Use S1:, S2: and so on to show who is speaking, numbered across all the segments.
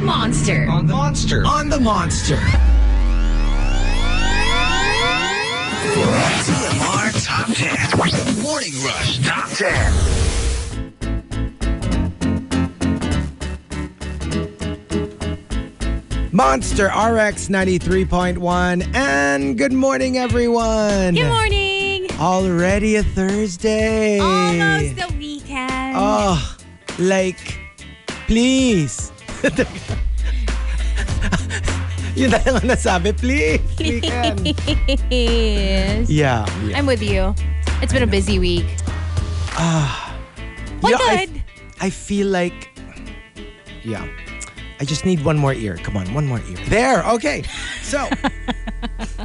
S1: monster.
S2: On the monster.
S3: on the monster. TMR Top 10. Morning Rush Top 10.
S2: Monster RX 93.1. And good morning, everyone.
S1: Good morning.
S2: Already a Thursday.
S1: Almost the weekend.
S2: Oh, like, please. Yun na lang ang nasabi, please. Weekend.
S1: Yes.
S2: Yeah. yeah.
S1: I'm with you. It's been a busy week.
S2: You
S1: We're
S2: know, Ah. I-
S1: good.
S2: I feel like, yeah. I just need one more ear. Come on, one more ear. There. Okay. So,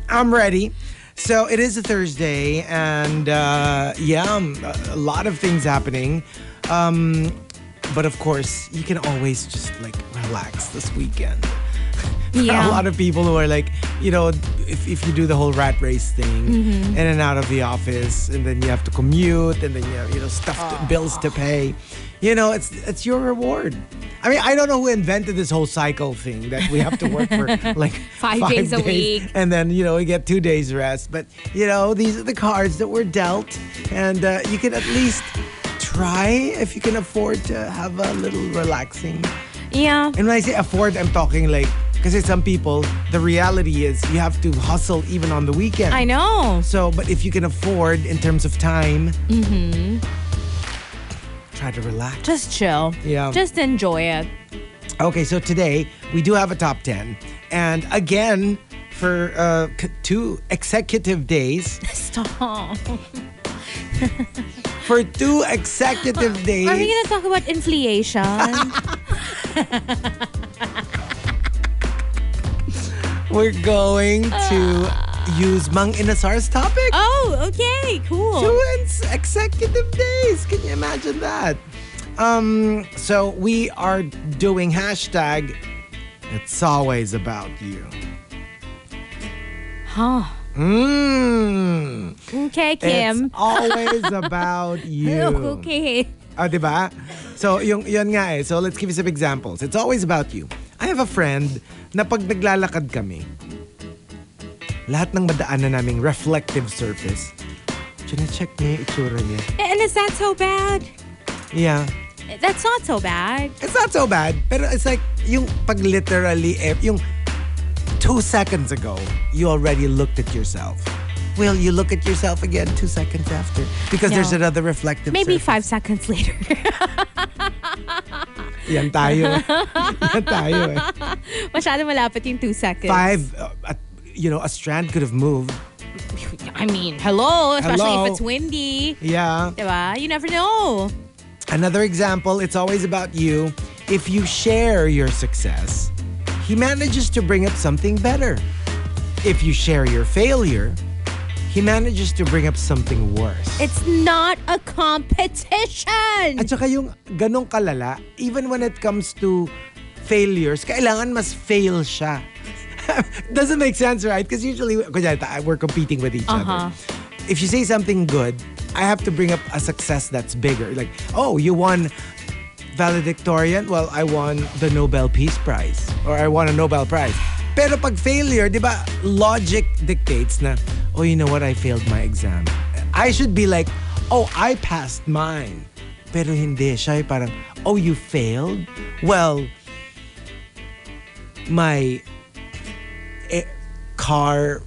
S2: I'm ready. So it is a Thursday, and uh, yeah, um, a a lot of things happening. Um, but of course, you can always just like relax this weekend.
S1: Yeah.
S2: a lot of people who are like, you know, if, if you do the whole rat race thing,
S1: Mm-hmm.
S2: in and out of the office, and then you have to commute, and then you have, you know, stuff, to, bills
S1: Ah.
S2: to pay. You know, it's it's your reward. I mean, I don't know who invented this whole cycle thing that we have to work for like
S1: Five days a week.
S2: and then you know we get two days rest. But you know these are the cards that were dealt, and uh, you can at least try if you can afford to have a little relaxing
S1: yeah.
S2: and when I say afford, I'm talking like, because some people, the reality is you have to hustle even on the weekend.
S1: I know.
S2: So, but if you can afford in terms of time, try to relax.
S1: Mm-hmm. Just chill.
S2: Yeah.
S1: Just enjoy it.
S2: Okay, so today we do have a top 10. And again, for uh, c- two consecutive days,
S1: Stop.
S2: for two consecutive days.
S1: Are we gonna talk about inflation?
S2: We're going
S1: uh,
S2: to use Mang Inasar's topic.
S1: oh, okay, cool.
S2: Two ins- consecutive days. Can you imagine that? Um, so we are doing hashtag It's Always About You.
S1: Huh.
S2: Mmm.
S1: Okay,
S2: It's
S1: Kim.
S2: always about you.
S1: Okay.
S2: Ah, di ba? So, yung, yun nga eh. So, let's give you some examples. It's always about you. I have a friend na pag naglalakad kami, lahat ng madaanan naming reflective surface, check niya yung itsura niya.
S1: And is that so bad?
S2: Yeah.
S1: That's not so bad.
S2: It's not so bad, pero it's like yung pag literally eh, yung two seconds ago, you already looked at yourself. Will you look at yourself again two seconds after? Because
S1: No.
S2: there's another reflective.
S1: Maybe
S2: surface.
S1: five seconds later.
S2: Yan tayo. Yan tayo eh.
S1: Masyado malapit yung two seconds.
S2: Five, uh, at, you know, a strand could have moved.
S1: I mean, hello, especially
S2: Hello.
S1: if it's windy.
S2: Yeah.
S1: Diba? You never know.
S2: Another example, it's always about you. If you share your success, he manages to bring up something better. If you share your failure, he manages to bring up something worse.
S1: It's not a competition.
S2: At saka yung ganong kalala, even when it comes to failures, kailangan mas fail siya. Doesn't make sense, right? Because usually, kunyari, ta- we're competing with each other.
S1: Uh-huh.
S2: If you say something good, I have to bring up a success that's bigger. Like, oh, you won valedictorian? Well, I won the Nobel Peace Prize. Or I won a Nobel Prize. Pero pag failure, di ba, logic dictates na, oh, you know what, I failed my exam. I should be like, oh, I passed mine. Pero hindi, siya ay parang, oh, you failed? Well, my eh, car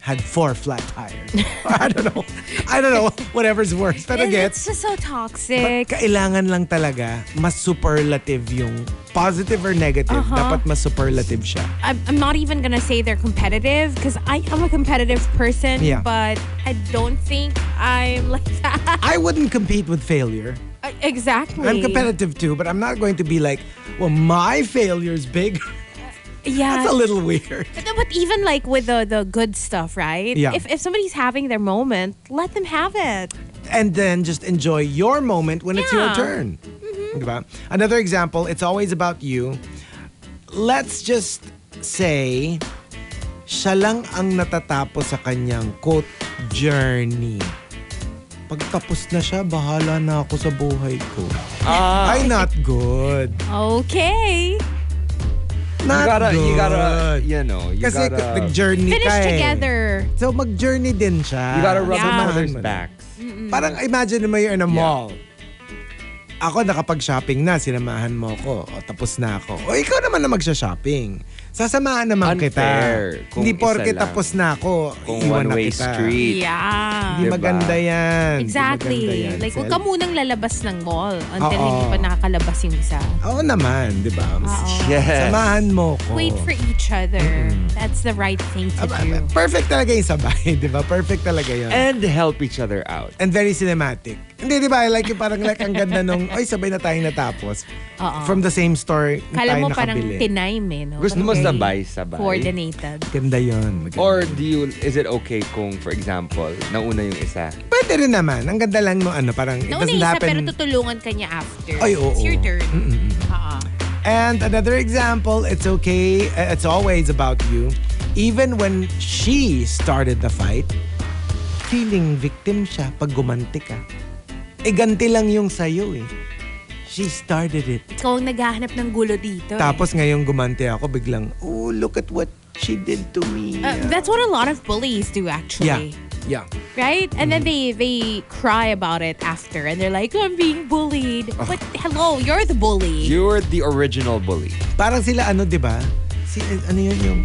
S2: had four flat tires. I don't know. I don't know. Whatever's worse. Pero
S1: It's-
S2: gets.
S1: It's just so toxic.
S2: Kailangan lang talaga mas superlative yung positive or negative. Dapat mas superlative siya.
S1: I'm, I'm not even gonna say they're competitive because I am a competitive person,
S2: Yeah.
S1: but I don't think I'm like that.
S2: I wouldn't compete with failure.
S1: exactly.
S2: I'm competitive too, but I'm not going to be like, well, my failure's big.
S1: Yeah.
S2: That's a little weird.
S1: But, no, but even like with the, the good stuff, right?
S2: Yeah.
S1: If, if somebody's having their moment, let them have it.
S2: And then just enjoy your moment when it's your
S1: Yeah.
S2: turn.
S4: Mm-hmm.
S2: Diba? Another example, it's always about you. Let's just say, siya lang ang natatapos sa kanyang quote, journey. Pag tapos na siya, bahala na ako sa
S4: Ah,
S2: buhay ko. Ay, not good.
S1: Okay.
S2: Not
S4: you gotta, you gotta,
S2: good.
S4: you know, you
S2: Kasi
S4: gotta,
S2: nag-journey
S1: Finish
S2: ka eh.
S1: together.
S2: So mag-journey din siya.
S4: you gotta rub
S1: Yeah.
S4: each other's
S2: Samahan mo na.
S4: backs.
S2: Parang imagine naman you're in a mall. Ako nakapag-shopping na, sinamahan mo ko. O tapos na ako. O ikaw naman na magsha-shopping. Sasamahan naman
S4: Unfair
S2: kita.
S4: kung
S2: Hindi
S4: isa
S2: porke
S4: lang.
S2: tapos na ako,
S4: Kung
S2: iwan na
S4: one-way
S2: kita.
S4: street.
S1: Yeah.
S2: Hindi
S4: Diba?
S2: maganda yan. Hindi maganda
S1: Exactly.
S2: yan,
S1: Like, huwag
S2: Sel.
S1: ka munang lalabas ng mall until
S2: Oo.
S1: hindi pa nakakalabas yung isa.
S2: Oo naman, di ba?
S1: Oo.
S4: Yes.
S2: Samahan mo ko.
S1: Wait for each other. That's the right thing to
S2: Aba,
S1: do.
S2: Perfect talaga yung sabay, di ba? Perfect talaga yun.
S4: And help each other out.
S2: and very cinematic. Hindi, di ba? Like, yung parang like, ang ganda nung, ay, sabay na tayong natapos.
S1: Oo.
S2: From the same store, yung
S1: Kala
S2: tayo
S1: mo parang
S2: nakabili.
S1: tinime eh, no?
S4: Gusto mo
S1: Parang very
S4: sabay-sabay?
S1: Coordinated.
S2: Ganda yun. Maganda.
S4: Or do you, is it okay kung, for example, nauna yung isa?
S2: Pwede rin naman. Ang ganda lang no, ano, parang it
S1: Nauna
S2: doesn't
S1: isa,
S2: happen.
S1: pero tutulungan ka niya after.
S2: Ay, oo. Mm,
S1: It's your turn. Oo.
S2: And another example, it's okay, uh, it's always about you. Even when she started the fight, feeling victim siya pag gumanti ka. E ganti lang yung sayo eh. She started it.
S1: Ikaw ang naghahanap ng gulo dito. eh.
S2: Tapos ngayong gumanti ako, biglang, oh, look at what she did to me.
S1: Uh, that's what a lot of bullies do actually.
S2: yeah, Mm-hmm. yeah.
S1: Right? And then they they cry about it after and they're like, I'm being bullied. But hello, you're the bully.
S4: You're the original bully.
S2: Parang sila ano, 'di ba? Si ano 'yun yung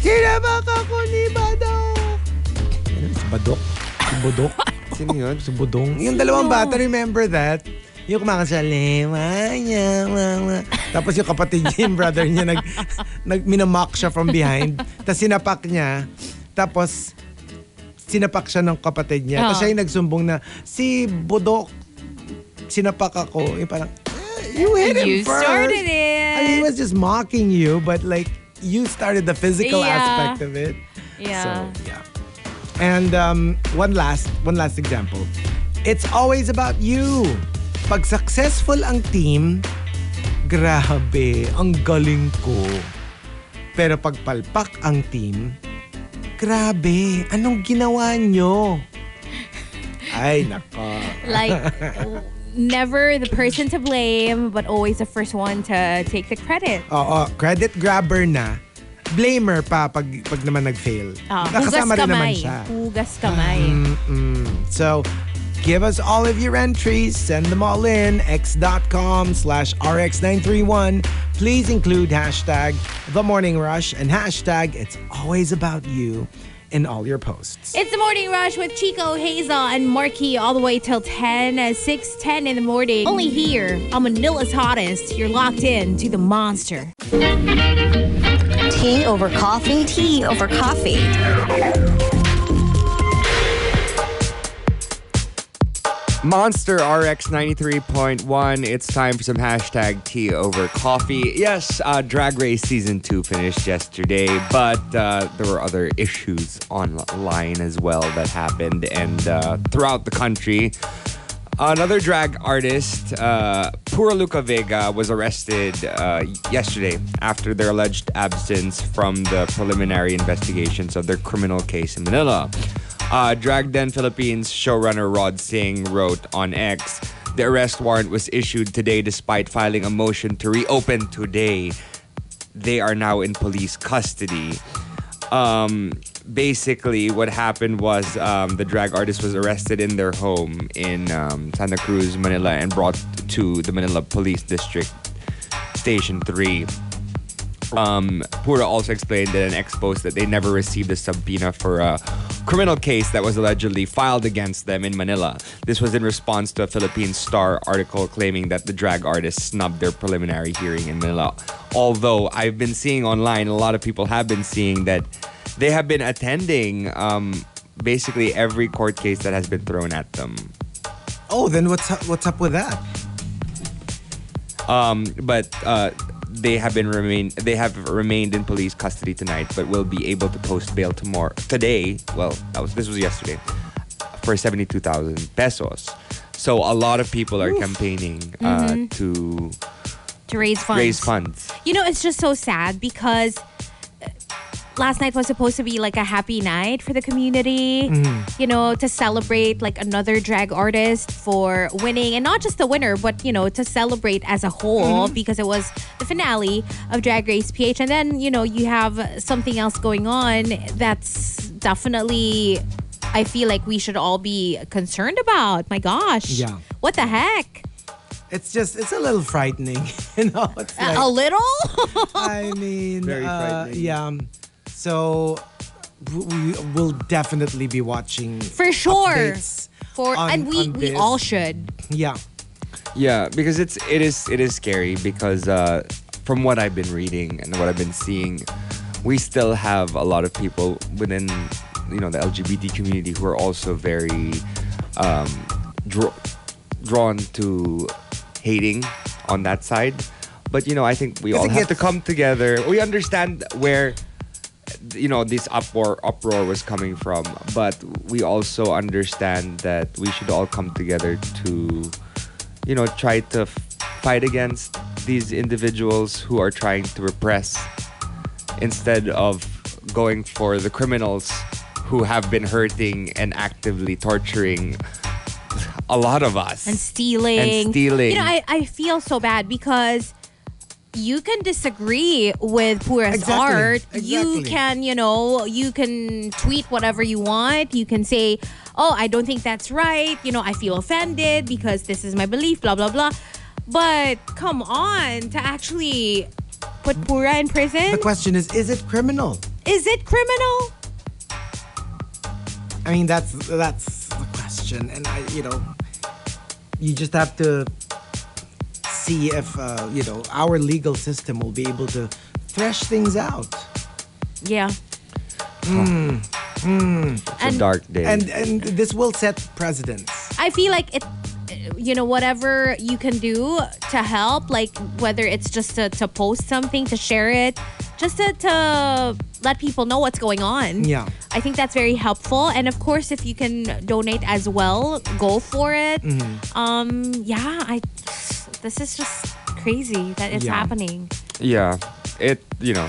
S2: Sinabak ako ni Badok. Ano si Badok? Si Budok?
S4: Sino yun?
S2: si Budong? Yung dalawang
S1: Sino?
S2: bata, remember that? Yung kumakanta siya, Lemanya, mama. Tapos yung kapatid niya, yung brother niya, nag, nag, minamock siya from behind. Tapos sinapak niya. Tapos sinapak siya ng kapatid niya. Tapos
S1: Oo.
S2: siya yung nagsumbong na, si Budok, sinapak ako. Yung parang, "Eh, you hit him
S1: You
S2: first.
S1: started
S2: I mean, he
S1: it.
S2: was just mocking you, but like you started the physical
S1: Yeah.
S2: aspect of it.
S1: Yeah.
S2: So yeah. And um, one last, one last example. It's always about you. Pag successful ang team, grabe, ang galing ko. Pero pag palpak ang team, grabe, anong ginawa nyo? Ay, nako.
S1: Like never the person to blame, but always the first one to take the credit.
S2: Oo, credit grabber na. Blamer pa pag, pag naman nag-fail.
S1: Ah, hugas
S2: Nakasama rin naman
S1: kamay.
S2: siya.
S1: Hugas kamay.
S2: Mm-mm. So, give us all of your entries. Send them all in. x.com slash rx931. Please include hashtag The Morning Rush and hashtag It's Always About You in all your posts.
S1: It's the morning rush with Chico, Hazel, and Marky all the way till 10, uh, 6, 10 in the morning. Only here on Manila's hottest. You're locked in to the monster.
S3: Tea over coffee? Tea over coffee.
S4: Monster RX 93.1. It's time for some hashtag tea over coffee. Yes, uh, Drag Race Season 2 finished yesterday, but uh, there were other issues online as well that happened and uh, throughout the country. Another drag artist, uh, Pura Luca Vega, was arrested uh, yesterday after their alleged absence from the preliminary investigations of their criminal case in Manila. Uh, drag Den Philippines showrunner Rod Singh wrote on X The arrest warrant was issued today despite filing a motion to reopen today. They are now in police custody um, basically what happened was um, the drag artist was arrested in their home in um, Santa Cruz, Manila, and brought to the Manila Police District Station 3. Um, Pura also explained in an expose that they never received a subpoena for a criminal case that was allegedly filed against them in Manila. This was in response to a Philippine Star article claiming that the drag artists snubbed their preliminary hearing in Manila. Although I've been seeing online, a lot of people have been seeing that they have been attending um, basically every court case that has been thrown at them.
S2: Oh, then what's up, what's up with that?
S4: Um, but uh, they have been remain they have remained in police custody tonight, but will be able to post bail tomorrow today. Well, that was this was yesterday for seventy two thousand pesos. So a lot of people are campaigning uh, to
S1: To raise funds.
S4: raise funds.
S1: You know, it's just so sad because uh, last night was supposed to be like a happy night for the community, you know, to celebrate like another drag artist for winning and not just the winner, but you know, to celebrate as a whole because it was the finale of Drag Race PH. And then, you know, you have something else going on that's definitely, I feel like we should all be concerned about. My gosh.
S5: Yeah.
S1: What the heck?
S5: It's just it's a little frightening, you know. It's
S1: A-
S5: like,
S1: a little?
S5: I mean,
S4: Very
S5: uh,
S4: frightening.
S5: yeah.
S2: um,
S5: So w- we will definitely be watching
S1: For sure.
S5: updates
S1: For
S5: on-
S1: and we
S5: on
S1: we
S5: this.
S1: all should.
S5: Yeah,
S4: Yeah, because it's it is it is scary because uh, from what I've been reading and what I've been seeing, we still have a lot of people within you know the LGBT community who are also very um, draw, drawn to hating on that side. But you know, I think we
S5: Because
S4: all
S5: it
S4: have to
S5: gets-
S4: come together. We understand where you know this uproar uproar was coming from but we also understand that we should all come together to you know try to f- fight against these individuals who are trying to repress instead of going for the criminals who have been hurting and actively torturing a lot of us
S1: And stealing.
S4: And stealing.
S1: You know, I, I feel so bad because you can disagree with Pura's
S5: Exactly.
S1: art. You
S5: Exactly.
S1: can, you know, you can tweet whatever you want. You can say, oh, I don't think that's right. You know, I feel offended because this is my belief, blah, blah, blah. But come on, to actually put Pura in
S5: the
S1: prison,
S5: question is, is it criminal?
S1: is it criminal?
S5: I mean, that's that's the question, and I, you know, you just have to see if uh, you know our legal system will be able to thresh things out.
S1: Yeah.
S5: Hmm.
S4: it's
S1: and-
S4: a dark day
S5: And and this will set precedents.
S1: I feel like it, you know, whatever you can do to help, like whether it's just to, to post something, to share it, just to, to let people know what's going on.
S5: Yeah.
S1: I think that's very helpful. And of course, if you can donate as well, go for it.
S5: Mm-hmm.
S1: Um, yeah, I, this is just crazy that it's
S5: Yeah.
S1: happening.
S4: yeah it you know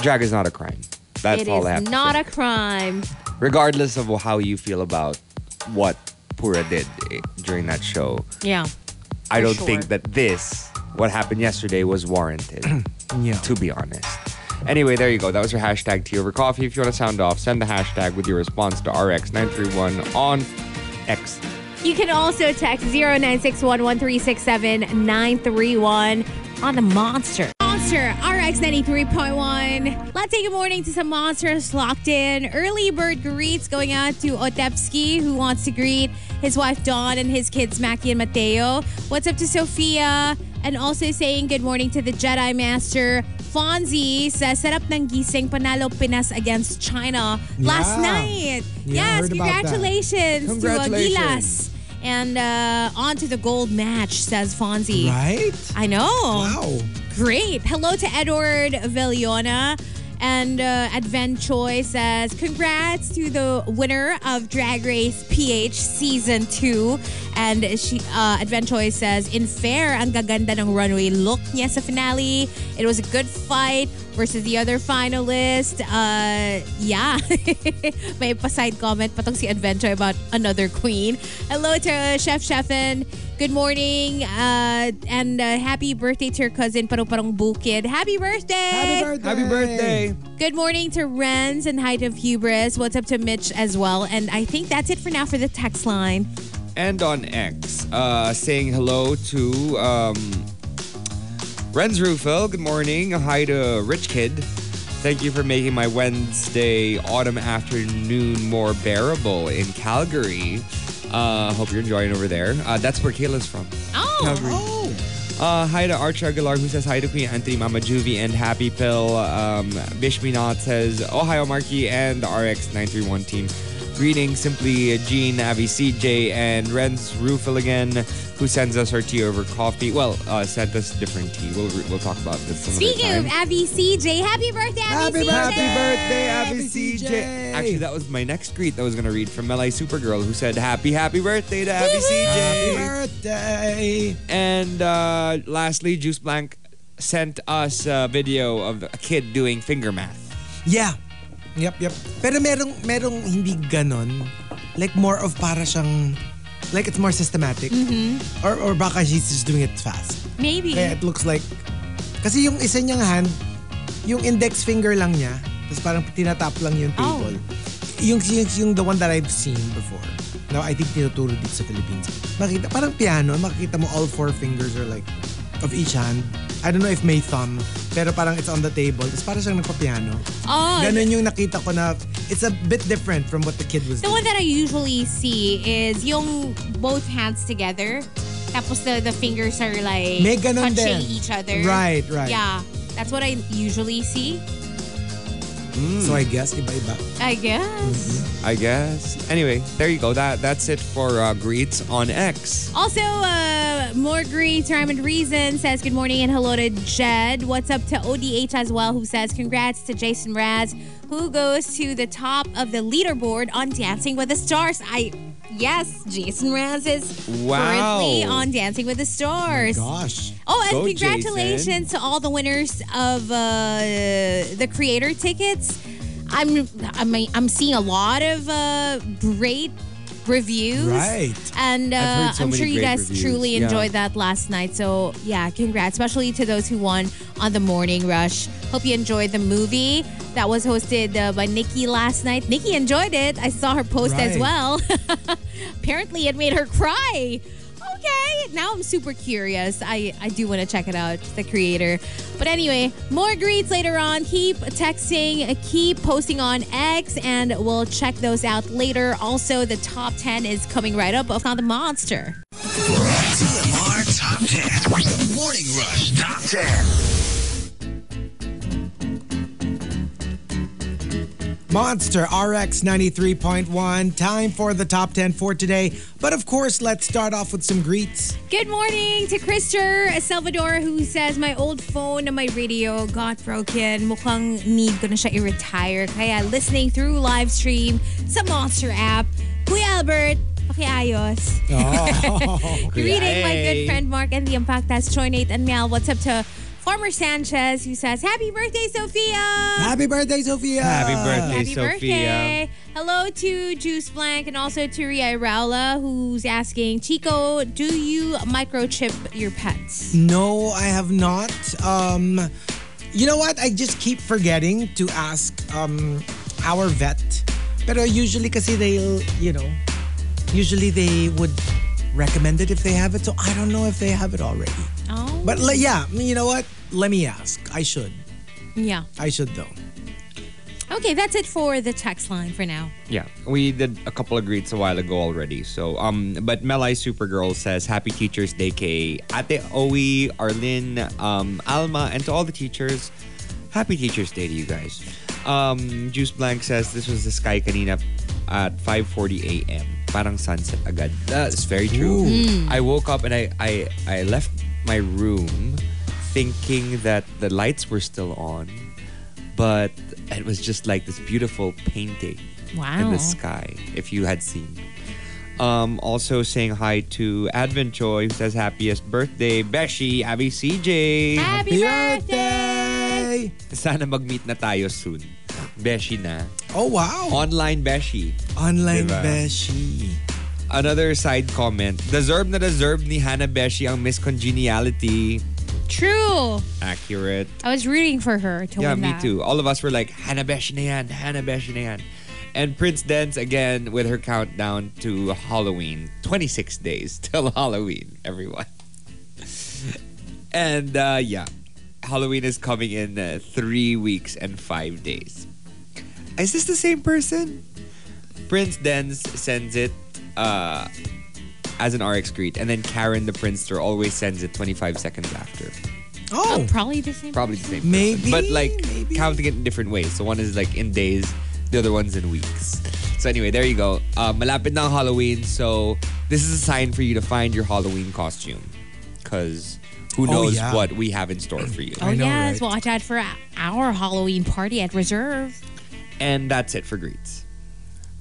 S4: drag is not a crime that's
S1: It
S4: all I
S1: is
S4: have to
S1: not
S4: say.
S1: a crime.
S4: regardless of how you feel about what Pura did eh, during that show,
S1: Yeah.
S4: I
S1: For
S4: don't
S1: sure.
S4: think that this, what happened yesterday, was warranted,
S5: Yeah.
S4: to be honest. Anyway, there you go. That was your hashtag tea over coffee. If you want to sound off, send the hashtag with your response to RX931 on X.
S1: You can also text 0961 on the Monster. Monster RX 93.1. Let's take a morning to some monsters locked in. Early bird greets going out to Otepski, who wants to greet his wife Dawn and his kids Mackie and Mateo. What's up to Sophia? And also saying good morning to the Jedi Master Fonzie sa Sarap ng Gising Panalo Pinas against China last
S5: Yeah.
S1: night.
S5: Yeah, I
S1: yes,
S5: heard about that.
S1: congratulations, to uh, Gilas.
S5: Congratulations.
S1: And uh, on to the gold match, says Fonzie.
S5: Right? Oh.
S1: I know.
S5: Wow.
S1: Great. Hello to Edward Villona. And uh, Advent Choi says, Congrats to the winner of Drag Race PH Season 2. And she, uh, Advent Choi says, In fair, ang gaganda ng runway look niya sa finale. It was a good fight versus the other finalist. Uh, yeah. May pa-side comment pa tong si Adventure about another queen. Hello to uh, Chef Sheffin. Good morning uh, and uh, happy birthday to your cousin Parong Parong Bukid. Happy birthday!
S4: Happy birthday!
S1: Good morning to Renz and Height of Hubris. What's up to Mitch as well? And I think that's it for now for the text line.
S4: and on X, uh, saying hello to um, Renz Rufel. Good morning. Hi to Rich Kid. Thank you for making my Wednesday autumn afternoon more bearable in Calgary. Uh, hope you're enjoying over there. Uh, that's where Kayla's from.
S1: Oh,
S4: Calgary. Uh, hi to Archer Aguilar, who says hi to Queen Anthony, Mama Juvie, and Happy Pill. Um, Bishminat says, Ohio Markey and the RX931 team. Greetings, simply Gene, Avi CJ, and Renz Rufil again, who sends us her tea over coffee. Well, uh, sent us different tea. We'll, we'll talk about this another
S1: speaking
S4: time.
S1: of Abby CJ, happy birthday, Abby CJ!
S4: birthday, Abby
S5: CJ.
S4: Actually, that was my next greet that I was going to read from Melai Supergirl, who said, Happy, happy birthday to Abby CJ.
S5: Happy birthday.
S4: And uh, lastly, Juice Blank sent us a video of a kid doing finger math.
S2: Yeah. Yep, yep. Pero merong, merong hindi ganon. Like more of para siyang, like it's more systematic. Or, or baka she's just doing it fast.
S1: Maybe.
S2: Kaya it looks like, kasi yung isa niyang hand, yung index finger lang niya, tapos parang tinatap lang yung
S1: Oh.
S2: table. Yung, yung, yung the one that I've seen before. Now, I think tinuturo dito sa Philippines. Makita, parang piano, makikita mo all four fingers are like, of each hand. I don't know if may thumb, pero parang it's on the table. Tapos parang siyang nagpa-piano.
S1: Oh,
S2: Ganun yung nakita ko na, it's a bit different from what the kid was
S1: The one
S2: doing.
S1: that I usually see is yung both hands together. Tapos the, the fingers are like
S2: May ganun din.
S1: touching each other.
S2: Right, right.
S1: Yeah. That's what I usually see, Hmm.
S2: So I guess, iba-iba.
S1: I guess.
S2: Mm-hmm.
S4: I guess. Anyway, there you go. That that's it for uh, greets on X.
S1: Also, uh, more greets. Rhyme and Reason says good morning and hello to Jed. What's up to ODH as well, who says congrats to Jason Raz, who goes to the top of the leaderboard on Dancing with the Stars. I. Yes, Jason Raz is
S4: Wow.
S1: currently on Dancing with the Stars.
S2: Gosh.
S1: Oh, and
S4: Go,
S1: congratulations
S4: Jason.
S1: to all the winners of uh, the creator tickets. I'm I'm I'm seeing a lot of uh, great reviews.
S2: Right.
S1: And uh,
S4: I've heard so
S1: I'm
S4: many
S1: sure you
S4: great
S1: guys
S4: reviews.
S1: truly
S4: Yeah.
S1: enjoyed that last night. So, yeah, congrats, especially to those who won on the morning rush. Hope you enjoyed the movie that was hosted uh, by Nikki last night. Nikki enjoyed it. I saw her post as
S2: Right.
S1: well. Apparently, it made her cry. Okay, now I'm super curious. I, I do want to check it out, the creator. But anyway, more greets later on. Keep texting, keep posting on X, and we'll check those out later. Also, the top 10 is coming right up of Not the Monster.
S6: TMR Top 10. Morning Rush Top 10.
S2: Monster RX 93.1. Time for the top 10 for today. But of course, let's start off with some greets.
S1: Good morning to Christer Salvador who says, My old phone and my radio got broken. Mukhang need ko na siya i-retire. Kaya listening through live stream sa Monster app. Kuya Albert, pakiayos. Greeting my good friend Mark and the Impactas, Troy, Nate, and Mel. What's up to Farmer Sanchez who says, Happy birthday, Sophia!
S2: Happy birthday, Sophia!
S4: Happy birthday,
S1: Ah. Happy
S4: Sophia.
S1: birthday. Hello to Juice Blank and also to Ria Raula, who's asking, Chico, do you microchip your pets?
S2: No, I have not. Um, you know what? I just keep forgetting to ask um, our vet. Pero usually kasi they'll, you know, usually they would recommend it if they have it. So I don't know if they have it already.
S1: Oh.
S2: But like, yeah, you know what? Let me ask. I should.
S1: yeah.
S2: I should though.
S1: Okay, that's it for the text line for now.
S4: Yeah, we did a couple of greets a while ago already. So, um, but Melai Supergirl says Happy Teachers Day, K. Ate Owi, Arlin, um, Alma, and to all the teachers, Happy Teachers Day to you guys. Um, Juice Blank says this was the sky kanina at 5:40 a.m. Parang sunset agad. That's very true. I woke up and I I I left my room thinking that the lights were still on, but it was just like this beautiful painting in
S1: Wow.
S4: the sky if you had seen. Um, also saying hi to Advent Joy who says happiest birthday, Beshi, Abby CJ.
S1: Happy birthday!
S2: Hey.
S4: Sana mag-meet na tayo soon. Beshi na.
S2: Oh wow.
S4: Online Beshi.
S2: Online
S4: Diba?
S2: beshi.
S4: Another side comment. Deserve na deserve ni Hannah Beshi ang Miss Congeniality.
S1: True.
S4: Accurate.
S1: I was rooting for her to
S4: yeah,
S1: win
S4: me
S1: that.
S4: too. All of us were like, Hannah Beshi na yan, Hannah Beshi na yan. And Prince Dance again with her countdown to Halloween. 26 days till Halloween, everyone. and uh, yeah, Halloween is coming in uh, three weeks and five days. Is this the same person? Prince Dance sends it uh, as an RX greet, and then Karen the Prinster always sends it 25 seconds after.
S1: Oh,
S2: Oh.
S1: probably the same.
S4: Probably the same. person.
S2: Maybe,
S4: But like
S2: maybe.
S4: counting it in different ways. So one is like in days, the other one's in weeks. So anyway, there you go. Uh, malapit na ang Halloween. So this is a sign for you to find your Halloween costume. Because who
S2: Oh,
S4: knows
S2: yeah.
S4: what we have in store for you.
S1: Oh,
S2: I know, right?
S1: yes. Watch out for our Halloween party at Reserve.
S4: And that's it for greets.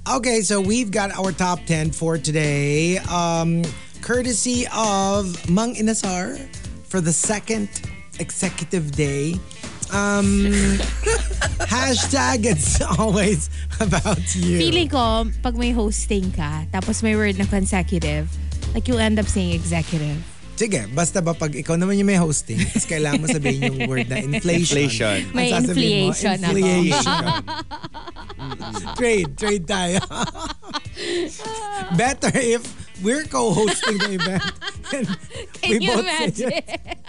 S2: Oh. Okay, so we've got our top 10 for today. Um, courtesy of Mang Inasar for the second consecutive day. Um, Hashtag it's always about you.
S1: Feeling ko, pag may hosting ka, tapos may word na consecutive, like you'll end up saying executive.
S2: Sige, basta ba pag ikaw naman yung may hosting, tapos kailangan mo sabihin yung word na inflation.
S4: Inflation.
S2: Ang
S1: May
S2: sasabihin mo,
S1: inflation ako.
S2: Inflation. trade, trade tayo. Better if we're co-hosting the event. And
S1: Can you
S2: both say
S1: imagine?
S2: it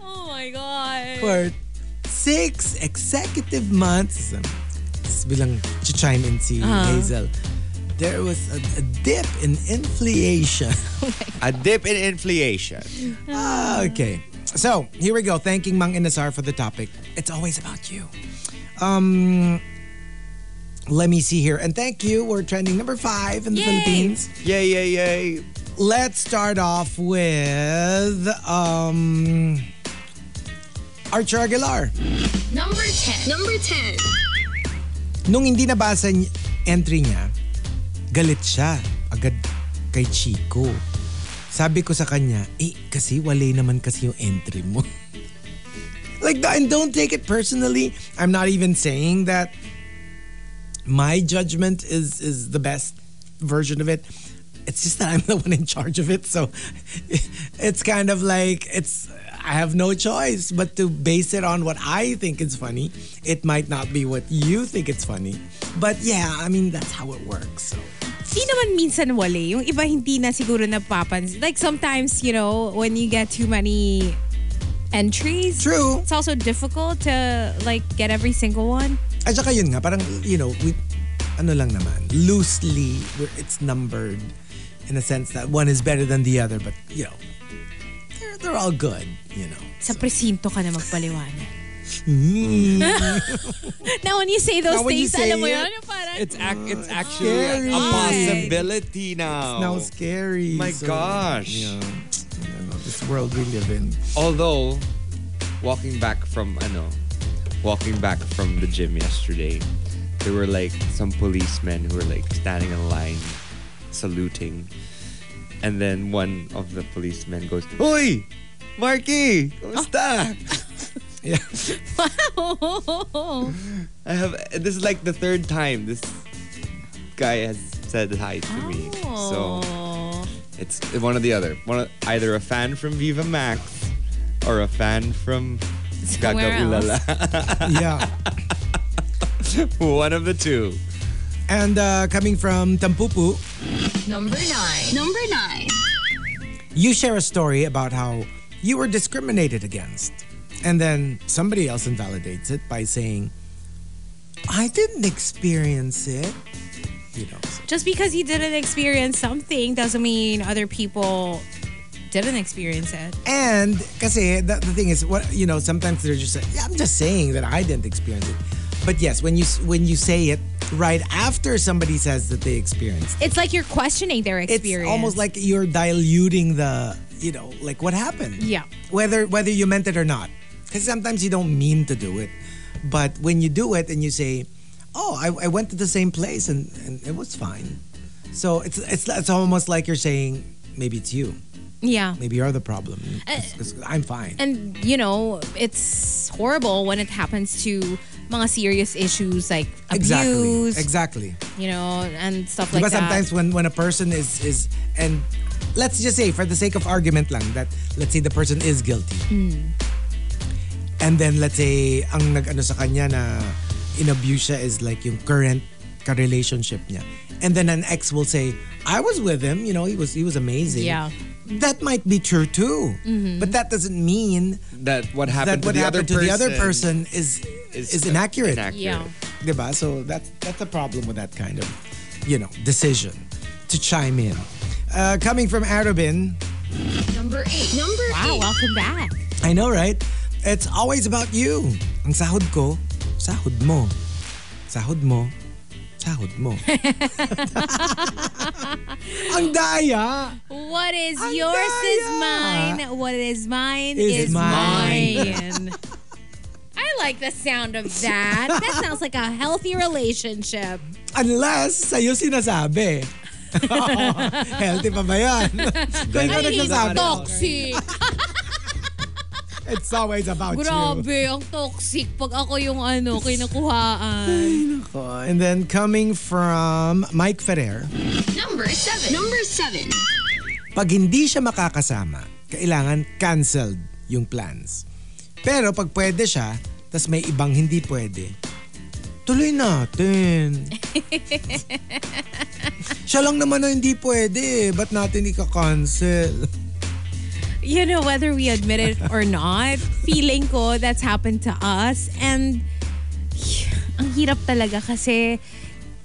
S1: oh my God.
S2: For six executive months, um, s- bilang chime in si
S1: Uh-huh.
S2: Hazel, there was a, a dip in inflation.
S4: A dip in inflation.
S2: Ah, okay. So, here we go. Thanking Mang Inasar for the topic. It's always about you. Um, let me see here. And thank you. We're trending number five in the
S1: Yay!
S2: Philippines.
S4: Yay, yay, yay.
S2: Let's start off with um, Archer Aguilar.
S3: Number 10. Number 10.
S2: Nung hindi nabasa yung entry niya, galit siya agad kay Chico. Sabi ko sa kanya, eh kasi wale naman kasi yung entry mo. like, and don't take it personally. I'm not even saying that my judgment is is the best version of it. It's just that I'm the one in charge of it, so it's kind of like it's I have no choice but to base it on what I think is funny. It might not be what you think it's funny, but yeah, I mean that's how it works. So
S1: Di naman minsan wale. Yung iba hindi na siguro napapansin. Like sometimes, you know, when you get too many entries,
S2: true.
S1: it's also difficult to like get every single one.
S2: At saka yun nga, parang, you know, we, ano lang naman, loosely, we're- it's numbered in a sense that one is better than the other, but, you know, they're, they're all good, you know.
S1: Sa presinto ka na magpaliwanag. Now when you say those
S2: Now, when you
S1: things,
S2: say
S1: alam mo
S2: it,
S1: yun? Yung Parang,
S4: It's ac- it's actually
S2: Oh, scary.
S4: a possibility now.
S2: Now scary.
S4: Oh. My
S2: so,
S4: gosh.
S2: You know, I don't know, this world we live in.
S4: Although, walking back from ano, walking back from the gym yesterday, there were like some policemen who were like standing in line, saluting, and then one of the policemen goes, "Oi, Marky, kumusta?"
S2: Yeah.
S1: wow.
S4: I have this is like the third time this guy has said hi to me. So
S1: Oh.
S4: it's one or the other. One of, either a fan from Viva Max or a fan from Gaga
S1: Somewhere
S4: Ulala.
S2: yeah.
S4: One of the two.
S2: And uh, coming from Tampupu,
S3: Number 9. Number 9.
S2: you share a story about how you were discriminated against. And then somebody else invalidates it by saying, I didn't experience it. You know, so-
S1: Just because you didn't experience something doesn't mean other people didn't experience it.
S2: And kasi the, the thing is, what you know, sometimes they're just like, yeah, I'm just saying that I didn't experience it. But yes, when you s- when you say it right after somebody says that they experienced,
S1: It's like you're questioning their
S2: it's
S1: experience.
S2: almost like you're diluting the you know like what happened.
S1: Yeah.
S2: Whether whether you meant it or not, because sometimes you don't mean to do it, but when you do it and you say, oh, I, I went to the same place and, and it was fine. So it's it's it's almost like you're saying maybe it's you,
S1: yeah.
S2: maybe you're the problem.
S1: Uh,
S2: 'Cause- 'cause I'm fine.
S1: and you know it's horrible when it happens to mga serious issues like abuse
S2: Exactly. Exactly.
S1: you know and stuff like
S2: Because
S1: that
S2: sometimes when when a person is is and let's just say for the sake of argument lang that let's say the person is guilty.
S1: Hmm.
S2: And then let's say ang nag-ano sa kanya na inabuse siya is like yung current ka-relationship niya. And then an ex will say, I was with him, you know, he was he was amazing.
S1: Yeah. Mm-hmm.
S2: That might be true too. But that doesn't mean
S4: That what happened,
S2: that
S4: to,
S2: what
S4: the
S2: happened
S4: other
S2: to the other
S4: person
S2: person is is, inaccurate.
S1: yeah
S2: Diba? So that's that's a problem with that kind of, you know, decision to chime in. Uh, coming from Arabin,
S3: Number 8. Number
S1: wow welcome back
S2: I know, right? It's always about you. Ang sahod ko, sahod mo. Sahod mo, sahod mo. Ang daya!
S1: what is
S2: Ang
S1: yours is
S2: daya!
S1: mine what is mine
S2: Is
S1: is,
S2: mine.
S1: mine I like the sound of that that sounds like a healthy relationship
S2: Unless sa'yo sinasabi. Healthy pa ba yan? Kung ikaw
S1: Ay,
S2: nagsasabi.
S1: toxic
S7: It's always about you.
S1: Grabe, ang toxic pag ako yung ano, kinakuhaan.
S2: And then coming from Mike Ferrer,
S3: Number seven. Number seven.
S2: pag hindi siya makakasama, kailangan canceled yung plans. Pero pag pwede siya, tas may ibang hindi pwede, tuloy natin. siya lang naman na hindi pwede eh. Ba't natin ika-cancel?
S1: you know, whether we admit it or not, feeling ko that's happened to us. And ang hirap talaga kasi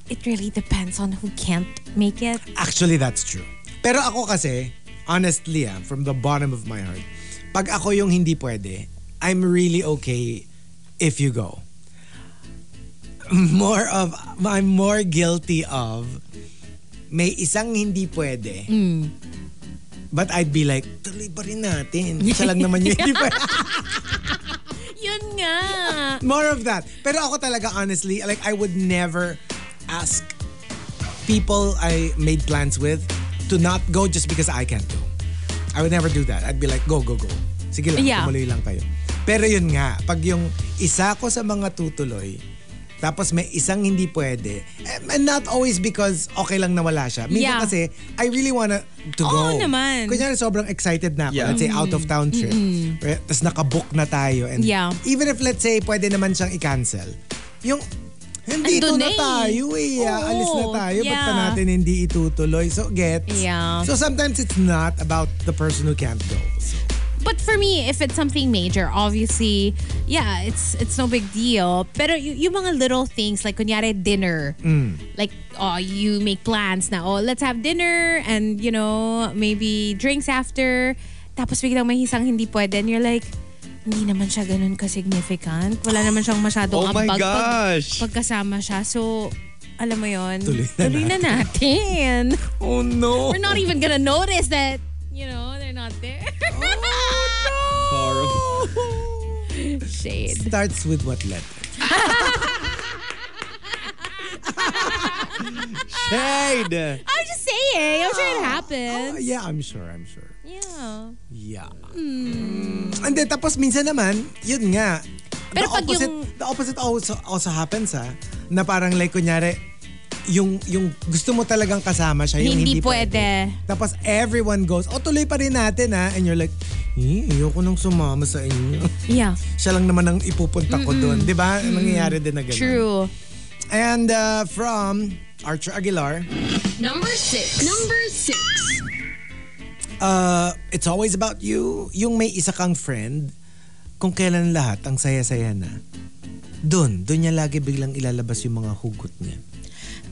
S1: it really depends on who can't make it.
S2: Actually, that's true. Pero ako kasi, honestly ah, from the bottom of my heart, pag ako yung hindi pwede, I'm really okay if you go. More of, I'm more guilty of may isang hindi pwede. But I'd be like, tuloy pa rin natin. Siya lang naman yung hindi pwede.
S1: Yun nga.
S2: More of that. Pero ako talaga, honestly, like I would never ask people I made plans with to not go just because I can't go. I would never do that. I'd be like, go, go, go. Sige lang,
S1: Yeah.
S2: tumuloy lang kayo. Pero yun nga, pag yung isa ko sa mga tutuloy, tapos may isang hindi pwede, and- and not always because okay lang na wala siya. Minsan
S1: Yeah.
S2: kasi, I really wanna to
S1: Oo
S2: go.
S1: naman.
S2: Kunyari, sobrang excited na ako.
S7: Yeah.
S2: Let's say, out of town trip. Right? Tapos nakabook na tayo. And
S1: Yeah.
S2: Even if let's say pwede naman siyang i-cancel, yung hindi ito na
S1: Andun na eh.
S2: tayo eh.
S1: Oo.
S2: alis na tayo. Ba't pa
S1: Yeah.
S2: natin hindi itutuloy? So, gets.
S1: Yeah.
S2: So, sometimes it's not about the person who can't go. So,
S1: But for me, if it's something major, obviously, yeah, it's it's no big deal. Pero y- yung mga little things, like kunyari dinner,
S4: Mm.
S1: like oh, you make plans na, oh, let's have dinner and, you know, maybe drinks after. Tapos biglang may isang hindi pwede and you're like, hindi naman siya ganun ka-significant. Wala naman siyang
S4: Oh
S1: masyadong
S4: my
S1: ambag pag-
S4: gosh.
S1: pagkasama siya. So, alam mo yon
S2: Tuloy na
S1: natin.
S2: oh no.
S1: We're not even gonna notice that, you know, they're not there.
S2: Oh,
S1: Shade.
S2: Starts with what letter?
S4: Shade.
S1: I'm just saying. I'm sure it happens.
S2: Uh, yeah, I'm sure, I'm sure.
S1: Yeah.
S2: Yeah. And then, tapos minsan naman, yun nga.
S1: Hmm. Pero
S2: the
S1: pag
S2: opposite,
S1: yung-
S2: The opposite also, also happens ha. Na parang like, kunyari, yung, yung gusto mo talagang kasama siya, yung
S1: Hindi
S2: hindi, pwede. Tapos everyone goes, o tuloy pa rin natin ha. And you're like, eh, ayoko nang sumama sa inyo.
S1: Yeah.
S2: siya lang naman ang ipupunta ko doon. Di ba? Nangyayari din na ganun.
S1: True.
S2: And uh, from Archer Aguilar,
S3: Number six. Number six.
S2: uh, it's always about you. Yung may isa kang friend, kung kailan lahat ang saya-saya na, doon, doon niya lagi biglang ilalabas yung mga hugot niya.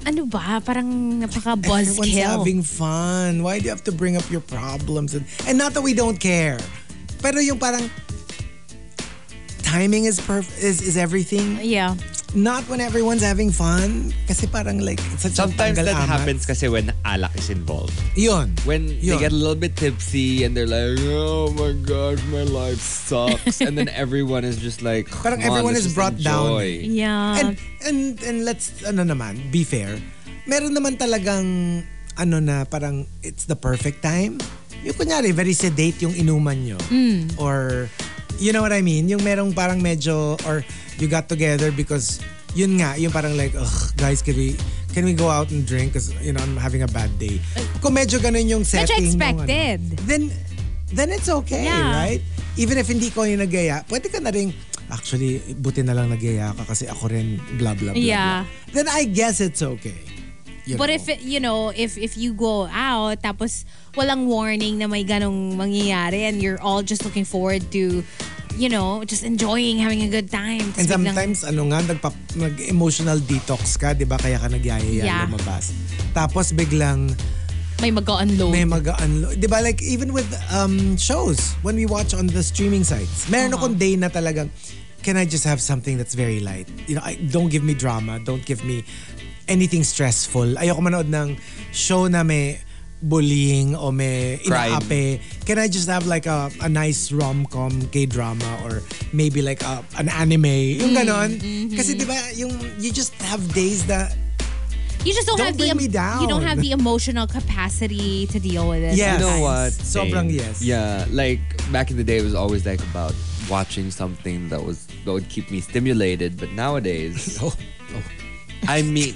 S1: Ano ba? Parang napaka
S2: Everyone's
S1: buzzkill.
S2: having fun. Why do you have to bring up your problems? And, and not that we don't care. Pero yung parang, timing is perf- is, is everything.
S1: Yeah.
S2: Not when everyone's having fun. Kasi parang like, it's such
S4: Sometimes
S2: a
S4: that
S2: tanggal-amat.
S4: happens kasi when alak is involved.
S2: Yun.
S4: When
S2: Yun.
S4: they get a little bit tipsy and they're like, oh my gosh, my life sucks. and then everyone is just like,
S2: Parang
S4: "Come on,
S2: everyone
S4: let's
S2: is
S4: just
S2: brought down.
S4: enjoy."
S1: Yeah.
S2: And, and, and let's, ano naman, be fair. Meron naman talagang, ano na, parang it's the perfect time. Yung kunyari, very sedate yung inuman nyo. Or, you know what I mean? Yung merong parang medyo, or you got together because, yun nga, yung parang like, ugh, guys, can we, can we go out and drink? Because, you know, I'm having a bad day. Kung medyo ganun yung setting. nung ano,
S1: expected.
S2: then, then it's okay,
S1: Yeah.
S2: right? Even if hindi ko yung nagyaya, pwede ka na rin, actually, buti na lang nagyaya ka kasi ako rin, blah, blah, blah.
S1: Yeah.
S2: blah." Then I guess it's okay. You
S1: But
S2: know?
S1: if, it- you know, if if you go out, tapos walang warning na may ganong mangyayari and you're all just looking forward to, you know, just enjoying, having a good time.
S2: And
S1: Tapos biglang-
S2: sometimes, ano nga, nagpa, nag-emotional detox ka, di ba? Kaya ka nagyayaya
S1: Yeah.
S2: lumabas. Tapos biglang,
S1: may mag-unload.
S2: may mag Di ba, like, even with um, shows, when we watch on the streaming sites, meron akong day na talagang, can I just have something that's very light? You know, I, don't give me drama. Don't give me anything stressful. Ayoko manood ng show na may bullying o may
S4: Crime.
S2: inaape. Can I just have like a, a nice rom-com K-drama or maybe like a, an anime? Yung ganon. Kasi di ba, yung, you just have days that
S1: You just don't,
S2: Don't
S1: have the
S2: bring me down.
S1: you don't have the emotional capacity to deal with it.
S2: Yes.
S4: You know
S1: sometimes.
S4: what?
S2: Sobrang
S4: Same.
S2: yes.
S4: Yeah, like back in the day, it was always like about watching something that was that would keep me stimulated, but nowadays
S2: Oh,
S4: I meet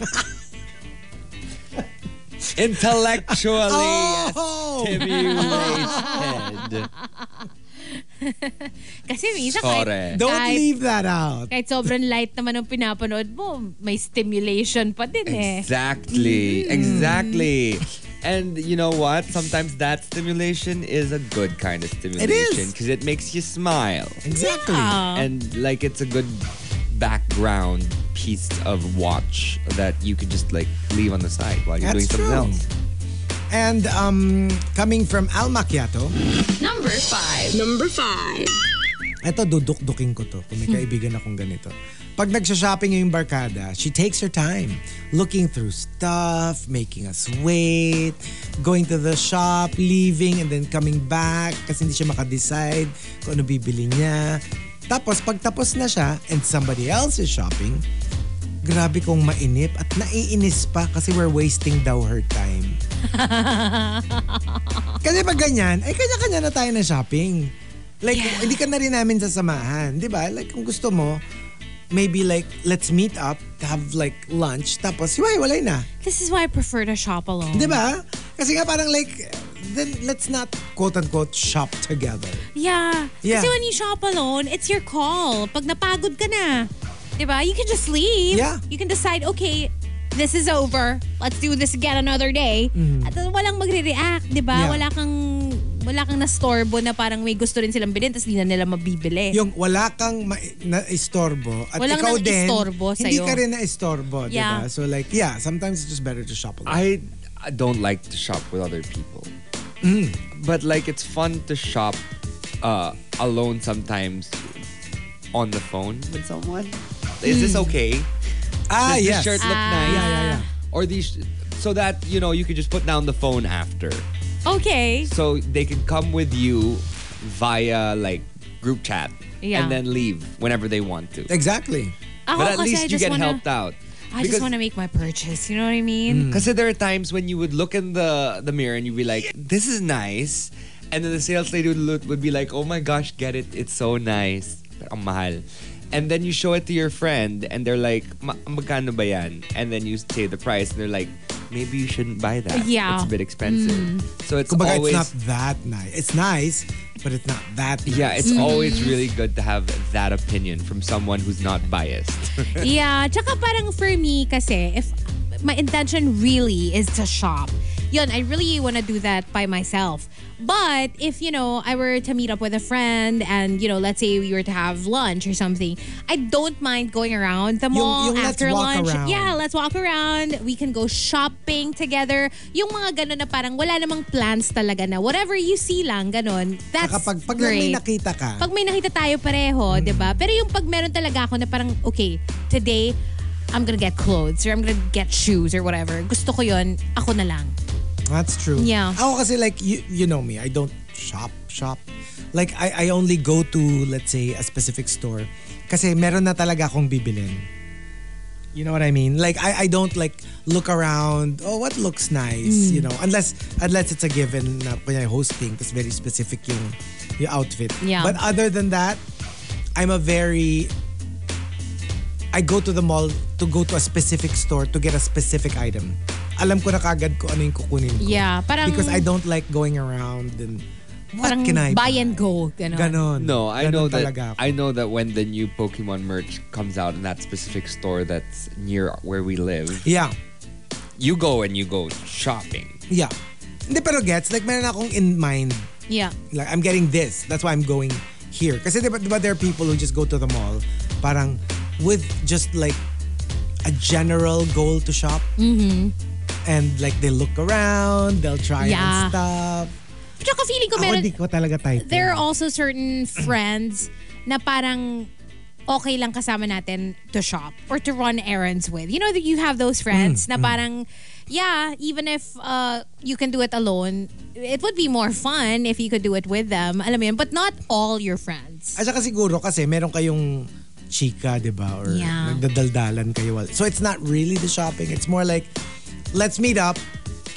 S4: intellectually
S2: Oh.
S4: stimulated.
S1: Kasi minsan
S4: Correct.
S1: kahit,
S2: don't
S1: kahit,
S2: leave that out.
S1: kahit sobrang light naman ang pinapanood mo, may stimulation pa din eh.
S4: Exactly. Exactly. And you know what? Sometimes that stimulation is a good kind of stimulation because it makes you smile.
S2: Exactly.
S1: Yeah.
S4: And like it's a good background piece of watch that you could just like leave on the side while you're
S2: That's
S4: doing something
S2: true.
S4: else.
S2: And um, coming from Al Macchiato,
S3: Number five. Number five.
S2: eto dudukdukin ko to kung may kaibigan akong ganito. Pag nagsha-shopping yung barkada, she takes her time looking through stuff, making us wait, going to the shop, leaving, and then coming back kasi hindi siya makadecide kung ano bibili niya. Tapos pag tapos na siya and somebody else is shopping, grabe kong mainip at naiinis pa kasi we're wasting daw her time. Kasi pag ganyan, ay kanya-kanya na tayo ng shopping. Like, hindi ka na rin namin sasamahan. Di ba? Like, kung gusto mo, maybe like, let's meet up, have like lunch, tapos hiwa-hiwalay na.
S1: This is why I prefer to shop alone.
S2: Di ba? Kasi nga parang like, then let's not quote-unquote shop together.
S1: Yeah.
S2: Yeah.
S1: Kasi when you shop alone, it's your call. Pag napagod ka na, di ba? You can just leave.
S2: Yeah.
S1: You can decide, okay, this is over. Let's do this again another day. At uh, walang magre-react, di ba?
S2: Mm-hmm. Yeah.
S1: Wala kang wala kang nastorbo na parang may gusto rin silang bilhin tapos di na nila mabibili.
S2: Yung wala kang ma- naistorbo at
S1: Walang
S2: ikaw din,
S1: nangistorbo
S2: hindi
S1: sa'yo.
S2: ka rin naistorbo. Di
S1: Yeah.
S2: ba? So like, yeah, sometimes it's just better to shop alone.
S4: I, I don't like to shop with other people.
S2: Mm.
S4: But like it's fun to shop uh, alone sometimes on the phone with someone. Is this okay?
S2: Mm. ah,
S4: Does
S2: yes.
S4: this shirt look nice?
S2: Yeah, yeah, yeah.
S4: Or these so that you know you could just put down the phone after.
S1: Okay.
S4: So they can come with you via like group chat.
S1: Yeah.
S4: And then leave whenever they want to.
S2: Exactly.
S1: Ako
S4: but at
S1: kasi I
S4: least you
S1: just
S4: get
S1: wanna,
S4: helped out.
S1: I just want to make my purchase. You know what I mean?
S4: Kasi there are times when you would look in the the mirror and you'd be like, "This is nice," and then the sales lady would, look, would be like, "Oh my gosh, get it? It's so nice." Pero ang mahal. And then you show it to your friend and they're like, "Ma- "Magkano ba yan?" And then you say the price and they're like, "Maybe you shouldn't buy that.
S1: Yeah. Mm.
S4: it's a bit expensive." So it's
S2: Kumbaga,
S4: always
S2: it's not that nice. It's nice, but it's not that nice.
S4: yeah, it's always really good to have that opinion from someone who's not biased.
S1: Yeah, tsaka parang for me kasi, if my intention really is to shop, yun, I really want to do that by myself. But if, you know, I were to meet up with a friend and, you know, let's say we were to have lunch or something, I don't mind going around the mall
S2: yung let's
S1: after
S2: walk
S1: lunch.
S2: around.
S1: Yeah, let's walk around. We can go shopping together. Yung mga ganun na parang wala namang plans talaga na whatever you see lang, ganun. That's
S2: Kapag pag lang may
S1: great
S2: nakita ka,
S1: pag may nakita tayo pareho,
S2: Mm.
S1: 'di ba? Pero yung pag meron talaga ako na parang okay, today I'm gonna get clothes or I'm gonna get shoes or whatever. Gusto ko 'yon, ako na lang.
S2: that's true.
S1: Yeah.
S2: Ako kasi like, you, you know me, I don't shop, shop. Like, I, I only go to, let's say, a specific store kasi meron na talaga akong bibilin. You know what I mean? Like, I, I don't like look around, oh, what looks nice,
S1: Mm.
S2: you know? Unless, unless it's a given na kunyari hosting, tas very specific yung, yung outfit.
S1: Yeah.
S2: But other than that, I'm a very I go to the mall to go to a specific store to get a specific item. Alam ko na kagad ko ano yung kukunin ko.
S1: Yeah, parang-
S2: Because I don't like going around and what
S1: Parang
S2: can I
S1: buy and go, gano'n.
S2: Ganon.
S4: No, I
S2: Ganon
S4: know
S2: talaga
S4: that
S2: ako.
S4: I know that when the new Pokemon merch comes out in that specific store that's near where we live,
S2: Yeah,
S4: you go and you go shopping.
S2: yeah. Hindi pero gets, like meron akong in mind,
S1: Yeah.
S2: like I'm getting this, that's why I'm going here. Kasi diba, diba there are people who just go to the mall parang with just like a general goal to shop.
S1: Mm-hmm.
S2: And like they look around, they'll try
S1: Yeah.
S2: on stuff.
S1: Tsaka feeling ko
S2: Ako
S1: meron
S2: di ko talaga type.
S1: there
S2: yun.
S1: are also certain friends na parang okay lang kasama natin to shop or to run errands with. You know that you have those friends na parang yeah, even if uh, you can do it alone, it would be more fun if you could do it with them. Alam mo yun, but not all your friends.
S2: At saka siguro kasi meron kayong chika, di ba? Or
S1: Yeah.
S2: nagdadaldalan kayo. while- So it's not really the shopping. It's more like, let's meet up.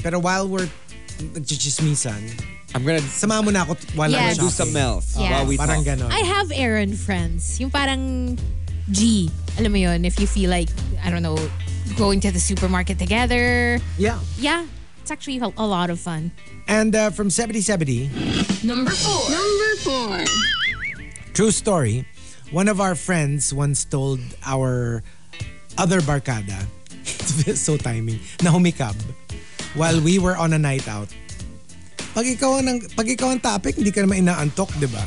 S2: Pero while we're nagchichismisan,
S4: I'm gonna
S2: samahan mo na ako t- while
S1: Yes.
S2: I'm
S4: do some
S2: shopping.
S4: mouth
S1: Yes.
S4: while we
S2: Parang
S4: talk.
S2: ganon.
S1: I have Aaron friends. Yung parang G. Alam mo yun, if you feel like, I don't know, going to the supermarket together.
S2: yeah.
S1: Yeah, it's actually a, a lot of fun.
S2: And uh, from 7070,
S3: Number four. Number four.
S2: true story, one of our friends once told our other barkada, so timing, na humikab while we were on a night out. Pag ikaw ang, pag ikaw ang topic, hindi ka naman inaantok, di ba?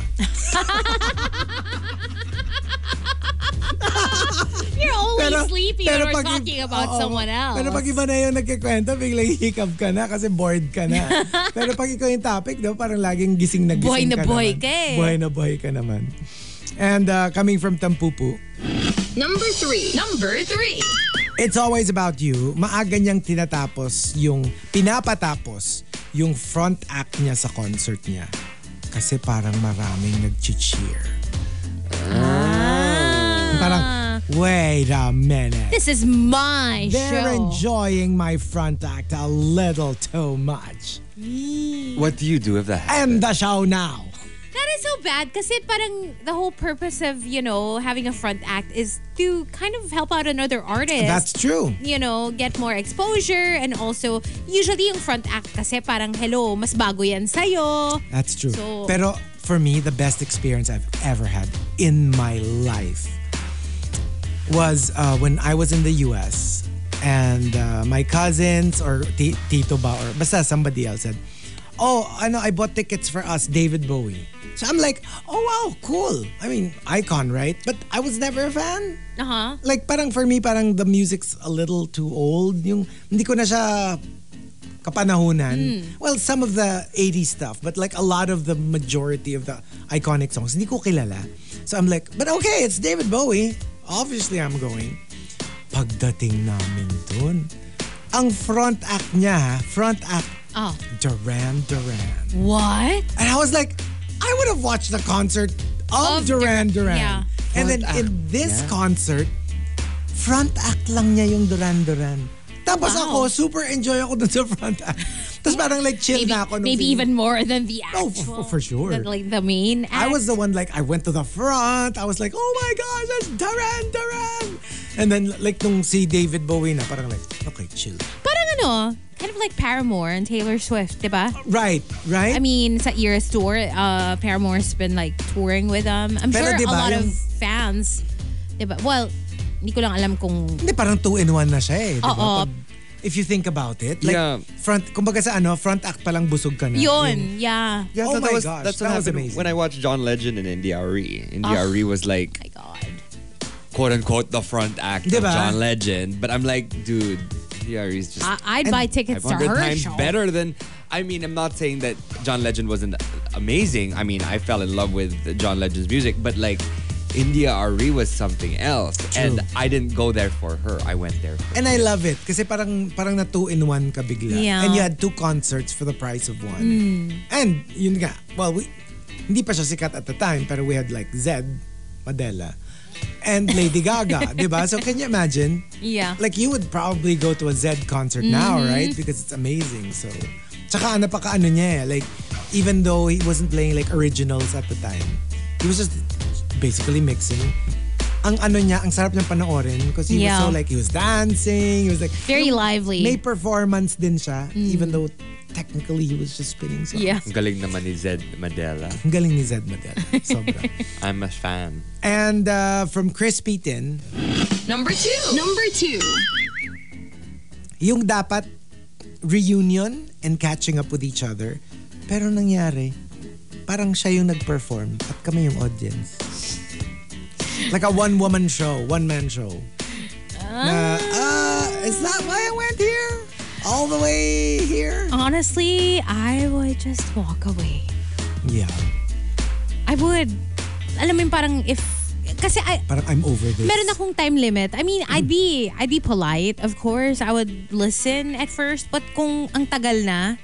S1: You're always
S2: Pero-
S1: sleepy
S2: pero
S1: when we're
S2: pag-
S1: talking about
S2: oo.
S1: someone else.
S2: Pero pag iba na yung nagkikwento, biglang hikab ka na kasi bored ka na. pero pag ikaw yung topic, daw, parang laging gising na gising
S1: Buhay na
S2: ka
S1: buhay
S2: naman.
S1: ka eh.
S2: Buhay na buhay ka naman. And uh, coming from Tampupu,
S3: Number three. Number three.
S2: it's always about you. Maaga niyang tinatapos yung, pinapatapos yung front act niya sa concert niya. Kasi parang maraming nag-cheer.
S1: Ah.
S2: Parang, wait a minute.
S1: This is my
S2: They're
S1: show.
S2: enjoying my front act a little too much.
S4: What do you do if that happens?
S2: End the show now.
S1: That is so bad kasi parang the whole purpose of, you know, having a front act is to kind of help out another artist.
S2: That's true.
S1: you know, get more exposure and also usually yung front act kasi parang hello, mas bago yan sa'yo.
S2: That's true.
S1: So-
S2: Pero for me, the best experience I've ever had in my life was uh, when I was in the US and uh, my cousins or ti- Tito ba or basta somebody else said, Oh, ano, I bought tickets for us, David Bowie. So I'm like, oh wow, cool. I mean, icon, right? But I was never a fan.
S1: Uh-huh.
S2: like parang for me parang the music's a little too old yung hindi ko na siya kapanahunan well some of the 80s stuff but like a lot of the majority of the iconic songs hindi ko kilala so I'm like but okay it's David Bowie obviously I'm going pagdating namin dun ang front act niya ha, front act
S1: Oh.
S2: Duran Duran
S1: What?
S2: and I was like, I would have watched the concert of,
S1: Of
S2: Duran
S1: Dur-
S2: Duran.
S1: yeah.
S2: And then in this concert, front act lang niya yung Duran Duran. Tapos ako,
S1: Wow.
S2: super enjoy ako dun sa front act. Tapos parang like chill
S1: Maybe,
S2: na ako. nung
S1: maybe
S2: feeling.
S1: even more than the
S2: Oh,
S1: actual.
S2: f- for sure.
S1: than, like the main
S2: I
S1: act.
S2: was the one like I went to the front. I was like, oh my gosh, that's Duran Duran. And then like nung si David Bowie na parang like, okay, chill.
S1: Parang ano, kind of like Paramore and Taylor Swift, di ba?
S2: Right, right?
S1: I mean, sa Eras tour, uh, Paramore's been like touring with them. I'm
S2: Pero
S1: sure
S2: di
S1: a
S2: ba,
S1: lot
S2: yung-
S1: of fans, di ba? Well, hindi ko lang alam kung
S2: Hindi, parang two in one na siya eh. di ba?
S1: Oo.
S2: Pag- if you think about it. Like,
S4: Yeah.
S2: front, kumbaga sa ano, front act palang busog ka na.
S1: yun, yeah.
S4: Yeah, I
S2: Oh
S4: thought
S2: my
S4: that was,
S2: gosh,
S4: that's what
S2: that was
S4: happened
S2: amazing.
S4: when I watched John Legend in NDRE. NDRE was like
S1: My God.
S4: quote unquote the front act of
S2: Diba?
S4: John Legend, but I'm like, dude, NDRE is just
S1: I- I'd buy tickets to
S4: 500
S1: her
S4: times
S1: show.
S4: better than. I mean, I'm not saying that John Legend wasn't amazing. I mean, I fell in love with John Legend's music, but like. India RE was something else, and I didn't go there for her. I went there. For
S2: And I love it kasi parang parang na two in one ka bigla.
S1: Yeah. Mm.
S2: And you had two concerts for the price of one. And yun nga, well, we, hindi pa siya sikat at the time pero we had like Zed, Madela, and Lady Gaga, di ba? So can you imagine?
S1: Yeah. Mm-hmm.
S2: Like you would probably go to a Zed concert now, right? Because it's amazing. So, tsaka napaka ano niya eh. Like, even though he wasn't playing like originals at the time, he was just basically mixing. Ang ano niya, ang sarap niyang panoorin because he
S1: Yeah.
S2: was so like, he was dancing, he was like,
S1: Very lively. Mm.
S2: may performance din siya, even though technically he was just spinning songs.
S1: Yeah.
S4: Ang galing naman ni Zed Madela.
S2: Ang galing ni Zed Madela. Sobra.
S4: I'm a fan.
S2: And uh, from Crispy Tin,
S3: Number two. Number two.
S2: yung dapat reunion and catching up with each other. Pero nangyari, parang siya yung nag-perform at kami yung audience. Like a one-woman show, one-man show. Na, ah, is that why I went here? All the way here?
S1: Honestly, I would just walk away.
S2: Yeah,
S1: I would. Alam mo yung parang if... Kasi I,
S2: parang I'm over this.
S1: meron akong time limit. I mean, I'd be I'd be polite, of course. I would listen at first. But kung ang tagal na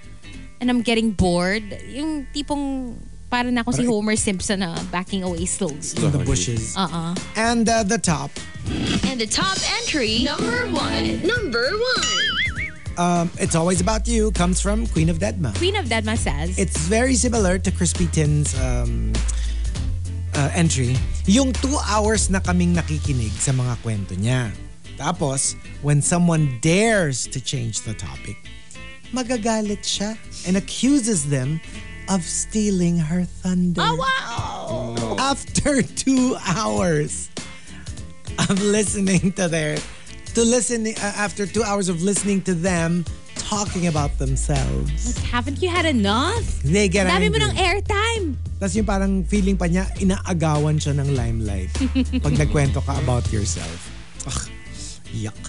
S1: and I'm getting bored, yung tipong para na ako si Homer Simpson na backing away slowly.
S2: in the bushes.
S1: Uh-uh.
S2: And uh, the top,
S3: And the top entry. Number one. Number one.
S2: um, It's Always About You comes from Queen of Deadma.
S1: Queen of Deadma says,
S2: It's very similar to Crispy Tin's um, uh, entry. Yung two hours na kaming nakikinig sa mga kwento niya. Tapos, when someone dares to change the topic, magagalit siya and accuses them of stealing her thunder.
S1: Oh, wow!
S2: After two hours of listening to their, to listen, uh, after two hours of listening to them talking about themselves,
S1: Haven't you had enough?
S2: they get
S1: Dami mo
S2: angry.
S1: ng airtime.
S2: Tapos yung parang feeling pa niya, inaagawan siya ng limelight pag nagkwento ka about yourself. Ugh, yuck.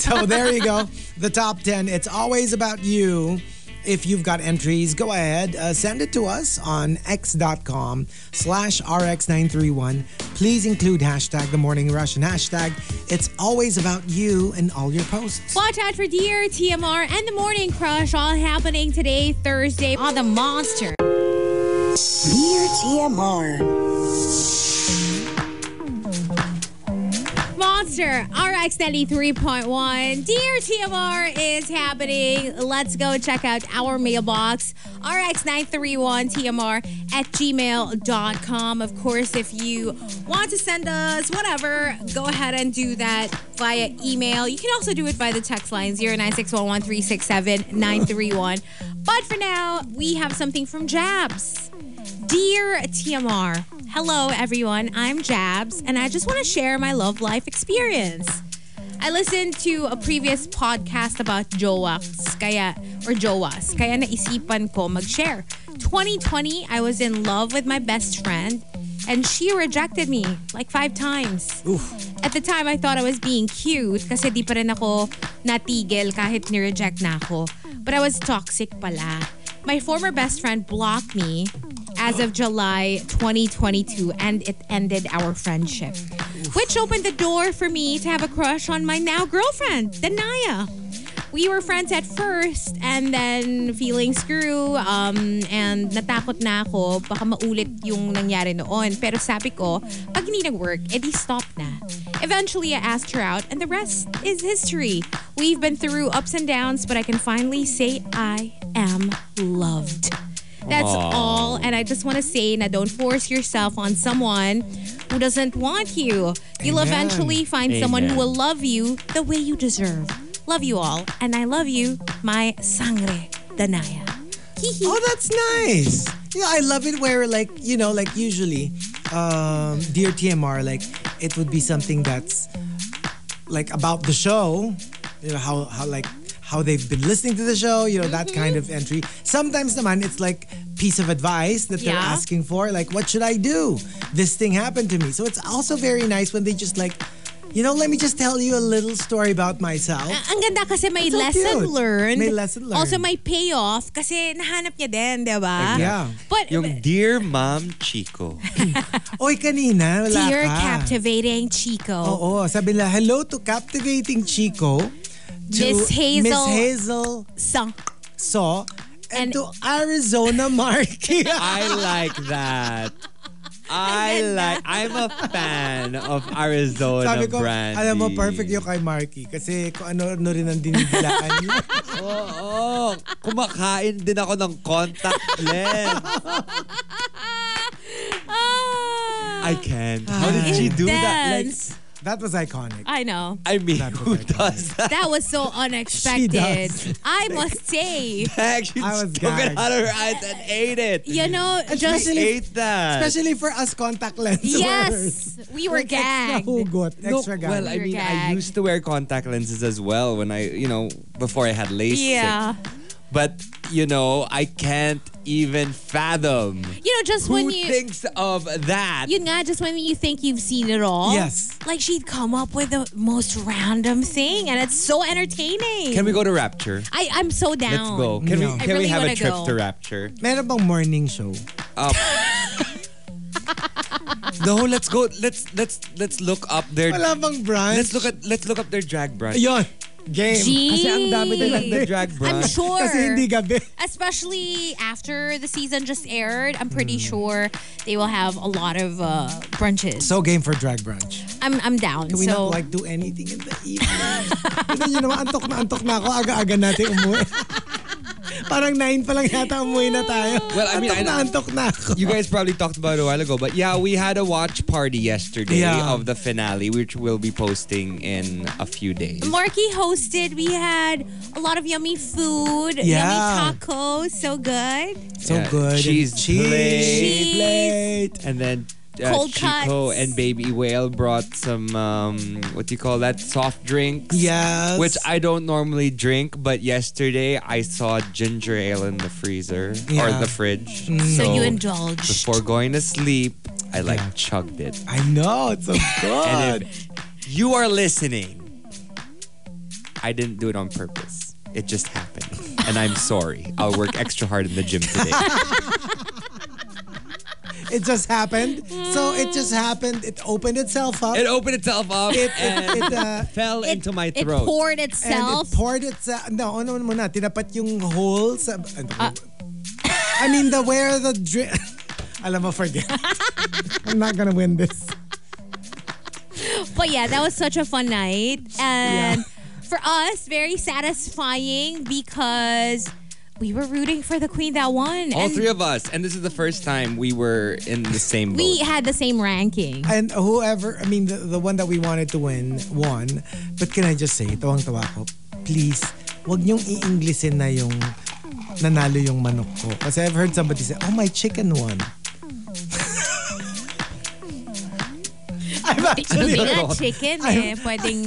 S2: so there you go. The top 10. It's always about you. If you've got entries, go ahead. Uh, send it to us on x.com slash rx931. Please include hashtag the morning rush and hashtag it's always about you in all your posts.
S1: Watch out for Dear TMR and the Morning Crush all happening today, Thursday, on The Monster.
S8: Dear TMR.
S1: Monster RX 93.1. Dear TMR is happening. Let's go check out our mailbox, rx931tmr at gmail.com. Of course, if you want to send us whatever, go ahead and do that via email. You can also do it by the text line 09611367 But for now, we have something from Jabs. Dear TMR, hello everyone. I'm Jabs, and I just want to share my love life experience. I listened to a previous podcast about jowas, kaya, or jowas, kaya naisipan ko mag-share. 2020, I was in love with my best friend, and she rejected me like five times. At the time, I thought I was being cute kasi di pa rin ako natigil kahit nireject na ako. But I was toxic pala. My former best friend blocked me as of July 2022 and it ended our friendship. Which opened the door for me to have a crush on my now girlfriend, Danaya we were friends at first and then feelings grew um, and natakot na ako baka maulit yung nangyari noon pero sabi ko pag hindi nag-work edi stop na eventually I asked her out and the rest is history we've been through ups and downs but I can finally say I am loved that's all and I just want to say na don't force yourself on someone who doesn't want you you'll eventually find someone who
S4: Amen.
S1: will love you the way you deserve. Love you all, and I love you, my sangre, Danaya. Hee
S2: Oh, that's nice. Yeah, I love it where like, you know, like usually, um, dear TMR, like it would be something that's like about the show. You know, how how like how they've been listening to the show, you know, that kind
S1: Mm-hmm.
S2: of entry. Sometimes naman it's like piece of advice that they're
S1: Yeah.
S2: asking for, like, what should I do? This thing happened to me. So it's also very nice when they just like, you know, let me just tell you a little story about myself.
S1: Ang ganda kasi may
S2: That's so
S1: lesson
S2: cute.
S1: learned.
S2: May lesson learned.
S1: Also may payoff kasi nahanap niya din, di ba?
S2: Yeah.
S1: But,
S4: Yung Dear Mom Chico.
S2: Oy, kanina, wala
S1: dear
S2: ka.
S1: captivating Chico.
S2: Oo, sabi nila, hello to captivating Chico. To
S1: Miss Hazel.
S2: Miss Hazel
S1: Sunk.
S2: So. And,
S1: And-
S2: to Arizona Marky.
S4: I like that. I like, I'm a fan of Arizona
S2: Sabi ko,
S4: Brandy.
S2: alam mo, perfect yung kay Marky. Kasi kung ano-ano rin ang dinidilaan niya.
S4: Oo. Kumakain din ako ng contact lens.
S1: Ah,
S4: I can't. How did she do that? Like,
S1: intense.
S2: That was iconic.
S1: I know.
S4: I mean, who
S2: perfect.
S4: does that?
S1: That was so unexpected. I must say,
S4: Heck, she
S2: I was
S4: took it
S2: gagged.
S4: out of her eyes and ate it.
S1: you know, just
S4: She ate that.
S2: Especially for us contact lens wearers.
S1: Yes, we were
S2: Like, Extra
S1: gagged.
S2: hugot.
S4: No,
S2: Extra gagged.
S4: well, I
S1: You're
S4: mean, I
S1: gagged.
S4: used to wear contact lenses as well when I, you know, before I had LASIK.
S1: Yeah.
S4: But, you know, I can't even fathom
S1: You know, just
S4: who
S1: when you
S4: thinks of that.
S1: yun nga, just when you think you've seen it all.
S2: Yes.
S1: Like she'd come up with the most random thing and it's so entertaining.
S4: Can we go to Rapture?
S1: I, I'm so
S4: Let's
S1: down.
S4: go. Can
S2: No.
S4: we
S1: I
S4: can we
S1: really
S4: have a
S1: wanna
S4: trip
S1: go.
S4: to Rapture?
S2: Meron bang morning show?
S4: No, let's go. Let's let's let's look up their
S2: Wala bang brunch?
S4: let's look at let's look up their drag brunch.
S2: Ayun. Game.
S1: Gee.
S4: Kasi ang dami din nagda-drag, bro.
S1: I'm sure.
S2: Kasi hindi gabi.
S1: Especially after the season just aired, I'm pretty
S4: Mm.
S1: sure they will have a lot of uh, brunches.
S2: So game for drag brunch.
S1: I'm I'm down.
S2: Can we
S1: so
S2: not like do anything in the evening? Hindi nyo naman, antok na antok na ako. Aga-aga natin umuwi. Parang 9 pa lang yata umuwi na tayo.
S4: Well, I mean,
S2: antok
S4: I
S2: na
S4: don't-
S2: antok na ako.
S4: You guys probably talked about it a while ago, but yeah, we had a watch party yesterday
S2: Yeah.
S4: of the finale, which we'll be posting in a few days.
S1: Marky hosted. We had a lot of yummy food,
S2: Yeah.
S1: yummy tacos, so good.
S2: so
S4: Yeah.
S2: good.
S4: Cheese plate.
S1: Cheese.
S2: plate.
S4: And then uh,
S1: Cold
S4: Chico
S1: cuts.
S4: and Baby Whale brought some, um, what do you call that, soft drinks.
S2: Yes.
S4: Which I don't normally drink, but yesterday I saw ginger ale in the freezer
S2: Yeah.
S4: or the fridge.
S1: So, you indulged.
S4: Before going to sleep, I like chugged it.
S2: I know, it's so
S4: And
S2: good.
S4: if you are listening, I didn't do it on purpose. It just happened. And I'm sorry. I'll work extra hard in the gym today.
S2: it just happened. So it just happened. It opened itself up.
S4: It opened itself up and
S2: it, uh,
S4: fell into my
S1: it
S4: throat.
S1: poured
S2: And
S1: itself.
S2: it poured it sa... No, ano muna. Tinapat yung hole sa... ano- I mean, the where the drink... Alam mo, forget. I'm not gonna win this.
S1: but yeah, that was such a fun night. And for us, very satisfying because we were rooting for the queen that won.
S4: All
S1: and
S4: three of us. And this is the first time we were in the same boat.
S1: we had the same ranking.
S2: And whoever, I mean, the, the one that we wanted to win, won. But can I just say, tawang-tawa ko, please, wag niyong i-Englishin na yung nanalo yung manok ko. Kasi I've heard somebody say, oh, my chicken won. I'm actually...
S1: Hindi nga chicken eh. Pwedeng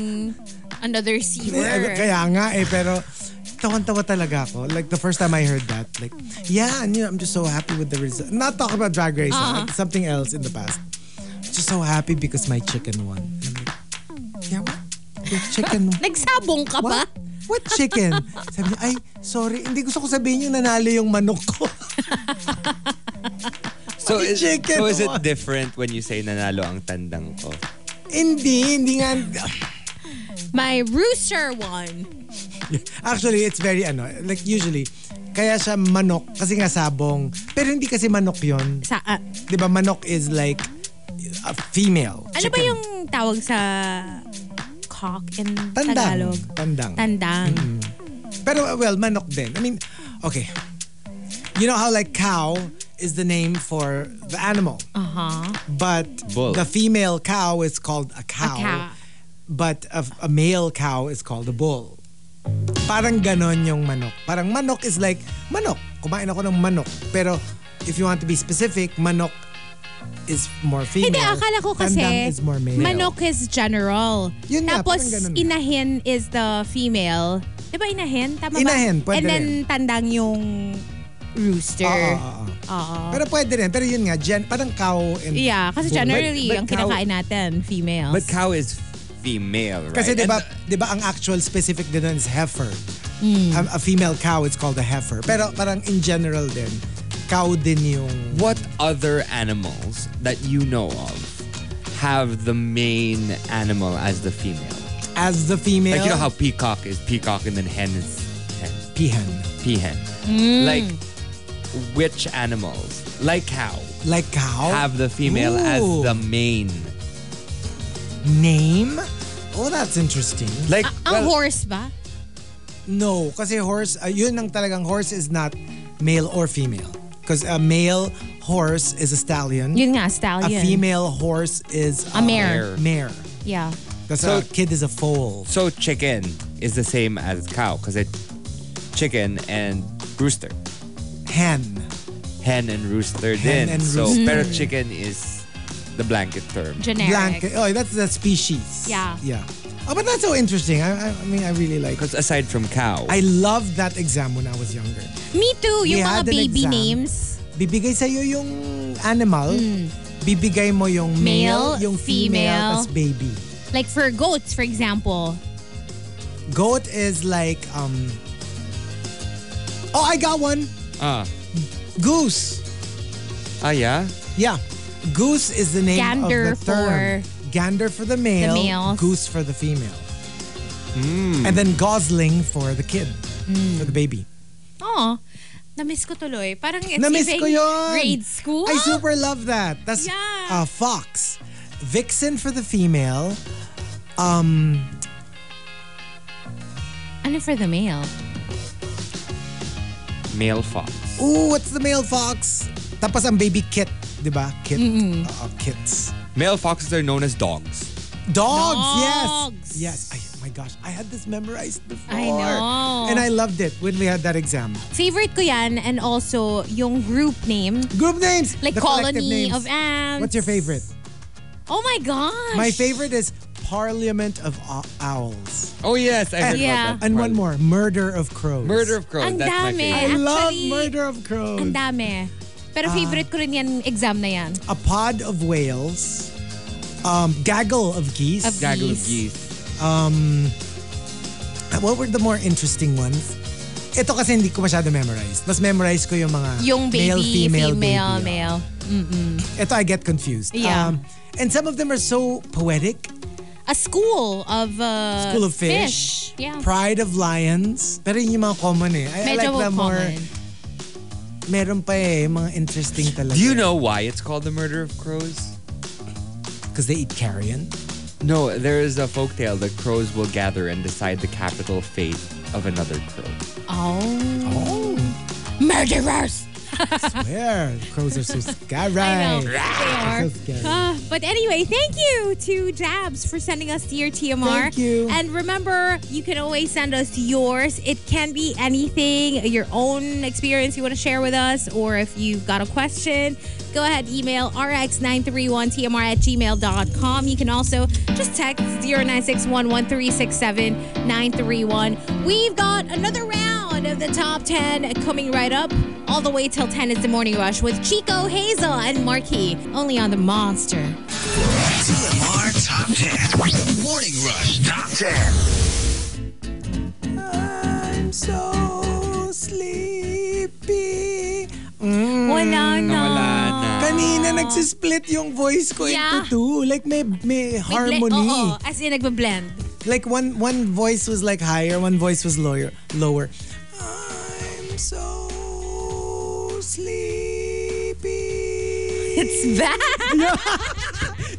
S1: another
S2: Eh,
S1: C word.
S2: Kaya nga eh, pero tawan-tawa talaga ako. Like the first time I heard that, like, yeah, and you know, I'm just so happy with the result. Not talking about Drag Race, ah,
S1: Uh-huh.
S2: like something else in the past. Just so happy because my chicken won. And I'm like, yeah, what? Your chicken won.
S1: Nagsabong ka Ano ba?
S2: What? What chicken? Sabi niya, ay, sorry, hindi gusto ko sabihin yung nanalo yung manok ko.
S4: so, is,
S2: chicken
S4: so is it
S2: won.
S4: different when you say nanalo ang tandang ko?
S2: hindi, hindi nga.
S1: My rooster won.
S2: Actually, it's very ano, like usually, kaya siya manok kasi nga sabong. Pero hindi kasi manok yon
S1: Sa, ah,
S2: Di ba manok is like a female.
S1: ano ba
S2: chicken.
S1: yung tawag sa cock in
S2: Tandang.
S1: Tagalog?
S2: Tandang. Mm.
S1: Tandang.
S2: Pero uh, well, manok din. I mean, okay. You know how like cow is the name for the animal,
S1: Uh-huh.
S2: but
S4: Bull.
S2: the female cow is called a cow,
S1: cow.
S2: but a, a male cow is called a bull. Parang ganon yung manok. Parang manok is like manok. Kumain ako ng manok. Pero if you want to be specific, manok is more female.
S1: Hindi, akala ko kasi
S2: Tandang is more male.
S1: manok is general.
S2: Yun nga,
S1: Tapos
S2: parang ganun nga.
S1: inahin is the female. Di ba inahin? Tama
S2: Inahin,
S1: ba?
S2: pwede
S1: And then
S2: rin.
S1: tandang yung rooster.
S2: Oo, oo, oo. ah, Pero pwede rin. Pero yun nga, gen, parang cow and...
S1: Yeah, kasi generally,
S4: but
S1: ang
S4: cow-
S1: kinakain natin, females.
S4: But cow is female, right?
S2: Kasi di ba,
S4: And-
S2: di ba ang actual specific din nun is heifer.
S1: Hmm.
S2: A, a female cow, it's called a heifer. Pero parang in general din, cow din yung...
S4: What other animals that you know of have the main animal as the female?
S2: As the female...
S4: Like you know how peacock is peacock and then hen is hen,
S2: Pihan.
S4: peahen. Like which animals, like cow,
S2: Like cow?
S4: have the female as
S2: Ooh.
S4: the main?
S2: Name? Oh, that's interesting.
S4: Like
S1: ang
S4: well,
S1: horse ba?
S2: No, kasi horse, uh, yun ang talagang horse is not male or female. Because a male horse is a stallion.
S1: Yun nga,
S2: a
S1: stallion.
S2: female horse is...
S1: A mare.
S2: Mare.
S1: Yeah.
S2: That's
S4: So-
S2: a kid is a foal.
S4: So chicken is the same as cow because it chicken and rooster,
S2: Hen.
S4: hen and rooster.
S2: Hen
S4: then
S2: and
S4: so
S2: rooster.
S4: pero chicken is the blanket term.
S1: Generic.
S2: Blanket. Oh, that's the species.
S1: Yeah.
S2: Yeah. Oh, but that's so interesting. I, I, I mean, I really like
S4: Because aside from cow,
S2: I loved that exam when I was younger.
S1: Me too. Yung
S2: We
S1: mga
S2: had an
S1: baby
S2: exam.
S1: names.
S2: Bibigay sa'yo yung animal, bibigay mo yung male,
S1: Hmm. Male,
S2: yung female,
S1: female.
S2: tas baby.
S1: Like for goats, for example.
S2: Goat is like, um, oh, I got one.
S4: ah
S2: Goose.
S4: ah yeah.
S2: Yeah. Goose is the name
S1: Gander
S2: of the term. Gander for the male,
S1: males.
S2: goose for the female. And then Gosling for the kid,
S1: Mm.
S2: for the baby.
S1: Oo. Namiss ko tuloy. Parang it's
S2: Namiss
S1: even
S2: ko yun.
S1: grade school.
S2: I super love that. That's
S1: Yeah.
S2: uh, Fox. Vixen for the female. Um,
S1: Ano for the male?
S4: Male fox.
S2: Ooh, what's the male fox? Tapos ang baby kit, di ba? Kit.
S1: Mm-hmm.
S2: Oo, kits.
S4: Male foxes are known as dogs.
S2: Dogs,
S1: Dogs.
S2: yes. Yes. Ay, my gosh, I had this memorized before.
S1: I know.
S2: And I loved it when we had that exam.
S1: Favorite ko yan and also yung group name.
S2: Group names.
S1: Like
S2: the collective
S1: Colony
S2: names.
S1: of Ants.
S2: What's your favorite?
S1: Oh my gosh.
S2: My favorite is Parliament of O- Owls.
S4: Oh yes, I heard
S1: Yeah.
S4: about that.
S2: And one more, Murder of Crows.
S4: Murder of crows.
S1: Ang
S4: That's my
S1: dami.
S4: favorite.
S2: I love
S1: Actually,
S2: Murder of Crows.
S1: Ang dami. Pero
S2: Ah.
S1: favorite ko rin yan, exam na yan.
S2: A pod of whales. Um, gaggle of geese.
S1: Of
S4: Gaggle of
S1: Geese.
S4: geese.
S2: What were the more interesting ones? Ito kasi hindi ko masyado memorize. Mas memorize ko yung mga
S1: Yung baby,
S2: male, female,
S1: female,
S2: baby.
S1: male.
S2: Ito I get confused. Um,
S1: Yeah.
S2: and some of them are so poetic.
S1: A school of uh,
S2: School of Fish.
S1: fish. Yeah.
S2: Pride of Lions. Pero yun yung mga common eh. I, I
S1: Medyo
S2: like the more,
S1: common.
S2: meron pa eh, yung mga interesting talaga.
S4: Do you know why it's called the murder of crows?
S2: Because they eat carrion.
S4: No, there is a folktale that crows will gather and decide the capital fate of another crow.
S1: Oh. Murderers!
S2: Where? Crows are so scary.
S1: Ah. I know. They are.
S2: So scary.
S1: Ah, but anyway, thank you to Jabs for sending us Dear TMR.
S2: Thank you.
S1: And remember, you can always send us yours. It can be anything, your own experience you want to share with us, or if you've got a question, go ahead, email rx931tmr at gmail.com. You can also just text 0961-1367-931. We've got another round of the top 10 coming right up. All the way till 10 is the morning rush with Chico, Hazel, and Marquee. Only on the Monster.
S6: TMR Top 10. Morning Rush Top 10.
S2: I'm so sleepy. Mm.
S1: Wala na.
S4: Wala na.
S2: Kanina nagsisplit yung voice ko
S1: Yeah.
S2: into two. Like may, may
S1: May
S2: harmony.
S1: ble- Oo, as in nagbe-blend.
S2: Like one one voice was like higher, one voice was lower. Lower. I'm so sleepy.
S1: It's bad.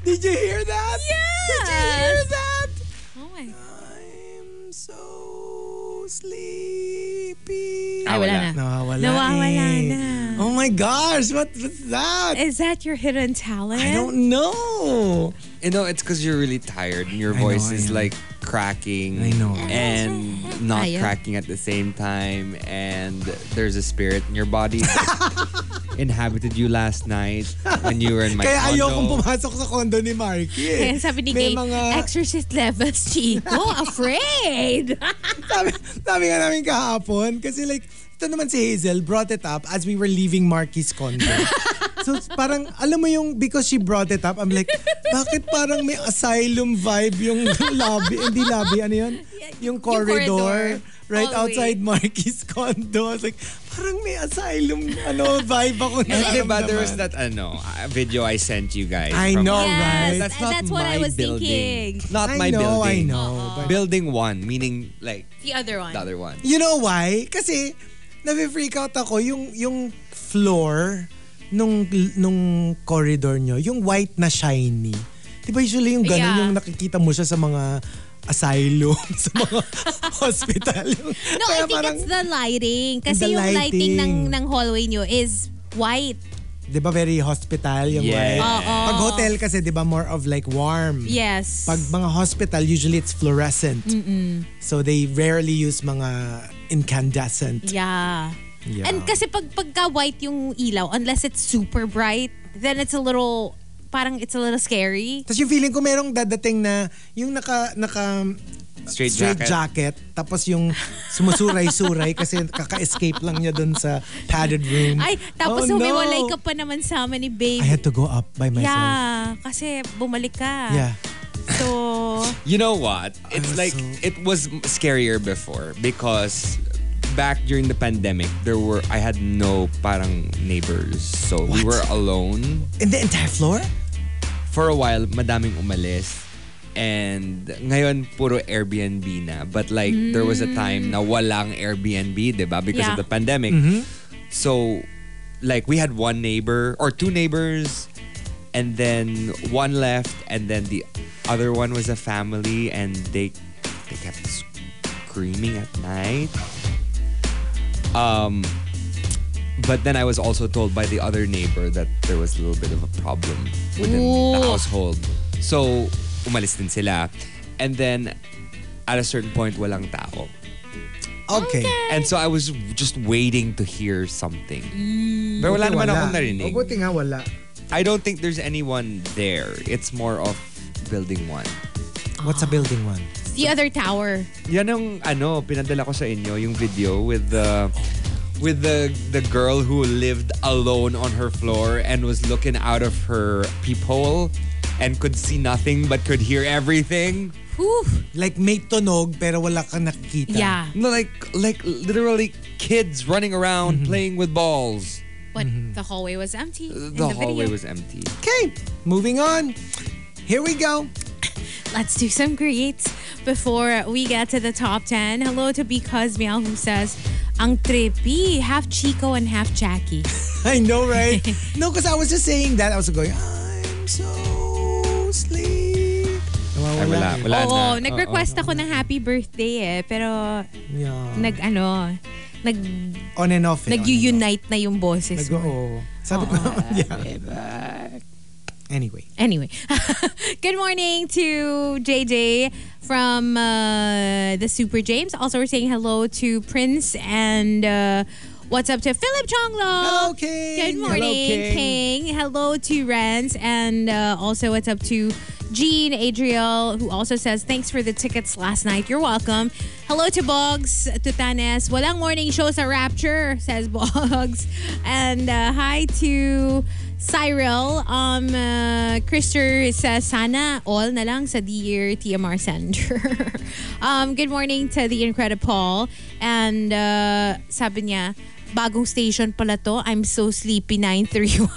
S2: Did you hear that? Did you hear
S1: Yes.
S2: that?
S1: Oh my.
S2: I'm so sleepy.
S1: Ay, Ah. wala na.
S2: Nawawala,
S1: Nawawala
S2: eh.
S1: na.
S2: Oh my gosh, what, what's that?
S1: Is that your hidden talent?
S2: I don't know.
S4: You know, it's because you're really tired and your
S2: know,
S4: voice
S2: I
S4: is
S2: am.
S4: like cracking.
S2: I know.
S4: And not
S1: I am.
S4: cracking at the same time. And there's a spirit in your body that inhabited you last night when you were in my
S2: Kaya ayokong
S4: condo.
S2: pumasok sa condo ni Marky. eh.
S1: Kaya sabi ni
S2: May
S1: Gay,
S2: mga,
S1: exorcist levels, Chico. afraid.
S2: sabi, sabi nga namin kahapon, kasi like, ito naman si Hazel brought it up as we were leaving Marky's condo. so parang, alam mo yung, because she brought it up, I'm like, bakit parang may asylum vibe yung lobby, hindi lobby, ano yun? Yung corridor.
S1: corridor.
S2: Right
S1: Hallway.
S2: outside Marky's condo. I was like, parang may asylum ano, vibe ako na.
S4: Ano ba, there was that, ano, uh, video I sent you guys.
S2: I
S4: from-
S2: know,
S1: Yes,
S2: right?
S1: That's not that's what I was thinking.
S4: Not
S2: I
S4: my
S2: know,
S4: building.
S2: I know. But
S4: Building one, meaning like
S1: The other one.
S4: the other one.
S2: You know why? Kasi nabe-freak out ako yung yung floor nung nung corridor nyo, yung white na shiny. 'Di ba usually yung ganun
S1: Yeah.
S2: yung nakikita mo siya sa mga asylum, sa mga hospital. Yung,
S1: No, I think it's the lighting. Kasi
S2: The
S1: yung lighting, ng,
S2: lighting.
S1: ng hallway nyo is white.
S2: 'di ba very hospital yung
S4: Yeah.
S2: white.
S1: Oo.
S2: Pag hotel kasi 'di ba more of like warm.
S1: Yes.
S2: Pag mga hospital usually it's fluorescent. So they rarely use mga incandescent.
S1: yeah.
S2: Yeah.
S1: And kasi pag pagka-white yung ilaw, unless it's super bright, then it's a little, parang it's a little scary.
S2: Tapos yung feeling ko merong dadating na yung naka, naka
S4: Straight,
S2: straight
S4: jacket.
S2: jacket. tapos yung sumusuray-suray kasi kaka-escape lang niya dun sa padded room.
S1: Ay, tapos
S2: Oh, no.
S1: humiwalay ka pa naman sa amin ni
S2: I
S1: Babe.
S2: had to go up by myself.
S1: Yeah, kasi bumalik ka.
S2: Yeah.
S1: So,
S4: You know what? It's
S2: was
S4: like
S2: so-
S4: it was scarier before because back during the pandemic, there were I had no parang neighbors, so we
S2: What?
S4: were alone
S2: In the entire floor?
S4: for a while. Madaming umalis. And ngayon, puro Airbnb na. But like, there was a time na walang Airbnb, di ba? Because of
S1: Yeah.
S4: the pandemic. So, like, we had one neighbor or two neighbors. And then one left. And then the other one was a family. And they, they kept screaming at night. Um, but then I was also told by the other neighbor that there was a little bit of a problem within the
S1: Ooh.
S4: household. So, umalis din sila. And then, at a certain point, walang tao.
S2: Okay.
S4: And so I was just waiting to hear something. Pero wala naman akong narinig.
S2: Oh,
S5: O buti nga wala.
S4: I don't think there's anyone there. It's more of building one.
S2: What's a building one?
S1: It's the other tower.
S4: Yan ang ano, pinadala ko sa inyo, yung video with the with the the girl who lived alone on her floor and was looking out of her peephole and could see nothing but could hear everything.
S1: Whew.
S2: Like may tunog pero wala kang nakikita.
S1: Yeah.
S4: No, Like like literally kids running around
S2: Mm-hmm.
S4: playing with balls.
S1: But the hallway was empty.
S4: Mm-hmm. The,
S1: in the
S4: hallway
S1: video.
S4: was empty.
S2: Okay, moving on. Here we go.
S1: Let's do some greets before we get to the top 10. Hello to B. Cosmiel who says, Ang trippy, half Chico and half Jackie.
S2: I know, right? no, because I was just saying that. I was going, I'm so sleep.
S4: Ay, wala,
S2: eh.
S4: wala na.
S1: Oo,
S4: Oo.
S1: nag-request ako ng happy birthday eh. Pero,
S2: Yeah.
S1: nag ano, nag,
S2: on and off. Eh,
S1: nag-unite na yung boses
S2: Nag-
S1: mo.
S2: oo. Sabi ko,
S1: Ah,
S2: yeah. Anyway.
S1: Anyway, good morning to JJ from uh, the Super James. Also, we're saying hello to Prince and uh, what's up to Philip Chonglo.
S2: Hello, King.
S1: Good
S2: Hello,
S1: morning,
S2: King.
S1: King. Hello to Renz and uh, also what's up to Jean Adriel, who also says thanks for the tickets last night. You're welcome. Hello to Boggs, to Tanes. Walang morning show sa Rapture, says Boggs. And uh, hi to Cyril. Um, uh, Krister says, sana all na lang sa dear TMR Center. um, good morning to the Incredible Paul. And uh, sabi niya, bagong station pala to. I'm so sleepy 931.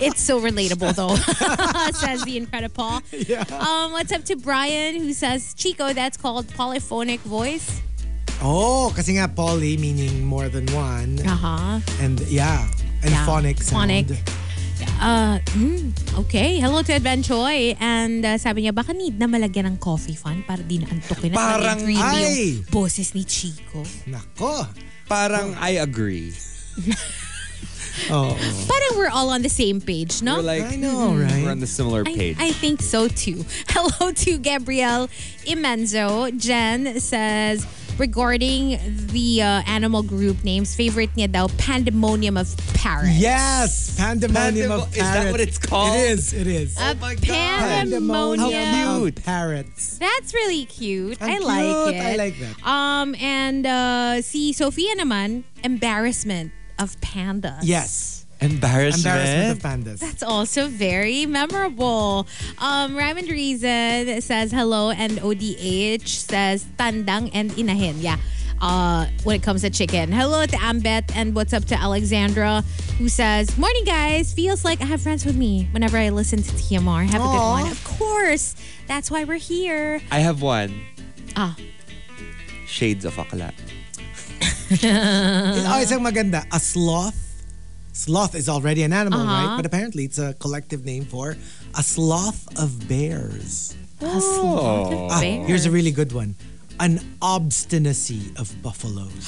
S1: it's so relatable though. says the Incredible. Yeah. Um, what's up to Brian who says, Chico, that's called polyphonic voice.
S2: Oh, kasi nga poly meaning more than one.
S1: Uh-huh.
S2: And yeah. And
S1: Yeah.
S2: phonic sound.
S1: Phonic. Uh, mm, okay. Hello to Advan Choi. And uh, sabi niya, baka need na malagyan ng coffee fan para di na antukin at
S4: Parang
S1: maging creepy yung
S2: ay!
S1: boses ni Chico.
S2: Nako.
S4: Parang I agree.
S2: Oo.
S1: Parang we're all on the same page, no?
S4: We're like, hmm,
S2: I know, right?
S4: We're on the similar page.
S1: I, I think so too. Hello to Gabrielle Imenzo. Jen says, regarding the uh, animal group names, favorite niya daw, Pandemonium of Paris.
S2: Yes, pandemonium
S4: Pandemo-
S2: of
S4: is that
S2: parrots.
S4: what it's called?
S2: It is. It is.
S4: Oh
S1: A
S2: How
S1: Ah, pandemonium.
S2: cute. Of parrots.
S1: That's really cute.
S2: Ang
S1: I like
S2: cute.
S1: it.
S2: I like that.
S1: Um, and uh, si Sophia naman, embarrassment of pandas.
S2: Yes.
S4: Embarrassment.
S2: Embarrassment of pandas.
S1: That's also very memorable. Um, Raymond Reason says hello, and ODH says tandang and inahin. Yeah. Uh, when it comes to chicken. Hello to Ambet and what's up to Alexandra who says, Morning guys, feels like I have friends with me whenever I listen to TMR. Have a good
S2: Aw.
S1: one. Of course. That's why we're here.
S4: I have one.
S1: Ah.
S4: Shades of Akla.
S2: Oh, isang maganda. A sloth. Sloth is already an animal, right?
S1: Uh-huh.
S2: But apparently it's a collective name for a sloth of bears.
S1: A slot of
S2: Ah,
S1: bear.
S2: here's a really good one. An obstinacy of buffaloes.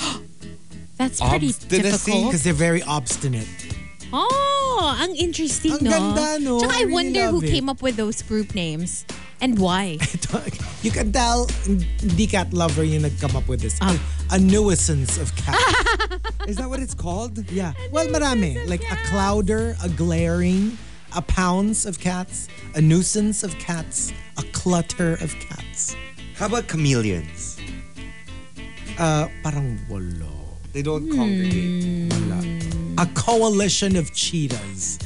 S1: That's pretty
S4: Obstinacy.
S1: typical.
S2: Because they're very obstinate.
S1: Oh, ang interesting,
S2: Ang
S1: no?
S2: ganda, no?
S1: Tsaka I,
S2: I really
S1: wonder who
S2: love it.
S1: came up with those group names and why.
S2: you can tell hindi cat lover yung nag-come up with this. A, a nuisance of cats.
S4: Is that what it's called?
S2: yeah. Well, marami. Like a clouder, a glaring, a pounce of cats, a nuisance of cats, a clutter of cats.
S4: How about chameleons?
S2: Uh, parang walo.
S4: They don't congregate.
S1: Hmm.
S2: A coalition of cheetahs.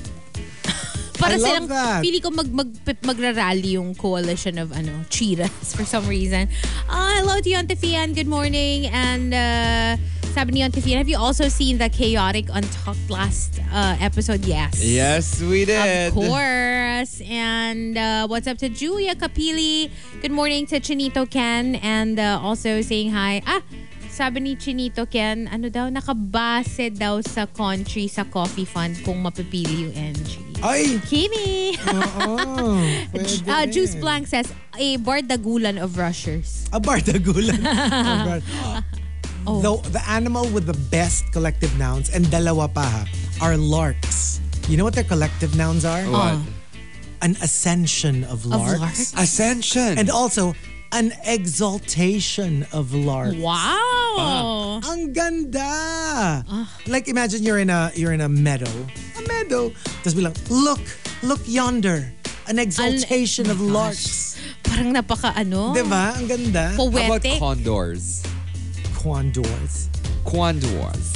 S1: Para
S2: I love
S1: silang,
S2: that.
S1: pili ko mag, mag, magrarally yung coalition of ano, cheetahs for some reason. Ah, hello to Yonte Fian. Good morning. And uh, sabi ni Yonte Fian, have you also seen the chaotic untucked last uh, episode? Yes.
S4: Yes, we did.
S1: Of course. Harris. And uh, what's up to Julia Capili. Good morning to Chinito Ken. And uh, also saying hi. Ah, sabi ni Chinito Ken, ano daw, nakabase daw sa country, sa coffee fund kung mapipili yung NG.
S2: Ay!
S1: Kimi!
S2: Ah. Oo. pwede
S1: Uh,
S2: rin.
S1: Juice Blank says, "Eh, a bardagulan of rushers.
S2: Abardagulan. Abar-
S1: Oh.
S2: Though the animal with the best collective nouns, and dalawa pa ha, are larks. You know what their collective nouns are?
S4: What?
S2: An ascension of larks.
S1: larks?
S4: Ascension.
S2: And also, an exaltation of larks.
S1: Wow!
S2: Ang ganda!
S1: Ah.
S2: Like imagine you're in a you're in a meadow. A meadow. Tapos bilang, look, look yonder. An exaltation of larks.
S1: Parang napaka ano.
S2: Diba? Ang ganda.
S4: How about
S1: Puwete.
S4: condors?
S2: Condors.
S4: Condors.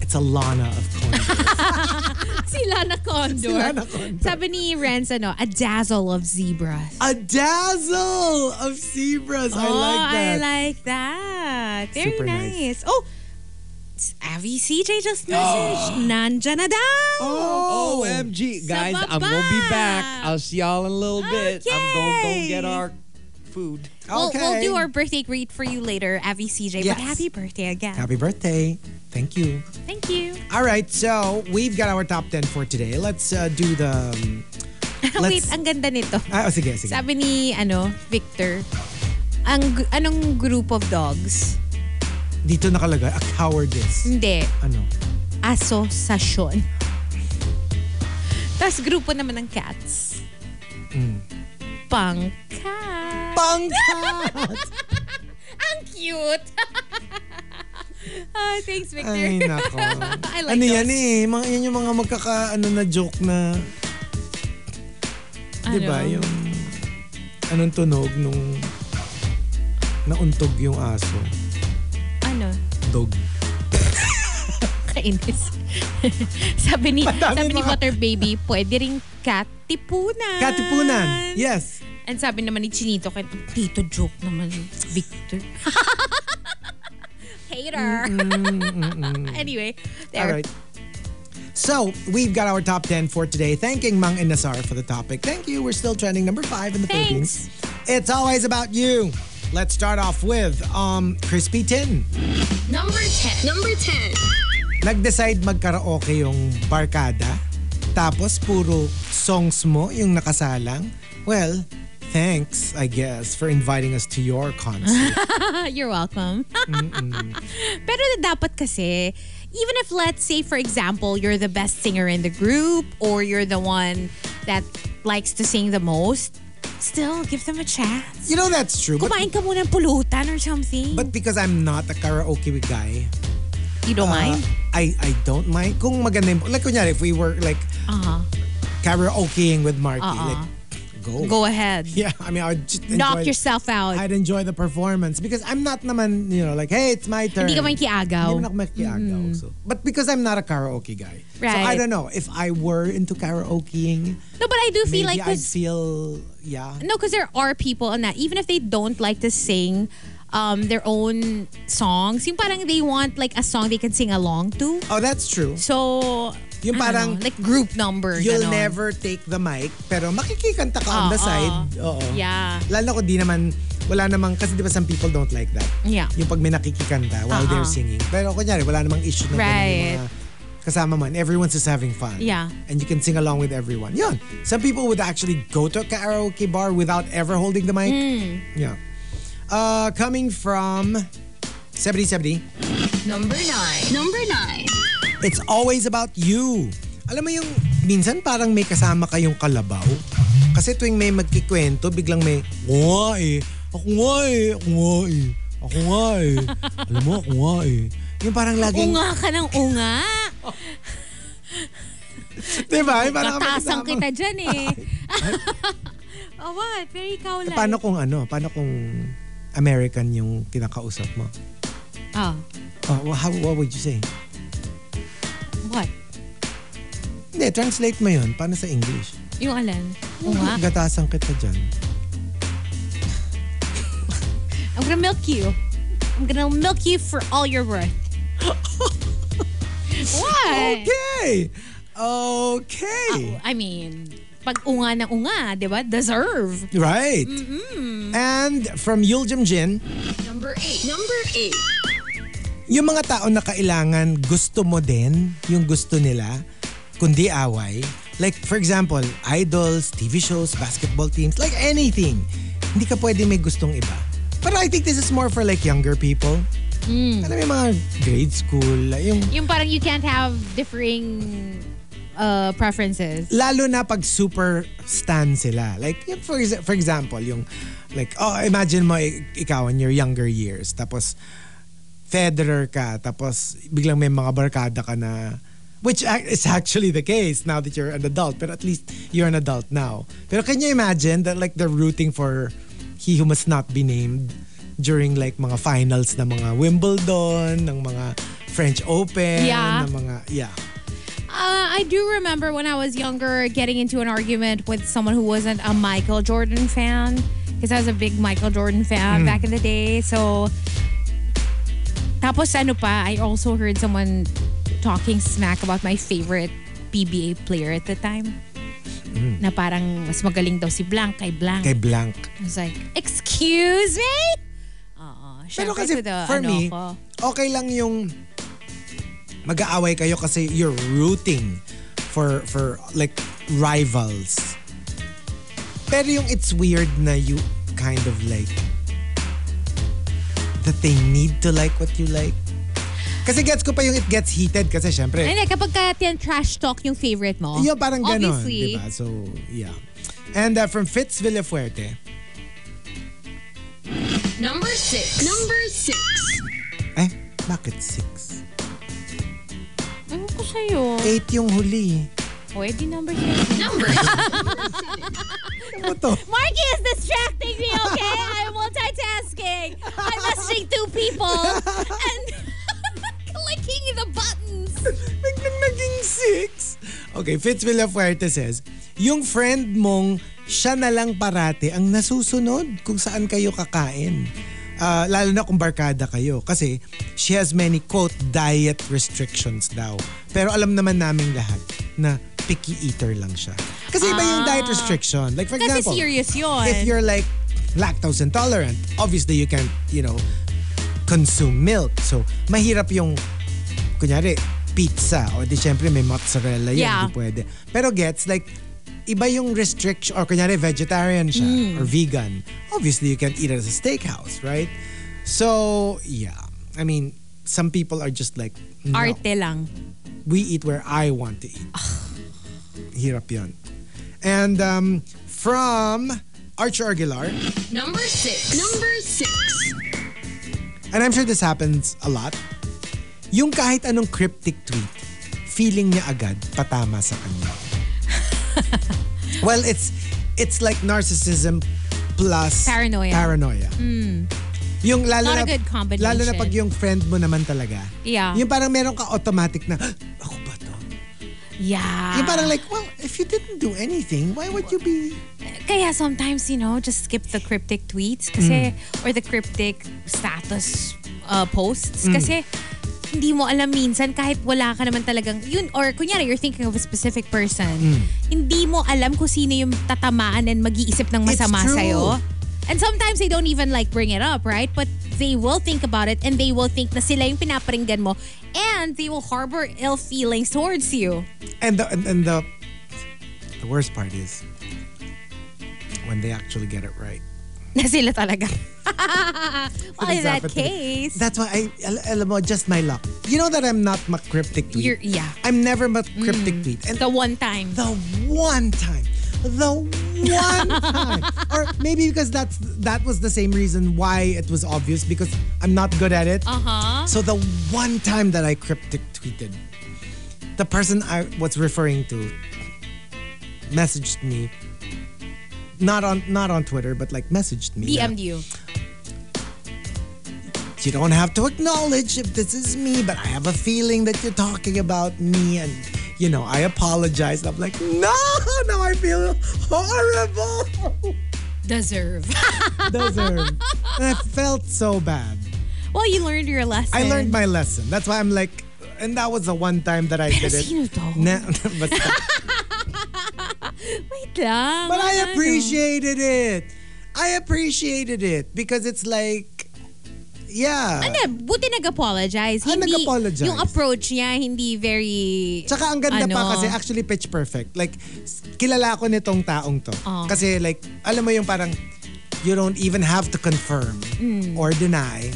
S2: It's a Lana of condors.
S1: Sila na condor.
S2: Sila na condor.
S1: Sabi ni Renz, ano, a dazzle of zebras.
S2: a dazzle of zebras. I like that.
S1: Oh, I like that. Very
S2: Super
S1: nice.
S2: nice. Oh.
S1: Oh, s- Avi CJ just messaged. Nandyan na daw. Oh.
S4: OMG.
S1: Sa
S4: Guys, I'm going to be
S1: baba.
S4: back. I'll see y'all in a little bit. I'm going to
S1: Okay.
S4: go get our food.
S1: We'll,
S2: okay.
S1: we'll do our birthday greet for you later, Avi CJ. But
S2: Yes.
S1: happy birthday again.
S2: Happy birthday. Thank you.
S1: Thank you.
S2: All right, so we've got our top 10 for today. Let's uh, do the... um,
S1: Wait,
S2: Let's-
S1: ang ganda nito.
S2: Ah, oh, sige, sige.
S1: Sabi ni, ano, Victor, ang gr- anong group of dogs?
S2: Dito nakalagay, a cowardice.
S1: Hindi.
S2: Ano?
S1: asosasyon. Tapos grupo naman ng cats.
S2: Hmm.
S1: Pangkat.
S2: Pangkat!
S1: Ang cute! ah, thanks, Victor.
S2: Ay, nako.
S1: I like
S2: ano
S1: those.
S2: yan eh? Mga, yan yung mga magkaka, ano na joke na,
S1: Ano?
S2: di ba? Yung, anong tunog nung nauntog yung aso?
S1: Ano?
S2: Dog.
S1: Kainis. sabi ni,
S2: Madami
S1: sabi ni
S2: mga-
S1: Butter Baby, pwede ring katipunan.
S2: Katipunan. Yes.
S1: And sabi naman ni Chinito, kan, tito joke naman, Victor. Hater. anyway, there.
S2: All right. So, we've got our top 10 for today. Thanking Mang Inasar for the topic. Thank you. We're still trending number 5 in the
S1: Thanks.
S2: Philippines. It's always about you. Let's start off with um, Crispy Tin.
S3: Number 10. Number 10.
S2: nag-decide magkaraoke yung barkada, tapos puro songs mo yung nakasalang, well, thanks, I guess, for inviting us to your concert.
S1: Ah, You're welcome. Pero dapat kasi, even if let's say for example, you're the best singer in the group or you're the one that likes to sing the most, still give them a chance.
S2: you know, that's true. But,
S1: Kumain ka muna ng pulutan or something.
S2: but because I'm not a karaoke guy,
S1: you don't
S2: uh,
S1: mind?
S2: I, I don't mind. Kung maganda yung, like kunyari, if we were like
S1: Uh-huh.
S2: karaokeing with Marky,
S1: Uh-uh.
S2: like, go.
S1: Go ahead.
S2: Yeah, I mean, I'd just
S1: Knock
S2: enjoy,
S1: yourself out.
S2: I'd enjoy the performance because I'm not naman, you know, like, hey, it's my turn.
S1: Hindi ka makikiagaw.
S2: Hindi naman ako makikiagaw. So, but because I'm not a karaoke guy. So
S1: Mm-hmm.
S2: I
S1: Right.
S2: don't know. If I were into karaokeing,
S1: No, but I do
S2: maybe
S1: feel like
S2: I'd
S1: this
S2: feel, yeah.
S1: No, because there are people on that. Even if they don't like to sing um, their own songs, yung parang they want like a song they can sing along to.
S2: Oh, that's true.
S1: So,
S2: Yung
S1: I don't
S2: parang
S1: know, like group number.
S2: You'll
S1: ganon.
S2: never take the mic, pero makikikanta ka on
S1: Oo.
S2: the side. Oo.
S1: Yeah.
S2: Lalo ko di naman, wala namang, kasi di ba some people don't like that.
S1: Yeah.
S2: Yung pag may nakikikanta while
S1: Oo.
S2: they're singing. Pero kunyari, wala namang issue na ganun
S1: Right.
S2: yung mga kasama man. Everyone's just having fun.
S1: Yeah.
S2: And you can sing along with everyone. Yun. Some people would actually go to a karaoke bar without ever holding the mic.
S1: Hmm.
S2: Yeah. Uh, coming from 7070.
S3: Number 9. Number 9.
S2: It's always about you. Alam mo yung minsan parang may kasama kayong kalabaw. Kasi tuwing may magkikwento, biglang may, ako nga eh, ako nga eh, ako nga eh, ako nga eh. Alam mo, ako nga eh. Yung parang laging,
S1: Unga ka ng unga.
S2: di ba? diba? Yung parang
S1: Katasang
S2: may kasama.
S1: kita dyan eh. oh, what? Very ikaw lang.
S2: Paano kung ano, paano kung American yung kinakausap mo?
S1: Oh,
S2: Oh, wha- how, what would you say?
S1: what?
S2: Hindi, translate mo yun. Paano sa English?
S1: Yung alan? Unga?
S2: Gatasang kita dyan.
S1: I'm gonna milk you. I'm gonna milk you for all your worth. what?
S2: Okay! Okay.
S1: I mean, pag unga ng unga, di ba? Deserve.
S2: Right. And from Yuljam Jin,
S3: Number eight. Number eight.
S2: yung mga tao na kailangan gusto mo din yung gusto nila, kundi away. Like for example, idols, TV shows, basketball teams, like anything. Hindi ka pwede may gustong iba. But I think this is more for like younger people. Alam mo yung mga grade school, yung
S1: Yung parang you can't have differing uh, preferences.
S2: lalo na pag super stan sila. Like, yun, for, exa- for example, yung, like, oh, imagine mo, i- ikaw in your younger years, tapos, Federer ka, tapos, biglang may mga barkada ka na, which ac- is actually the case now that you're an adult, but at least you're an adult now. Pero can you imagine that, like, they're rooting for he who must not be named during, like, mga finals ng mga Wimbledon, ng mga French Open,
S1: Yeah.
S2: ng mga, yeah.
S1: Uh, I do remember when I was younger getting into an argument with someone who wasn't a Michael Jordan fan because I was a big Michael Jordan
S2: Hmm.
S1: fan back in the day. So, tapos ano pa, I also heard someone talking smack about my favorite PBA player at the time. Na parang mas magaling daw si Blank kay Blank.
S2: Hmm. Kay Blank.
S1: I was like, excuse me? Oo,
S2: Pero
S1: syempre
S2: kasi
S1: to the
S2: for
S1: ano
S2: me,
S1: ko.
S2: okay lang yung mag-aaway kayo kasi you're rooting for for like rivals. Pero yung it's weird na you kind of like that they need to like what you like. Kasi gets ko pa yung it gets heated kasi syempre.
S1: Hindi, kapag ka tin- trash talk yung favorite mo.
S2: Yung parang ganon,
S1: Obviously.
S2: di ba? So, yeah. And uh, from Fitz Villafuerte,
S3: Number six. Number six.
S2: eh, bakit six?
S1: Ano ko sa'yo?
S2: Eight yung huli.
S1: Pwede number six.
S3: Number
S2: Ano to?
S1: Marky is distracting me, okay? I'm multitasking. I'm messaging two people and clicking the buttons.
S2: Biglang naging six. Okay, Fitz Villafuerte says, yung friend mong siya na lang parate ang nasusunod kung saan kayo kakain. Ah, lalo na kung barkada kayo. Kasi she has many, quote, diet restrictions daw. Pero alam naman namin lahat na picky eater lang siya. Kasi iba yung diet restriction. Like for
S1: Ah. Kasi
S2: example,
S1: serious yun.
S2: if you're like lactose intolerant, obviously you can't, you know, consume milk. So, mahirap yung, kunyari, pizza. O di syempre may mozzarella yan,
S1: Yeah.
S2: di pwede. Pero gets, like, iba yung restriction, or kunyari vegetarian siya, or vegan. Obviously, you can't eat at a steakhouse, right? So, yeah. I mean, some people are just like, no,
S1: Arte lang.
S2: we eat where I want to eat. Hirap yun. And um, from Archer Aguilar,
S3: Number six. Number six.
S2: and I'm sure this happens a lot, yung kahit anong cryptic tweet, feeling niya agad patama sa kanya. well, it's it's like narcissism plus
S1: Paranoia. Hmm.
S2: Paranoia. Yung lalo
S1: Not a
S2: na,
S1: good combination.
S2: Lalo na pag yung friend mo naman talaga.
S1: Yeah.
S2: Yung parang meron ka automatic na, ako ba to?
S1: Yeah.
S2: Yung parang like, well, if you didn't do anything, why would you be...
S1: Kaya sometimes, you know, just skip the cryptic tweets kasi,
S2: Mm.
S1: or the cryptic status uh,
S2: Mm.
S1: posts kasi hindi mo alam minsan kahit wala ka naman talagang yun or kunyari you're thinking of a specific person
S2: Mm.
S1: hindi mo alam kung sino yung tatamaan and mag-iisip ng
S2: It's
S1: masama
S2: true.
S1: sa'yo and sometimes they don't even like bring it up right but they will think about it and they will think na sila yung pinaparinggan mo and they will harbor ill feelings towards you
S2: And the, and, and the, the worst part is when they actually get it right.
S1: na sila talaga well
S2: That's
S1: in that
S2: happened to me.
S1: case
S2: That's why I, al- alam mo, just my luck. You know that I'm not my cryptic tweet.
S1: You're- yeah.
S2: I'm never my cryptic tweet. And
S1: The one time.
S2: Mm-hmm. the one time, the one time, or maybe because that's that was the same reason why it was obvious because I'm not good at it.
S1: Uh-huh.
S2: So the one time that I cryptic tweeted, the person I was referring to messaged me. Not on not on Twitter, but like messaged me. na,
S1: DM'd you.
S2: you don't have to acknowledge if this is me, but I have a feeling that you're talking about me and you know, I apologize. I'm like, no, now I feel horrible.
S1: Deserve.
S2: Deserve. and I felt so bad.
S1: well, you learned your lesson.
S2: I learned my lesson. That's why I'm like, And that was the one time that I
S1: Pero
S2: did
S1: sino
S2: it.
S1: to?
S2: Na, basta.
S1: Wait lang.
S2: But
S1: wala na,
S2: I
S1: no?
S2: appreciated it. I appreciated it because it's like, yeah.
S1: Hindi, buti nag-apologize.
S2: Ah,
S1: Hindi,
S2: nag-apologize.
S1: Yung approach niya, hindi very...
S2: Tsaka ang ganda
S1: ano,
S2: pa kasi actually pitch perfect. Like, s- kilala ko nitong taong to.
S1: Oh.
S2: Kasi like, alam mo yung parang, you don't even have to confirm
S1: Hmm.
S2: or deny.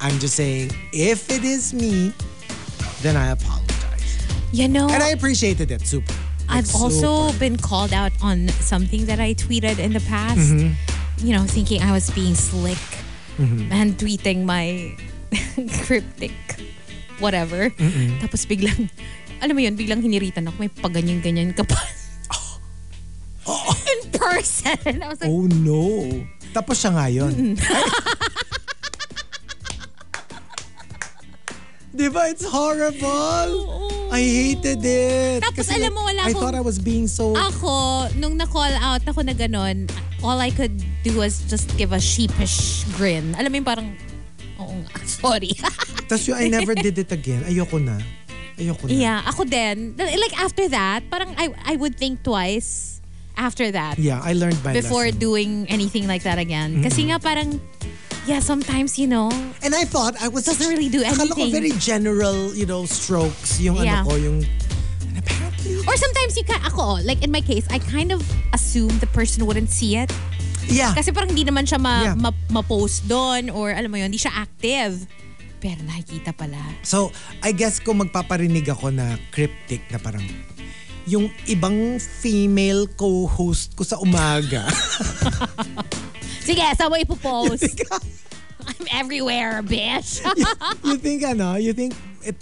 S2: I'm just saying, if it is me, then I apologize.
S1: You know,
S2: And I appreciated it, super. Like,
S1: I've
S2: super.
S1: also been called out on something that I tweeted in the past. You know, thinking I was being slick and tweeting my cryptic whatever. Tapos biglang, alam mo yun, biglang hiniritan ako. May paganyan-ganyan ka pa. In person. I was like,
S2: Oh no. Tapos siya nga
S1: Hmm.
S2: yun. Ay. Di ba? It's horrible.
S1: Oo.
S2: I hated it.
S1: Tapos
S2: Kasi,
S1: alam mo, wala
S2: I
S1: akong-
S2: thought I was being so...
S1: ako, nung na-call out ako na ganun, all I could do was just give a sheepish grin. Alam mo yung parang, oo nga, sorry.
S2: Tapos yung I never did it again. Ayoko na. Ayoko na.
S1: yeah, ako din. Like after that, parang I, I would think twice after that
S2: Yeah, I learned my
S1: before
S2: lesson. Mm-hmm.
S1: doing anything like that again. Kasi nga parang, yeah, sometimes, you know,
S2: And I thought I was...
S1: Doesn't really do
S2: Akala ko
S1: anything.
S2: very general, you know, strokes. Yung
S1: Yeah.
S2: ano ko, yung... And apparently...
S1: or sometimes you can, ako, like in my case, I kind of assume the person wouldn't see it.
S2: Yeah.
S1: Kasi parang hindi naman siya ma,
S2: Yeah.
S1: ma, ma-post doon or alam mo yun, hindi siya active. Pero nakikita pala.
S2: So, I guess kung magpaparinig ako na cryptic na parang yung ibang female co-host ko sa umaga.
S1: Sige, sa mo ipopost. I'm everywhere, bitch.
S2: you think ano? You think it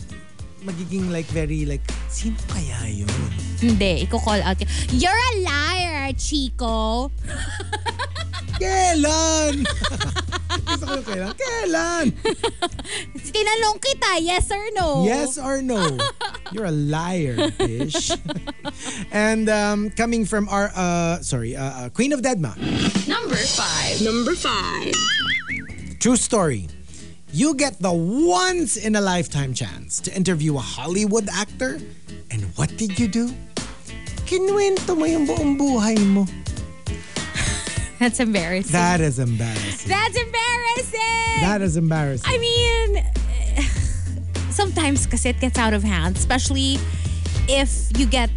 S2: magiging like very like, sino kaya yun?
S1: hindi, iko-call out. yun. You're a liar, Chico.
S2: Kailan? Gusto ko yung kailan. Kailan?
S1: Tinanong kita, yes or no?
S2: Yes or no? You're a liar, Bish. and um, coming from our, uh, sorry, uh, uh, Queen of Deadma.
S3: Number five. Number five.
S2: True story. You get the once in a lifetime chance to interview a Hollywood actor. And what did you do? Kinuwento mo yung buong buhay mo.
S1: That's embarrassing.
S2: That is embarrassing.
S1: That's embarrassing.
S2: That is embarrassing.
S1: I mean, sometimes kasi it gets out of hand, especially if you get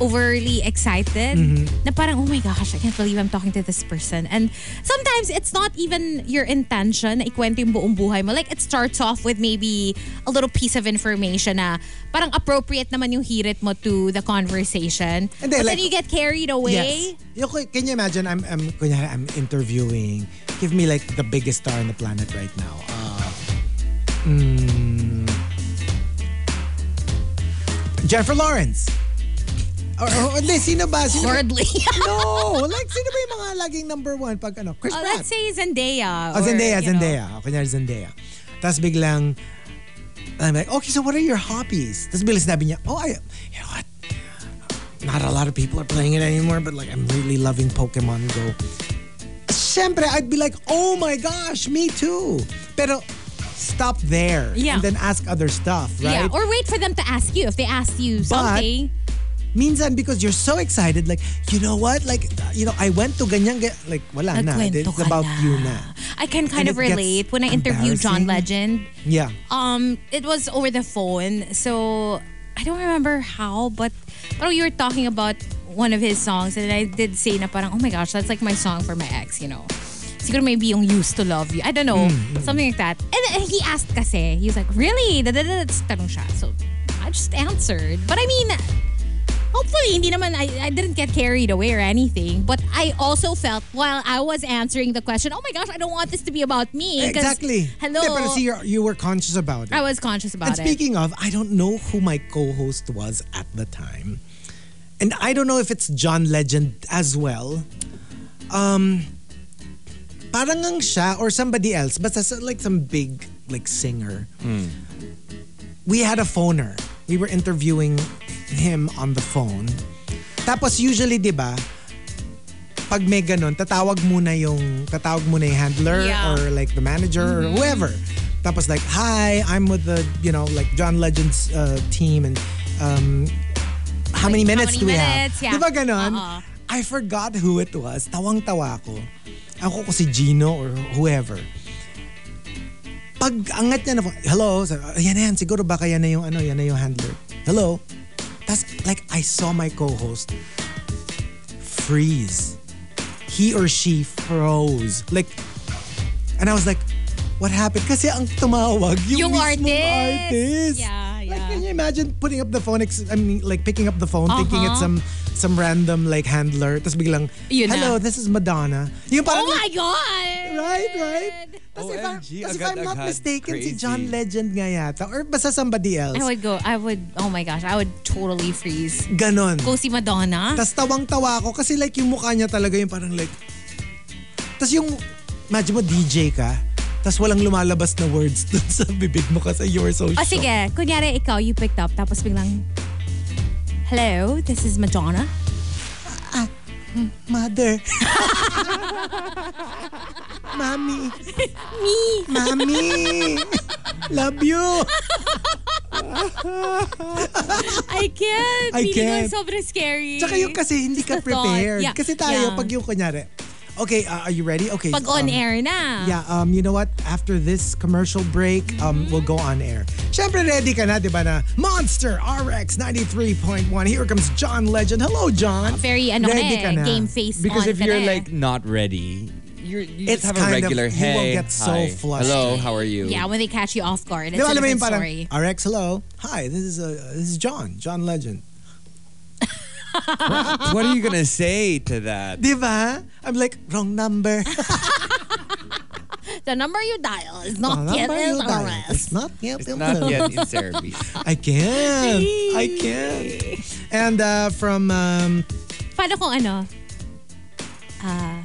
S1: overly excited.
S2: Mm-hmm.
S1: Na parang, oh my gosh, I can't believe I'm talking to this person. And sometimes it's not even your intention na ikwento yung buong buhay mo. Like, it starts off with maybe a little piece of information na parang appropriate naman yung hirit mo to the conversation.
S2: And
S1: but
S2: then,
S1: then
S2: like-
S1: you get carried
S2: Yes.
S1: away.
S2: Yung, can you imagine, I'm, I'm, kunyari, I'm interviewing, give me like the biggest star on the planet right now. Uh, mm, Jennifer Lawrence. Or, or, or hindi, sino ba? Sino ba?
S1: Hardly.
S2: no! Like, sino ba yung mga laging number one pag ano? Chris
S1: Oh,
S2: Pratt.
S1: let's say Zendaya.
S2: Oh,
S1: or,
S2: Zendaya,
S1: you know.
S2: Zendaya. Know. Kunyari Zendaya. Tapos biglang, I'm like, okay, so what are your hobbies? Tapos biglang sinabi niya, oh, I, you know what? Not a lot of people are playing it anymore, but like, I'm really loving Pokemon Go. Siyempre, I'd be like, oh my gosh, me too. Pero, stop there.
S1: Yeah.
S2: And then ask other stuff, right?
S1: Yeah, or wait for them to ask you if they ask you something.
S2: Minsan, because you're so excited, like, you know what? Like, you know, I went to ganyan, ga-" like, wala na.
S1: Nagkwento
S2: It's
S1: ka
S2: about
S1: na.
S2: you na.
S1: I can
S2: And
S1: kind of
S2: it gets
S1: relate when I interviewed John Legend.
S2: Yeah.
S1: Um, it was over the phone, so I don't remember how, but parang you were talking about one of his songs, and I did say na parang, oh my gosh, that's like my song for my ex, you know. Siguro maybe yung used to love you. I don't know. Something like that. And, and he asked kasi. He was like, really? Da-da-da. Tapos Tanong siya. So, I just answered. But I mean, hopefully hindi naman I, I didn't get carried away or anything but I also felt while I was answering the question oh my gosh I don't want this to be about me 'cause-
S2: Exactly.
S1: hello Oh,
S2: Yeah, but see, you're, you were conscious about it.
S1: I was conscious about
S2: and speaking of, I don't know who my co-host was at the time, and I don't know if it's John Legend as well. Um, parang ang siya or somebody else, but as like some big like singer. We had a phoner. We were interviewing him on the phone. Tapos usually, di ba, pag may ganun, tatawag muna yung tatawag muna yung handler
S1: Yeah.
S2: or like the manager or whoever. Tapos like, hi, I'm with the, you know, like John Legend's uh, team and um, how many
S1: Like, how
S2: minutes
S1: many
S2: do we
S1: minutes?
S2: have?
S1: Yeah.
S2: Di
S1: Uh-uh.
S2: ba ganon?
S1: Oo.
S2: I forgot who it was. Tawang-tawa ako. Ako ko si Gino or whoever. Pag angat niya na, po, hello, sabi, "Ah, yan na yan, siguro baka yan na yung ano, yan na yung handler. Hello. Tapos like I saw my co-host freeze. He or she froze. Like, and I was like, what happened? Kasi ang tumawag, yung,
S1: Yung
S2: mismong
S1: artist.
S2: artist.
S1: Yeah,
S2: Like,
S1: yeah.
S2: can you imagine putting up the phone, ex- I mean, like picking up the phone, thinking
S1: Uh-huh.
S2: it's some some random like handler. Tapos biglang,
S1: Yun na.
S2: hello, this is Madonna. Yung
S1: Oh
S2: parang,
S1: my God!
S2: Right, right? Tapos if, I,
S4: OMG,
S2: tas if
S4: agad,
S2: I'm not
S4: agad.
S2: mistaken, si
S4: Crazy.
S2: John Legend nga yata. Or basta somebody else.
S1: I would go, I would, oh my gosh, I would totally freeze.
S2: Ganon.
S1: Go see Madonna.
S2: Tapos tawang-tawa ako kasi like yung mukha niya talaga yung parang like... Tapos yung, imagine mo DJ ka, tapos walang lumalabas na words dun sa bibig mo kasi you're so
S1: O
S2: shocked.
S1: Oh, sige, kunyari ikaw, you picked up, tapos biglang, hello, this is Madonna.
S2: Mother. Mommy. Me. Mommy. Love you.
S1: I can't.
S2: I
S1: Feeling
S2: can't.
S1: ko sobrang scary.
S2: Tsaka yung kasi hindi ka
S1: Just the thought.
S2: prepared.
S1: Yeah.
S2: Kasi tayo,
S1: Yeah.
S2: pag yung kunyari, okay, uh, are you ready? Okay.
S1: Pag
S2: um,
S1: on air na.
S2: Yeah, um, you know what? After this commercial break, um,
S1: Mm-hmm.
S2: we'll go on air. Siyempre, ready ka na, di ba na? Monster RX 93.1. Here comes John Legend. Hello, John.
S1: Very, ano ka
S2: Ready
S1: eh,
S2: ka na.
S1: game face
S4: Because
S1: on
S4: if
S1: ka
S4: you're
S1: na eh.
S4: like not ready, you're, you
S2: It's
S4: just have a
S2: kind of-
S4: regular
S2: you
S4: hey.
S2: will get so
S4: hi,
S2: flushed.
S4: Hello, how are you?
S1: Yeah, when they catch you off guard. It's
S2: Di ba
S1: a
S2: alam mo
S1: different
S2: yung parang,
S1: story.
S2: RX, hello. Hi, this is, uh, this is John, John Legend.
S4: What are you gonna say to that?
S2: Di ba? I'm like, wrong number.
S1: The number you dial is
S2: Wrong
S1: not yet
S2: Ah, number, you
S1: in
S2: dial.
S1: arrest.
S2: It's not yet. in
S4: Not
S2: arrest.
S4: yet in service.
S2: I can. I can. And uh, from, um,
S1: Paano kung ano? Ah,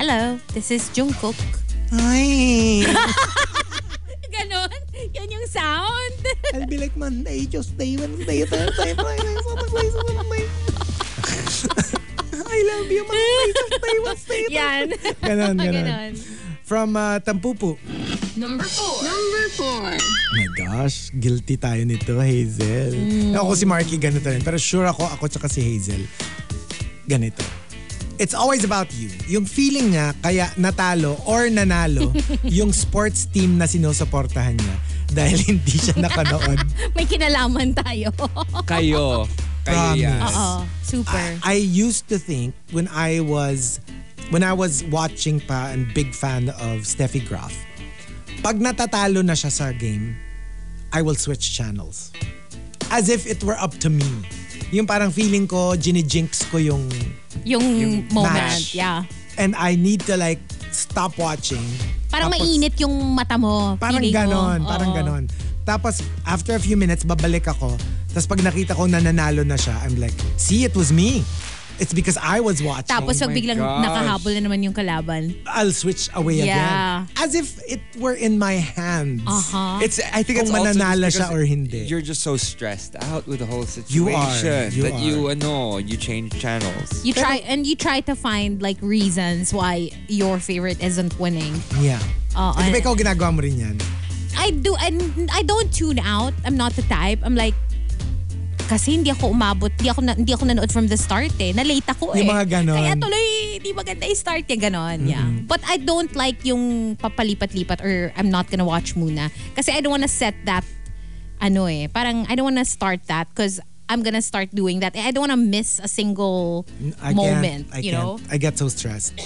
S1: hello, this is Jungkook.
S2: ay,
S1: Ganon. Yun yung sound.
S2: I'll be like Monday, Tuesday, Wednesday, Thursday, Friday, Saturday, Sunday. I love you, Monday, Tuesday, Wednesday.
S1: Yan.
S2: Ganon, ganon.
S1: Ganon.
S2: From uh, Tampupu.
S3: Number four. Number four.
S2: Oh my gosh, guilty tayo nito, Hazel. Ako si Marky ganito rin. Pero sure ako, ako tsaka si Hazel. Ganito. It's always about you. Yung feeling niya, kaya natalo or nanalo yung sports team na sinusuportahan niya dahil hindi siya nakanood.
S1: May kinalaman tayo.
S4: Kayo. Kayo yan.
S2: Promise.
S1: Oo, Oh, super.
S2: I used to think when I was when I was watching pa and big fan of Steffi Graf, pag natatalo na siya sa game, I will switch channels. As if it were up to me. Yung parang feeling ko, ginijinx ko yung
S1: yung, moment.
S2: match.
S1: Yeah.
S2: and I need to like stop watching.
S1: Parang
S2: Tapos-
S1: mainit yung mata mo.
S2: Parang
S1: feeling mo.
S2: ganon, parang
S1: Oo.
S2: ganon. Tapos after a few minutes, babalik ako. Tapos pag nakita ko na nanalo na siya, I'm like, see, it was me. It's because I was watching.
S1: Tapos
S4: my
S1: pag biglang
S4: gosh.
S1: nakahabol na naman yung kalaban.
S2: I'll switch away
S1: Yeah. Uh-huh.
S2: again. As if it were in my hands.
S1: Aha.
S4: It's I think it's
S2: Kung
S4: also just
S2: mananala
S4: because
S2: siya or hindi.
S4: You're just so stressed out with the whole
S2: You
S4: situation
S2: are, you
S4: that you
S2: are.
S4: ano, you change channels.
S1: You try and you try to find like reasons why your favorite isn't winning.
S2: Yeah.
S1: Oo.
S2: Eh, di ba ikaw ginagawa mo rin yan?
S1: I do and I don't tune out. I'm not the type. I'm like kasi hindi ako umabot, hindi ako, na, hindi ako nanood from the start eh. Na-late ako eh.
S2: Yung mga ganon.
S1: Kaya tuloy, di maganda yung start yung ganon. Yeah. But I don't like yung papalipat-lipat or I'm not gonna watch muna. Kasi I don't wanna set that, ano eh, parang I don't wanna start that because I'm gonna start doing that. Eh, I don't wanna miss a single
S2: I
S1: moment,
S2: can't. I
S1: you
S2: can't.
S1: know?
S2: I get so stressed.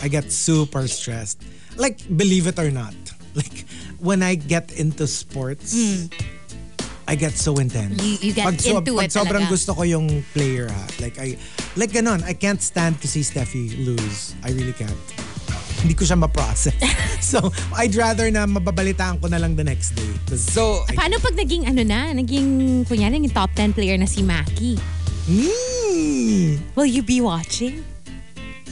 S2: I get super stressed. Like, believe it or not, like, when I get into sports, I get so intense.
S1: Hmm. You- you get into
S2: pag
S1: it
S2: sobrang
S1: talaga.
S2: gusto ko yung player ha. Like, I, like ganon, I can't stand to see Steffi lose. I really can't. Hindi ko siya ma-process. so, I'd rather na mababalitaan ko na lang the next day. 'Cause
S4: So
S1: Paano pag naging ano na, naging, kunyari, naging top 10 player na si Maki?
S2: Mm.
S1: Will you be watching?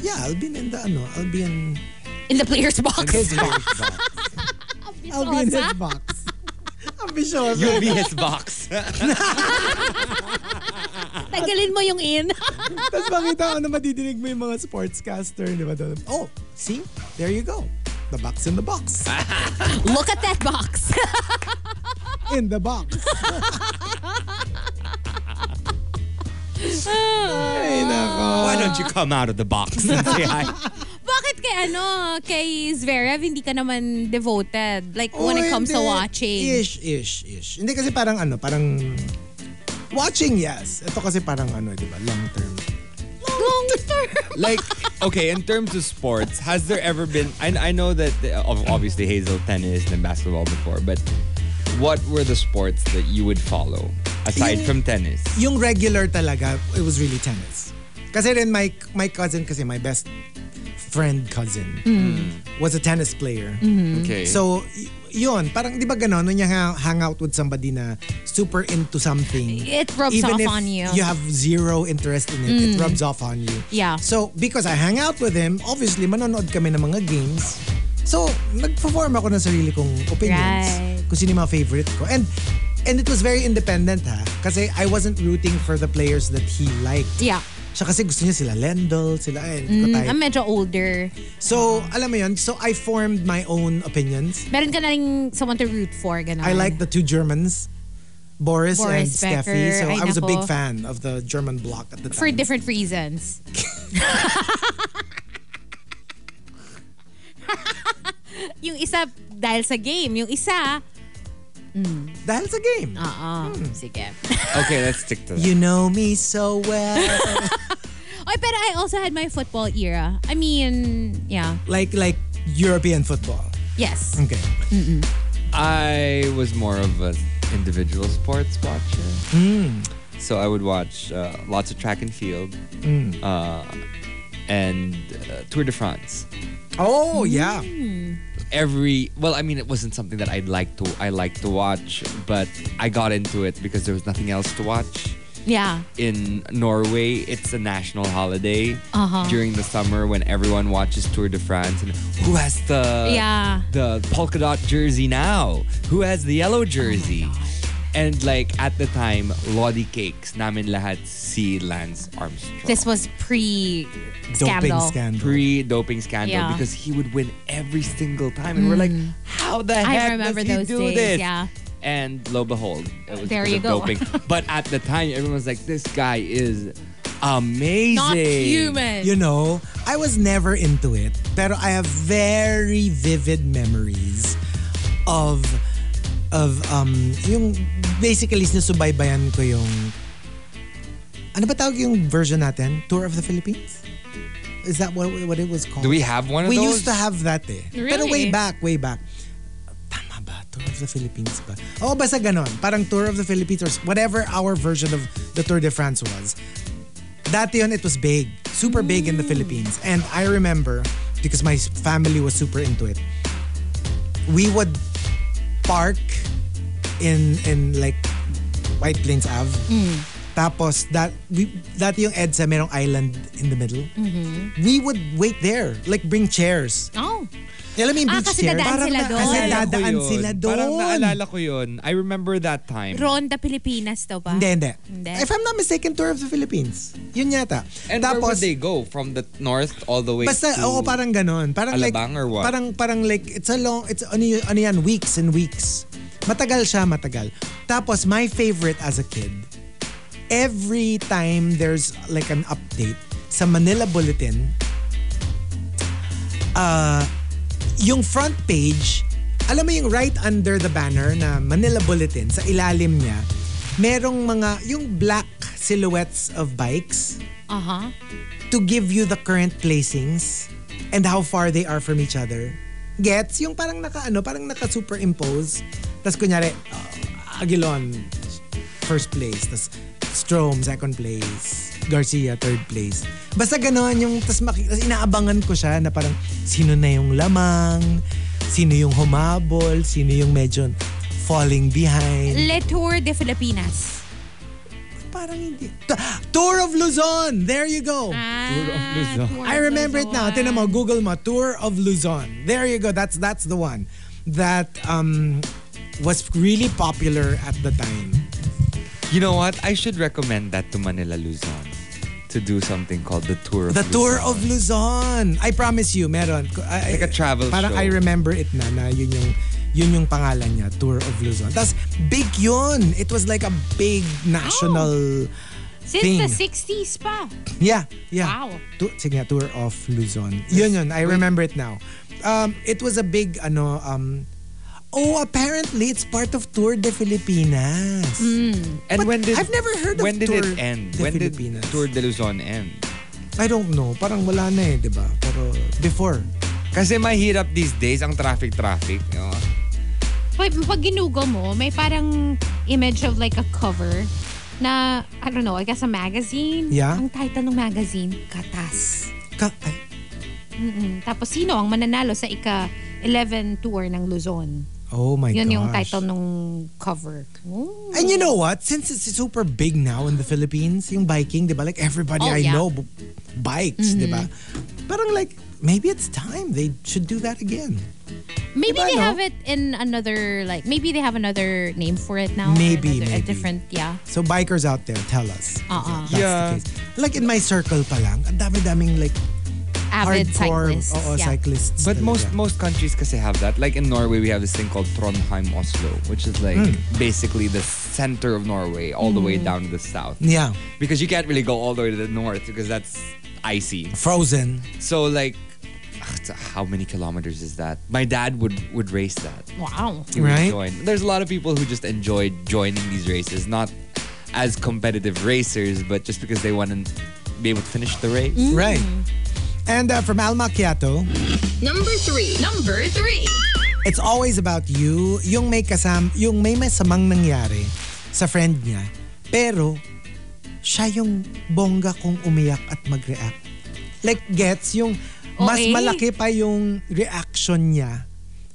S2: Yeah, I'll be in the ano, I'll be in
S1: In the player's box.
S2: his box. I'll be in his box. Ambisyoso.
S4: you'll be his box.
S1: Tagalin mo yung in.
S2: Tapos makita ko na madidinig mo yung mga sportscaster, di ba? doon? Oh, see? There you go. the box in the box.
S1: Ah. Look at that box.
S2: In the box.
S1: Ah.
S2: Ay, nako.
S4: Why don't you come out of the box and say hi?
S1: Bakit kay ano, kay Zverev, hindi ka naman devoted? Like, when it
S2: Oh,
S1: comes to
S2: hindi.
S1: watching.
S2: Ish, ish, ish. Hindi kasi parang ano, parang... Watching, yes. Ito kasi parang ano, di ba? Long term.
S1: Long term.
S4: like okay in terms of sports has there ever been i, I know that the, ob- obviously hazel tennis and basketball before but what were the sports that you would follow aside from tennis
S2: Yung regular talaga, it was really tennis. Kasi rin my, my cousin kasi, my best friend cousin,
S1: Mm.
S2: was a tennis player.
S1: Eh?
S4: okay
S2: So, y- yun, parang di ba gano'n, when you hang, hang out with somebody na super into something.
S1: It rubs
S2: even if
S1: off on you. Mm.
S2: you have zero interest in it, it rubs off on you.
S1: Yeah.
S2: So, because I hang out with him, obviously, manonood kami ng mga games. So, nag-form ako ng sarili kong opinions.
S1: Right.
S2: Kung sino yung mga favorite ko. And, and it was very independent ha. Kasi I wasn't rooting for the players that he liked.
S1: Yeah.
S2: Siya kasi gusto niya sila Lendl, sila
S1: Mm,
S2: ay, hindi ko type.
S1: I'm medyo older.
S2: So, alam mo yun, so I formed my own opinions.
S1: Meron ka na rin someone to root for, gano'n.
S2: I like the two Germans, Boris, and
S1: Boris
S2: Steffi. So
S1: Becker. Ay,
S2: I, was a
S1: nako.
S2: big fan of the German bloc at the time.
S1: For different reasons. yung isa dahil sa game, yung isa,
S2: Dahil sa game.
S1: oo, sige.
S4: okay let's stick to that
S2: You know me so well.
S1: Oy, pero I also had my football era. I mean, yeah.
S2: like like European football.
S1: Yes.
S2: Okay.
S4: i was more of an individual sports watcher
S1: Hmm.
S4: so i would watch uh, lots of track and field
S1: Hmm.
S4: uh, and uh, tour de france
S2: Oh yeah.
S1: Mm,
S4: every well i mean it wasn't something that i'd like to i like to watch but i got into it because there was nothing else to watch
S1: Yeah.
S4: in norway it's a national holiday
S1: Uh-huh.
S4: during the summer when everyone watches tour de france and who has
S2: Uh,
S4: the
S1: Yeah.
S4: the polka dot jersey now who has the
S1: Oh
S4: yellow jersey and like at the time lodi cakes namin lahat si lance armstrong
S1: This was pre
S2: Doping
S1: scandal.
S2: scandal.
S4: pre-doping scandal
S1: Yeah. Mm.
S4: because he would win every single time, and we're like, how the heck
S1: remember
S4: does he
S1: those
S4: do this?
S1: days, yeah.
S4: And lo and behold, it was
S1: There
S4: because
S1: you
S4: of
S1: go.
S4: doping. but at the time, everyone's like, this guy is amazing.
S1: Not human.
S2: You know, I was never into it, pero I have very vivid memories of of um yung basically sinusubaybayan ko yung ano ba tawag yung version natin? Tour of the Philippines? Is that what what it was called?
S4: Do we have one of
S2: we
S4: those?
S2: used to have that eh. Pero
S1: Really?
S2: way back, way back. Tama ba? Tour of the Philippines ba? Oo, basta ganon. Parang Tour of the Philippines or whatever our version of the Tour de France was. Dati yun, it was big. Super big in the Philippines. And I remember, because my family was super into it, we would park in in like White Plains Ave. Tapos that we dati yung EDSA merong island in the middle. We would wait there, like bring chairs.
S1: Oh.
S2: Alam mo yung
S1: Ah,
S2: beach
S1: kasi
S2: chairs?
S1: dadaan
S2: Parang
S1: sila
S2: na- Kasi
S1: doon. Naalala
S4: Naalala ko
S2: dadaan
S4: Ano yun.
S2: sila doon.
S4: Parang naalala ko yun. I remember that time.
S1: Ronda Pilipinas daw ba?
S2: Hindi, hindi.
S1: Hindi.
S2: If I'm not mistaken, Tour of the Philippines. Yun yata.
S4: and where would they go? From the north all the way
S2: Basta,
S4: to...
S2: oo, parang ganon. Parang
S4: Alabang
S2: like,
S4: or what?
S2: Parang, parang like, it's a long, it's ano, yun- ano yan, weeks and weeks. Matagal siya, matagal. Tapos, my favorite as a kid, every time there's like an update sa Manila Bulletin, uh, yung front page, alam mo yung right under the banner na Manila Bulletin, sa ilalim niya, merong mga, yung black silhouettes of bikes
S1: Uh-huh.
S2: to give you the current placings and how far they are from each other. Gets? Yung parang naka ano, parang naka superimpose. Tapos kunyari, uh, Aguilon, first place. Tapos Strom, second place. Garcia, third place. Basta ganon yung, tapos inaabangan ko siya na parang sino na yung lamang, sino yung humabol, sino yung medyo falling behind.
S1: Le Tour de Filipinas.
S2: Parang hindi. T- Tour of Luzon! There you go!
S1: Ah, Tour of
S2: I remember it now.
S1: Luzon.
S2: Tinan mo, Google mo, Tour of Luzon. There you go. That's that's the one that um, was really popular at the time.
S4: You know what? I should recommend that to Manila Luzon. To to do something called the Tour of
S2: The Tour
S4: Luzon.
S2: of Luzon. I promise you, meron. Ko- I-
S4: Like a travel
S2: parang
S4: show.
S2: I remember it na na yun yung yun yung pangalan niya, Tour of Luzon. Tapos big yun. It was like a big national
S9: Oh. Since
S2: thing.
S9: the 60s pa.
S2: Yeah, yeah.
S9: Wow.
S2: Tu- sige nga, Tour of Luzon. Yun yun, I remember it now. Um, it was a big, ano, um, oh, apparently it's part of Tour de Filipinas.
S9: Mm.
S4: And
S2: But
S4: when did
S2: I've never heard of
S4: when did
S2: Tour
S4: it end?
S2: de
S4: When
S2: Filipinas.
S4: did Tour de Luzon end?
S2: I don't know, parang wala na eh, di ba? Pero before.
S4: Kasi mahirap these days ang traffic-traffic. you know?
S9: Pag, pag ginugo mo, may parang image of like a cover na, I don't know, I guess a magazine.
S2: Yeah.
S9: Ang title ng magazine, Katas.
S2: Ka- ay,
S9: Mm-mm. Tapos sino ang mananalo sa ika-11 tour ng Luzon?
S2: oh my
S9: Yun
S2: gosh.
S9: yung title nung cover. Oh.
S2: And you know what? Since it's super big now in the Philippines, yung biking, di ba? Like everybody
S9: Oh,
S2: I
S9: yeah. Mm-hmm.
S2: know b- bikes, di ba? Parang like, maybe it's time. They should do that again.
S9: Maybe
S2: Diba,
S9: they
S2: no?
S9: have it in another, like, maybe they have another name for it now. or
S2: Maybe,
S9: another-
S2: maybe.
S9: A different, yeah.
S2: So bikers out there, tell us.
S9: Uh-uh.
S2: If that's
S4: Yeah.
S2: the case. Like in my circle pa lang, ang dami-daming like
S9: Avid
S2: hardcore
S9: cyclists.
S2: oo,
S9: yeah.
S2: cyclists.
S4: But
S2: talaga.
S4: most most countries kasi have that. Like in Norway, we have this thing called Trondheim Oslo, which is like
S2: Hmm.
S4: basically the center of Norway, all the way down to the south.
S2: Yeah.
S4: Because you can't really go all the way to the north because that's icy.
S2: Frozen.
S4: So like, ugh, it's- how many kilometers is that? My dad would would race that.
S9: Wow.
S4: He would
S2: Right.
S4: join. There's a lot of people who just enjoy joining these races, not as competitive racers, but just because they want to be able to finish the race.
S2: Right. And uh, from Al Macchiato,
S3: Number three. Number three.
S2: it's always about you. Yung may kasam, yung may masamang nangyari sa friend niya, pero siya yung bongga kung umiyak at mag-react. Like gets yung mas
S9: Okay.
S2: malaki pa yung reaction niya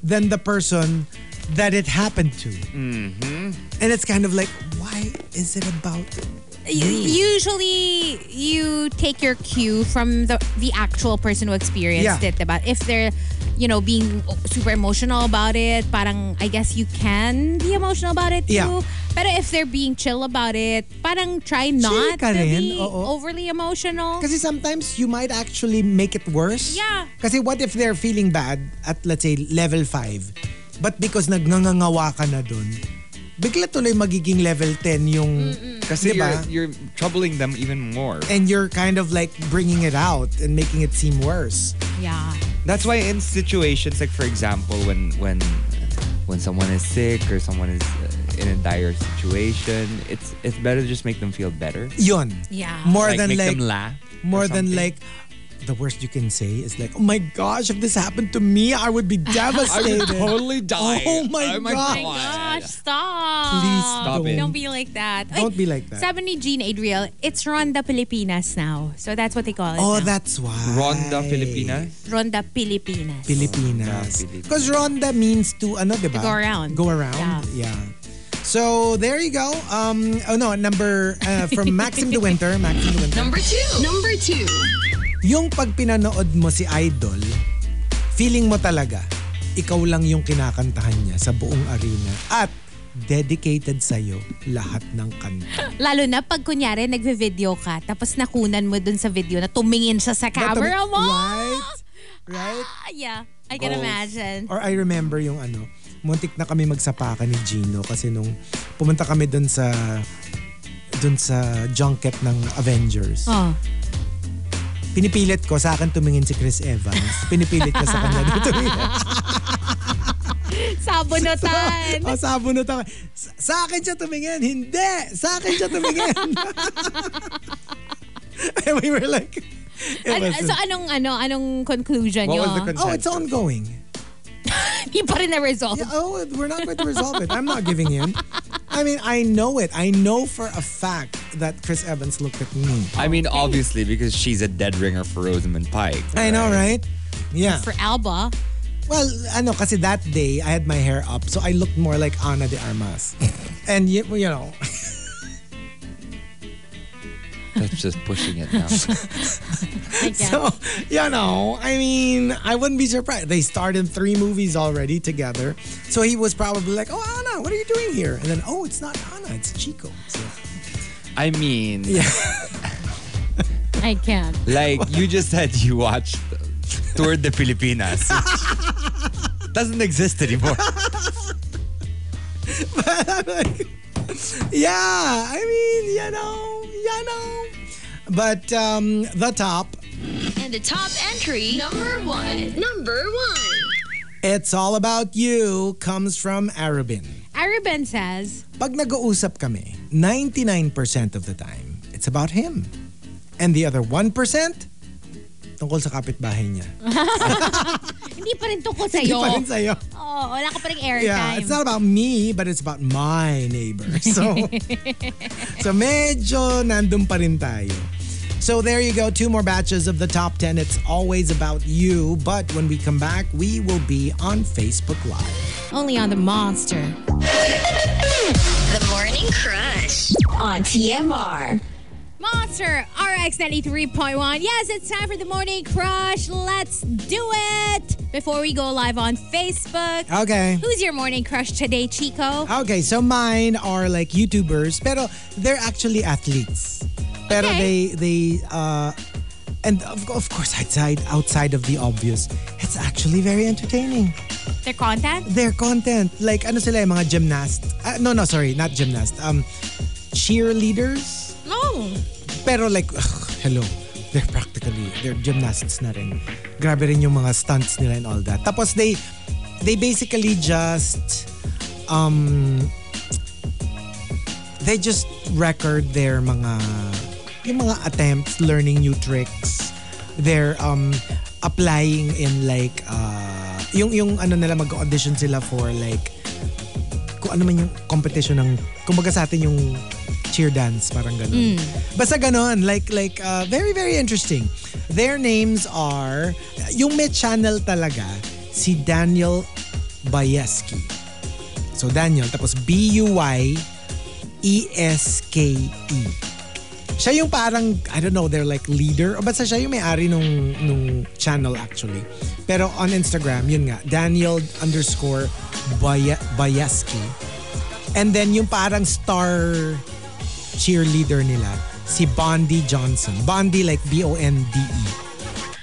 S2: than the person that it happened to. And it's kind of like, why is it about
S1: U-
S2: Mm.
S1: Usually, you take your cue from the the actual person who experienced
S2: Yeah.
S1: it. Diba? If they're, you know, being super emotional about it, parang I guess you can be emotional about it
S2: Yeah.
S1: too. But if they're being chill about it, parang try not
S2: ka
S1: to
S2: rin,
S1: be
S2: oo.
S1: overly emotional.
S2: Kasi sometimes you might actually make it worse.
S1: Yeah.
S2: Kasi what if they're feeling bad at let's say level 5 but because nagngangawa ka na dun, bigla tuloy magiging level 10 yung
S4: Kasi
S2: Diba?
S4: you're, you're troubling them even more.
S2: and you're kind of like bringing it out and making it seem worse.
S1: Yeah.
S4: That's why in situations like for example when when when someone is sick or someone is uh, in a dire situation, it's it's better to just make them feel better.
S2: Yun.
S1: Yeah.
S2: More than
S4: make
S2: like
S4: them laugh. or
S2: more than
S4: something.
S2: like the worst you can say is like, "Oh my gosh, if this happened to me, I would be devastated."
S4: totally die.
S2: Oh my God.
S1: Oh my gosh, stop.
S2: Please stop
S4: it.
S1: Don't be like that.
S2: Don't be like that.
S1: Sabi ni Jean Adriel, it's Ronda Pilipinas now. So that's what they call it
S2: Oh,
S1: now.
S2: that's why.
S4: Ronda Filipina.
S1: Ronda Pilipinas.
S2: Pilipinas.
S4: Ronda, Pilipinas.
S2: Because Ronda means to, ano, di ba?
S1: To go around.
S2: Go around, yeah. So, there you go. Um, oh no, number uh, from Maxim De Winter. Maxim De Winter.
S3: Number two. Number two.
S2: Yung pag pinanood mo si Idol, feeling mo talaga, ikaw lang yung kinakantahan niya sa buong arena. At dedicated sa'yo lahat ng kanta.
S1: Lalo na pag kunyari nagve-video ka, tapos nakunan mo dun sa video na tumingin siya sa camera mo.
S2: Right? Right?
S1: Ah, yeah, I can
S2: Oh.
S1: imagine.
S2: Or I remember yung ano, muntik na kami magsapakan ni Gino kasi nung pumunta kami dun sa dun sa junket ng Avengers.
S1: Oh.
S2: Pinipilit ko, sa akin tumingin si Chris Evans. Pinipilit ko sa kanya. na tumingin.
S1: Sabunutan.
S2: o, sabunot Oh, ako. Sa, sa akin siya tumingin. Hindi! Sa akin siya tumingin. And we were like, it
S1: An-
S2: was-
S1: so anong ano anong conclusion
S4: What
S1: nyo?
S4: was the consent?
S2: oh, it's ongoing.
S1: Hindi pa rin na-resolve.
S2: Yeah, oh, we're not going to resolve it. I'm not giving in. I mean, I know it. I know for a fact that Chris Evans looked at me.
S4: I mean, obviously, because she's a dead ringer for Rosamund Pike.
S2: I know, right? Yeah.
S1: For Alba.
S2: Well, ano, kasi that day, I had my hair up, so I looked more like Ana de Armas. And, you, you know,
S4: That's just pushing it now.
S2: so, you know, I mean, I wouldn't be surprised. They starred in three movies already together. So he was probably like, oh, Ana, what are you doing here? And then, oh, it's not Ana, it's Chico. So,
S4: I mean,
S9: I can't.
S4: Like, you just said you watched Tour de Filipinas. Doesn't exist anymore.
S2: Yeah, I mean, you know, you know. But um, the top,
S3: And the top entry, number one. Number one.
S2: it's all about you, comes from Arabin.
S1: Araben says,
S2: Pag nag-uusap kami, 99% of the time, it's about him. And the other 1%, tungkol sa kapitbahay niya.
S1: hindi pa rin tungkol
S2: Hindi
S1: sa'yo.
S2: pa rin sa'yo.
S1: Oo, wala ka pa rin
S2: Yeah,
S1: airtime.
S2: it's not about me, but it's about my neighbor. So, so medyo nandun pa rin tayo. So there you go, two more batches of the top 10. It's always about you, but when we come back, we will be on Facebook Live.
S1: Only on the monster.
S3: The Morning Crush.
S10: on TMR.
S1: Monster RX 93.1. Yes, it's time for the morning crush. Let's do it before we go live on Facebook.
S2: Okay.
S1: Who's your morning crush today, Chico?
S2: Okay, so mine are like YouTubers, pero they're actually athletes. Pero
S1: Okay.
S2: they they uh and of, of course outside outside of the obvious, it's actually very entertaining.
S1: Their content?
S2: their content. Like ano sila yung mga gymnast. ah, no, no, sorry, not gymnast. Um cheerleaders.
S1: No.
S2: Pero like ugh, hello. They're practically they're gymnasts na rin. Grabe rin yung mga stunts nila and all that. Tapos they they basically just um they just record their mga yung mga attempts learning new tricks they're um applying in like uh, yung yung ano nila mag-audition sila for like kung ano man yung competition ng kumbaga sa atin yung cheer dance parang ganun basta ganun like like uh, very very interesting their names are yung may channel talaga si Daniel Bayeski so Daniel tapos B U Y E E-S-K-E. Siya yung parang, I don't know, they're like leader. O basta siya yung may-ari nung, nung channel actually. Pero on Instagram, yun nga, Daniel underscore Baya, Bayaski. And then yung parang star cheerleader nila, si Bondi Johnson. Bondi like B-O-N-D-E. E.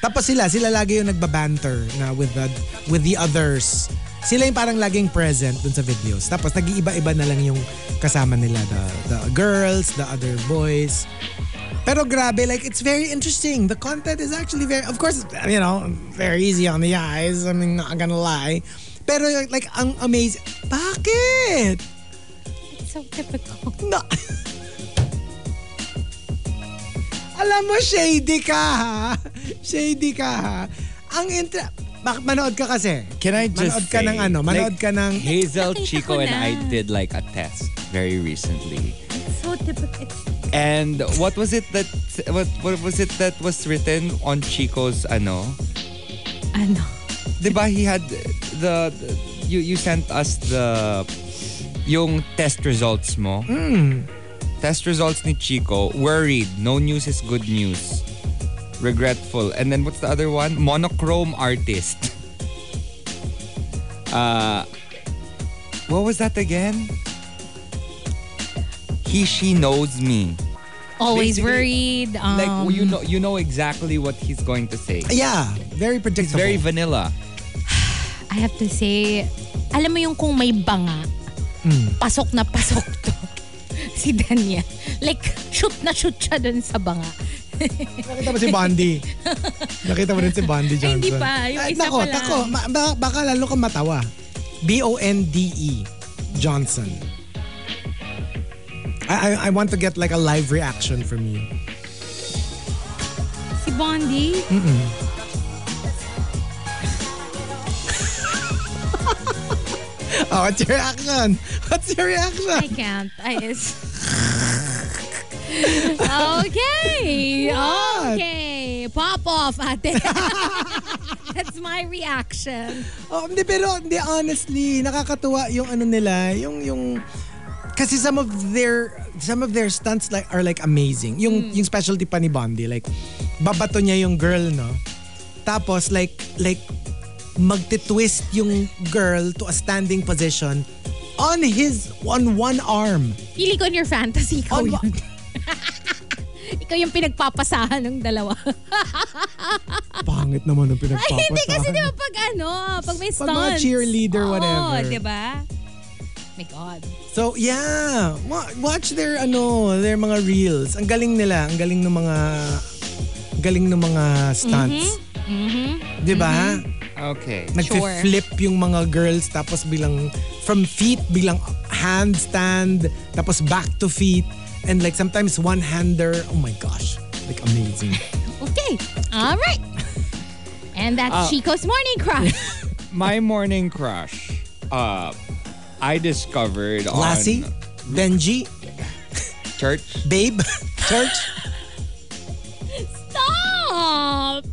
S2: Tapos sila, sila lagi yung nagbabanter na with the, with the others. Sila yung parang laging present dun sa videos. Tapos nag-iiba-iba na lang yung kasama nila. The, the girls, the other boys. Pero grabe, like it's very interesting. The content is actually very, of course, you know, very easy on the eyes. I mean, not gonna lie. Pero like, ang amazing. Bakit?
S9: It's so typical.
S2: No. Alam mo, shady ka ha. Shady ka ha. Ang intra... Bak manood ka kasi.
S4: Can I just
S2: Manood ka
S4: say,
S2: ng ano? Manood
S4: like,
S2: ka ng...
S4: Hazel,
S1: Nakita
S4: Chico,
S1: ko
S4: and
S1: na.
S4: I did like a test very recently.
S1: It's so typical. It's
S4: And what was it that what what was it that was written on Chico's ano?
S1: ano?
S4: Diba he had the, you you sent us the yung test results mo. Test results ni Chico. Worried, no news is good news. Regretful. And then what's the other one? Monochrome artist. Uh what was that again? He she knows me.
S1: Always
S4: Basically,
S1: worried. Um,
S4: like you know you know exactly what he's going to say.
S2: Yeah, very
S4: It's
S2: predictable.
S4: very vanilla.
S1: um, I have to say, alam mo yung kung may banga,
S4: Hmm.
S1: pasok na pasok to. si Daniel. Like, shoot na shoot siya dun sa banga.
S2: Nakita mo si Bondi. Nakita mo rin si Bondi
S1: Ay,
S2: Johnson.
S1: hindi pa. Yung
S2: Ay,
S1: isa
S2: nako,
S1: pa lang.
S2: Nako, Ma- ba- baka lalo kang matawa. B-O-N-D-E E, Johnson. I, I, I want to get like a live reaction from you.
S1: Si Bondi?
S2: Oh, what's your reaction? What's your reaction?
S1: I can't. I is. okay.
S2: What?
S1: Okay. Pop off, ate. That's my reaction.
S2: Oh, hindi, pero hindi, honestly, nakakatuwa yung ano nila, yung, yung, kasi some of their, some of their stunts like are like amazing. Yung,
S1: Hmm.
S2: yung specialty pa ni Bondi, like, babato niya yung girl, no? Tapos, like, like, magte-twist yung girl to a standing position on his, on one arm. Oh,
S1: Feeling ko in your fantasy
S2: On
S1: ko yun.
S2: one,
S1: Ikaw yung pinagpapasahan ng dalawa.
S2: Pangit naman ang
S1: Ay,
S2: pinagpapasahan.
S1: hindi kasi di ba pag ano, pag may
S2: Pag
S1: stunts.
S2: mga cheerleader,
S1: Oo,
S2: whatever.
S1: di ba? My God.
S2: So, yeah. Wa- Watch their, ano, their mga reels. Ang galing nila. Ang galing ng mga, ang galing ng mga stunts.
S1: Mm-hmm.
S2: Di ba?
S4: Okay.
S2: Nag-flip yung mga girls tapos bilang, from feet, bilang handstand, tapos back to feet. And like sometimes one-hander. Oh my gosh. Like amazing.
S1: Okay. All right. And that's
S2: Ah.
S1: Chico's morning crush.
S4: My morning crush. Uh, I discovered on
S2: Lassie, Benji,
S4: church.
S2: Babe, Church.
S1: Stop!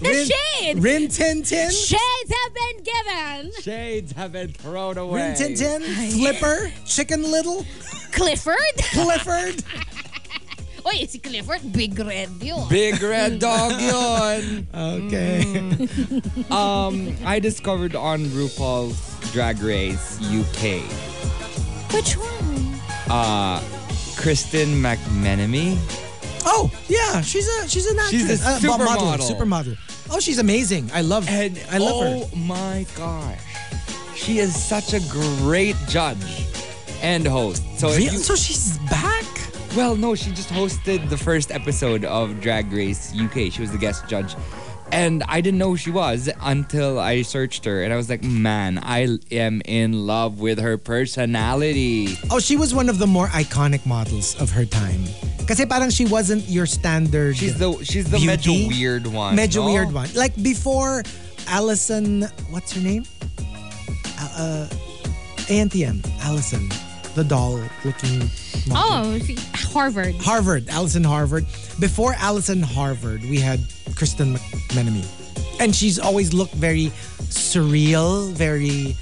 S1: the shade!
S2: Rin Tin Tin.
S1: Shades have been given!
S4: Shades have been thrown
S2: Rin
S4: away.
S2: Tin Tin. Flipper. Chicken Little.
S1: Clifford?
S2: Clifford.
S1: Uy, si Clifford, big red yun.
S4: Big red dog yun.
S2: Okay.
S4: Mm. Um, I discovered on RuPaul's Drag Race UK.
S1: Which one?
S4: Uh, Kristen McMenemy.
S2: Oh, yeah, she's a she's an actress.
S4: She's a
S2: Uh, bo- model,
S4: supermodel.
S2: supermodel. Oh, she's amazing. I love
S4: And
S2: I love
S4: oh
S2: her.
S4: my gosh. She is such a great judge and host. So, if
S2: Real-
S4: oh, you-
S2: so she's back?
S4: well, no, she just hosted the first episode of Drag Race UK. She was the guest judge. And I didn't know who she was until I searched her and I was like, man, I am in love with her personality.
S2: Oh, she was one of the more iconic models of her time. Kasi parang she wasn't your standard.
S4: She's the she's the
S2: Beauty?
S4: medyo weird one.
S2: medyo
S4: no?
S2: weird one. Like before Allison, what's her name? Uh, uh, ANTM, Allison, the doll looking model.
S9: Oh, si- Harvard.
S2: Harvard, Allison Harvard. Before Allison Harvard, we had Kristen McMenemy. And she's always looked very surreal, very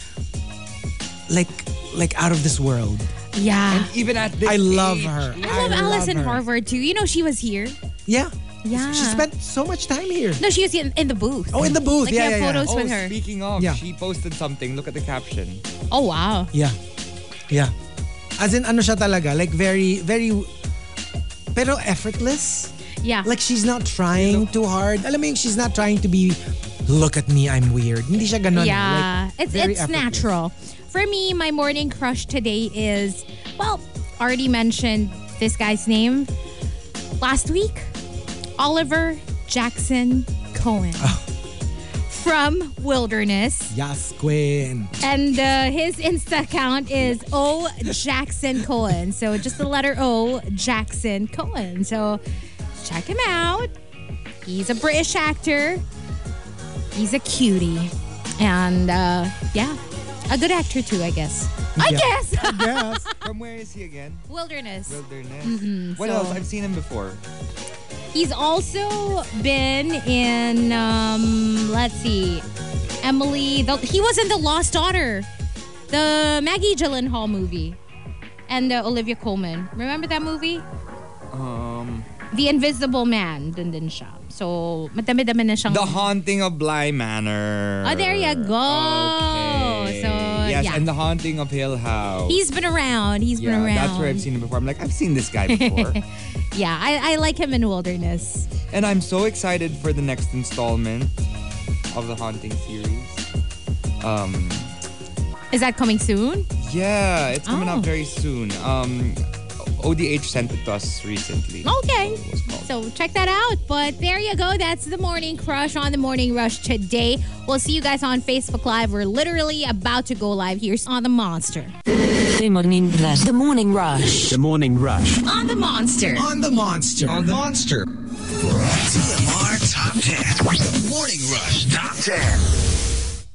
S2: like like out of this world.
S1: Yeah.
S4: Even at this
S2: I love
S4: age,
S2: her.
S1: I love Allison
S2: her.
S1: Harvard too. You know, she was here.
S2: Yeah.
S1: Yeah.
S2: She spent so much time here.
S1: No, she was in, in the booth.
S2: Oh, in the booth.
S1: Like,
S2: yeah,
S1: we
S2: yeah,
S1: have
S2: yeah.
S1: photos
S4: Oh,
S1: with her.
S4: speaking of,
S2: Yeah.
S4: she posted something. Look at the caption.
S1: Oh, wow.
S2: Yeah. Yeah. As in ano siya talaga, like very very pero effortless.
S9: Yeah.
S2: Like she's not trying too hard. Alam mo yung she's not trying to be look at me, I'm weird. Hindi siya ganun. eh.
S1: Yeah,
S2: Like,
S1: it's
S2: very
S1: it's
S2: effortless.
S1: natural. For me, my morning crush today is well, already mentioned this guy's name last week, Oliver Jackson Cohen
S2: Oh.
S1: from Wilderness,
S2: Yes, Queen.
S1: and uh, his Insta account is O Jackson Cohen. So just the letter O Jackson Cohen. So check him out. He's a British actor. He's a cutie. And uh, yeah, a good actor too, I guess. I
S2: Yeah.
S1: guess!
S2: Yes.
S4: From where is he again?
S1: Wilderness.
S4: Wilderness. what
S1: so-
S4: else? I've seen him before.
S1: He's also been in, um, let's see, Emily. The, he was in The Lost Daughter, the Maggie Gyllenhaal movie, and uh, Olivia Colman. Remember that movie?
S4: Um,
S1: The Invisible Man. Dun din siya. So, madami-dami na siyang...
S4: The Haunting of Bly Manor.
S1: Oh, there you go.
S4: Okay.
S1: So,
S4: yes,
S1: yeah.
S4: and The Haunting of Hill House.
S1: He's been around. He's
S4: yeah,
S1: been around.
S4: that's where I've seen him before. I'm like, I've seen this guy before.
S1: Yeah, I, I like him in Wilderness.
S4: and I'm so excited for the next installment of the Haunting series. Um,
S1: Is that coming soon?
S4: yeah, it's coming
S1: Oh.
S4: out very soon. Um, ODH sent it to us recently.
S1: Okay.
S4: So it was called.
S1: So check that out. But there you go. That's the morning crush on the morning rush today. We'll see you guys on Facebook Live. We're literally about to go live here on the Monster.
S11: The morning rush. The morning rush.
S6: The morning rush.
S3: On the monster.
S5: On the monster.
S6: On the monster. TMR Top 10. Morning Rush Top 10.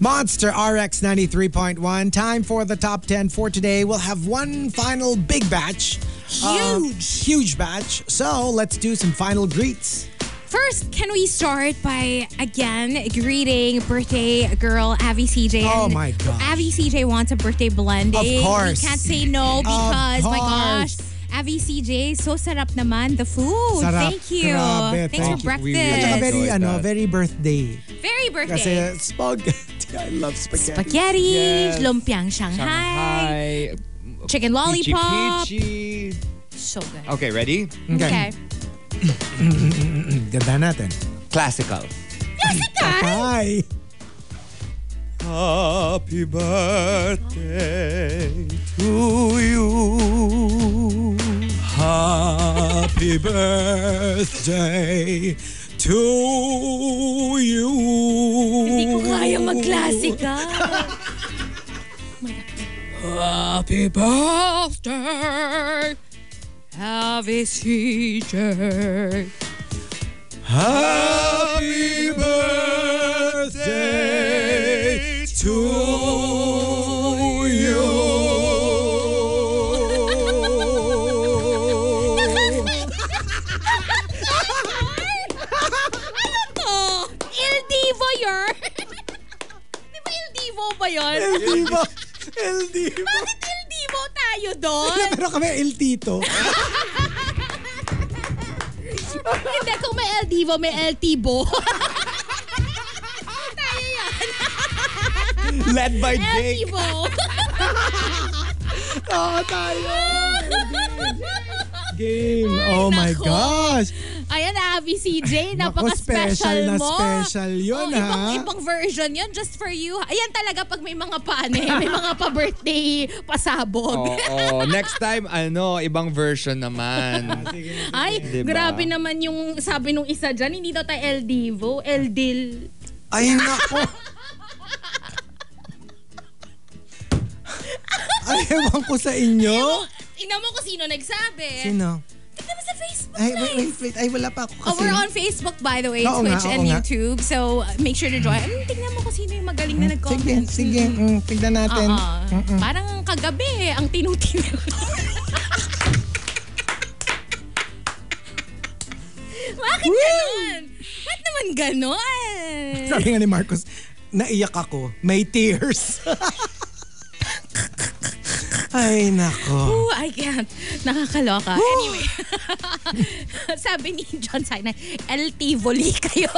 S2: Monster RX 93.1. Time for the top 10 for today. We'll have one final big batch. Huge. huge batch. So let's do some final greets.
S1: First, can we start by again greeting birthday girl Abby CJ?
S2: Oh
S1: And
S2: my gosh.
S1: Abby CJ wants a birthday blending.
S2: Of course.
S1: We can't say no because my gosh.
S2: course.
S1: Abby CJ, so sarap naman the food.
S2: Sarap.
S1: Thank you.
S2: Grabe,
S1: Thanks
S2: thank
S1: for
S4: you. We really
S1: breakfast.
S2: Tsaka
S4: Yes.
S2: very,
S4: Enjoyed
S2: ano,
S4: that.
S2: very birthday.
S1: Very birthday.
S2: Kasi spaghetti. I love spaghetti.
S1: Spaghetti,
S4: Yes.
S1: lumpiang Shanghai,
S4: Shanghai.
S1: chicken lollipop.
S4: Peachy, peachy.
S1: So good.
S4: Okay, ready?
S1: Okay.
S2: Ganda natin.
S4: Classical.
S2: Hi!
S4: Happy birthday to you.
S2: Happy birthday to you.
S1: Hindi ko kaya mag-classical. Happy birthday, Happy CJ.
S2: Happy birthday to you.
S1: ano to? Il Divo yun? Di ba Il Divo ba yun?
S2: Diba? El Divo.
S1: Bakit Il Divo tayo doon?
S2: Pero kami El Tito.
S1: Hindi, kung may El Divo, may El Tibo. tayo yan.
S4: Led by
S1: El
S4: Jake.
S1: Tibo. Ah,
S2: Oo, tayo. Game. Oh my
S1: nako.
S2: gosh.
S1: Ayan, Abby CJ,
S2: Nako, special
S1: napaka-special
S2: na
S1: mo.
S2: special yun,
S1: Oo, Oh, Ibang,
S2: ha?
S1: ibang version yun, just for you. Ayan talaga pag may mga paane, may mga pa-birthday pasabog.
S4: Oo, next time, ano, ibang version naman.
S2: Oh,
S1: Ay,
S4: Diba?
S1: grabe naman yung sabi nung isa dyan, hindi daw tayo El Divo, El Dil.
S2: Ay, nako. Ay, ewan ko sa inyo.
S1: Tingnan mo kung sino nagsabi.
S2: Sino?
S1: Tingnan mo sa Facebook
S2: Ay, wait,
S1: live.
S2: wait, wait. Ay, wala pa ako
S1: Oh,
S2: kasi.
S1: we're on Facebook, by the way,
S2: Oo nga,
S1: Twitch and
S2: oo nga.
S1: YouTube. So, uh, make sure to join. Mm, tingnan mo kung sino yung magaling na
S2: Sige,
S1: nag-comment.
S2: sige. Mm, tignan natin.
S1: Ah, ah. Parang kagabi, eh, ang tinutinaw. Bakit ganon? Ba't naman ganon?
S2: Sabi nga ni Marcos, naiyak ako. May tears. Ay, nako.
S1: Oh, I can't. Nakakaloka. Anyway. Sabi ni John Sinai, El Tivoli kayo.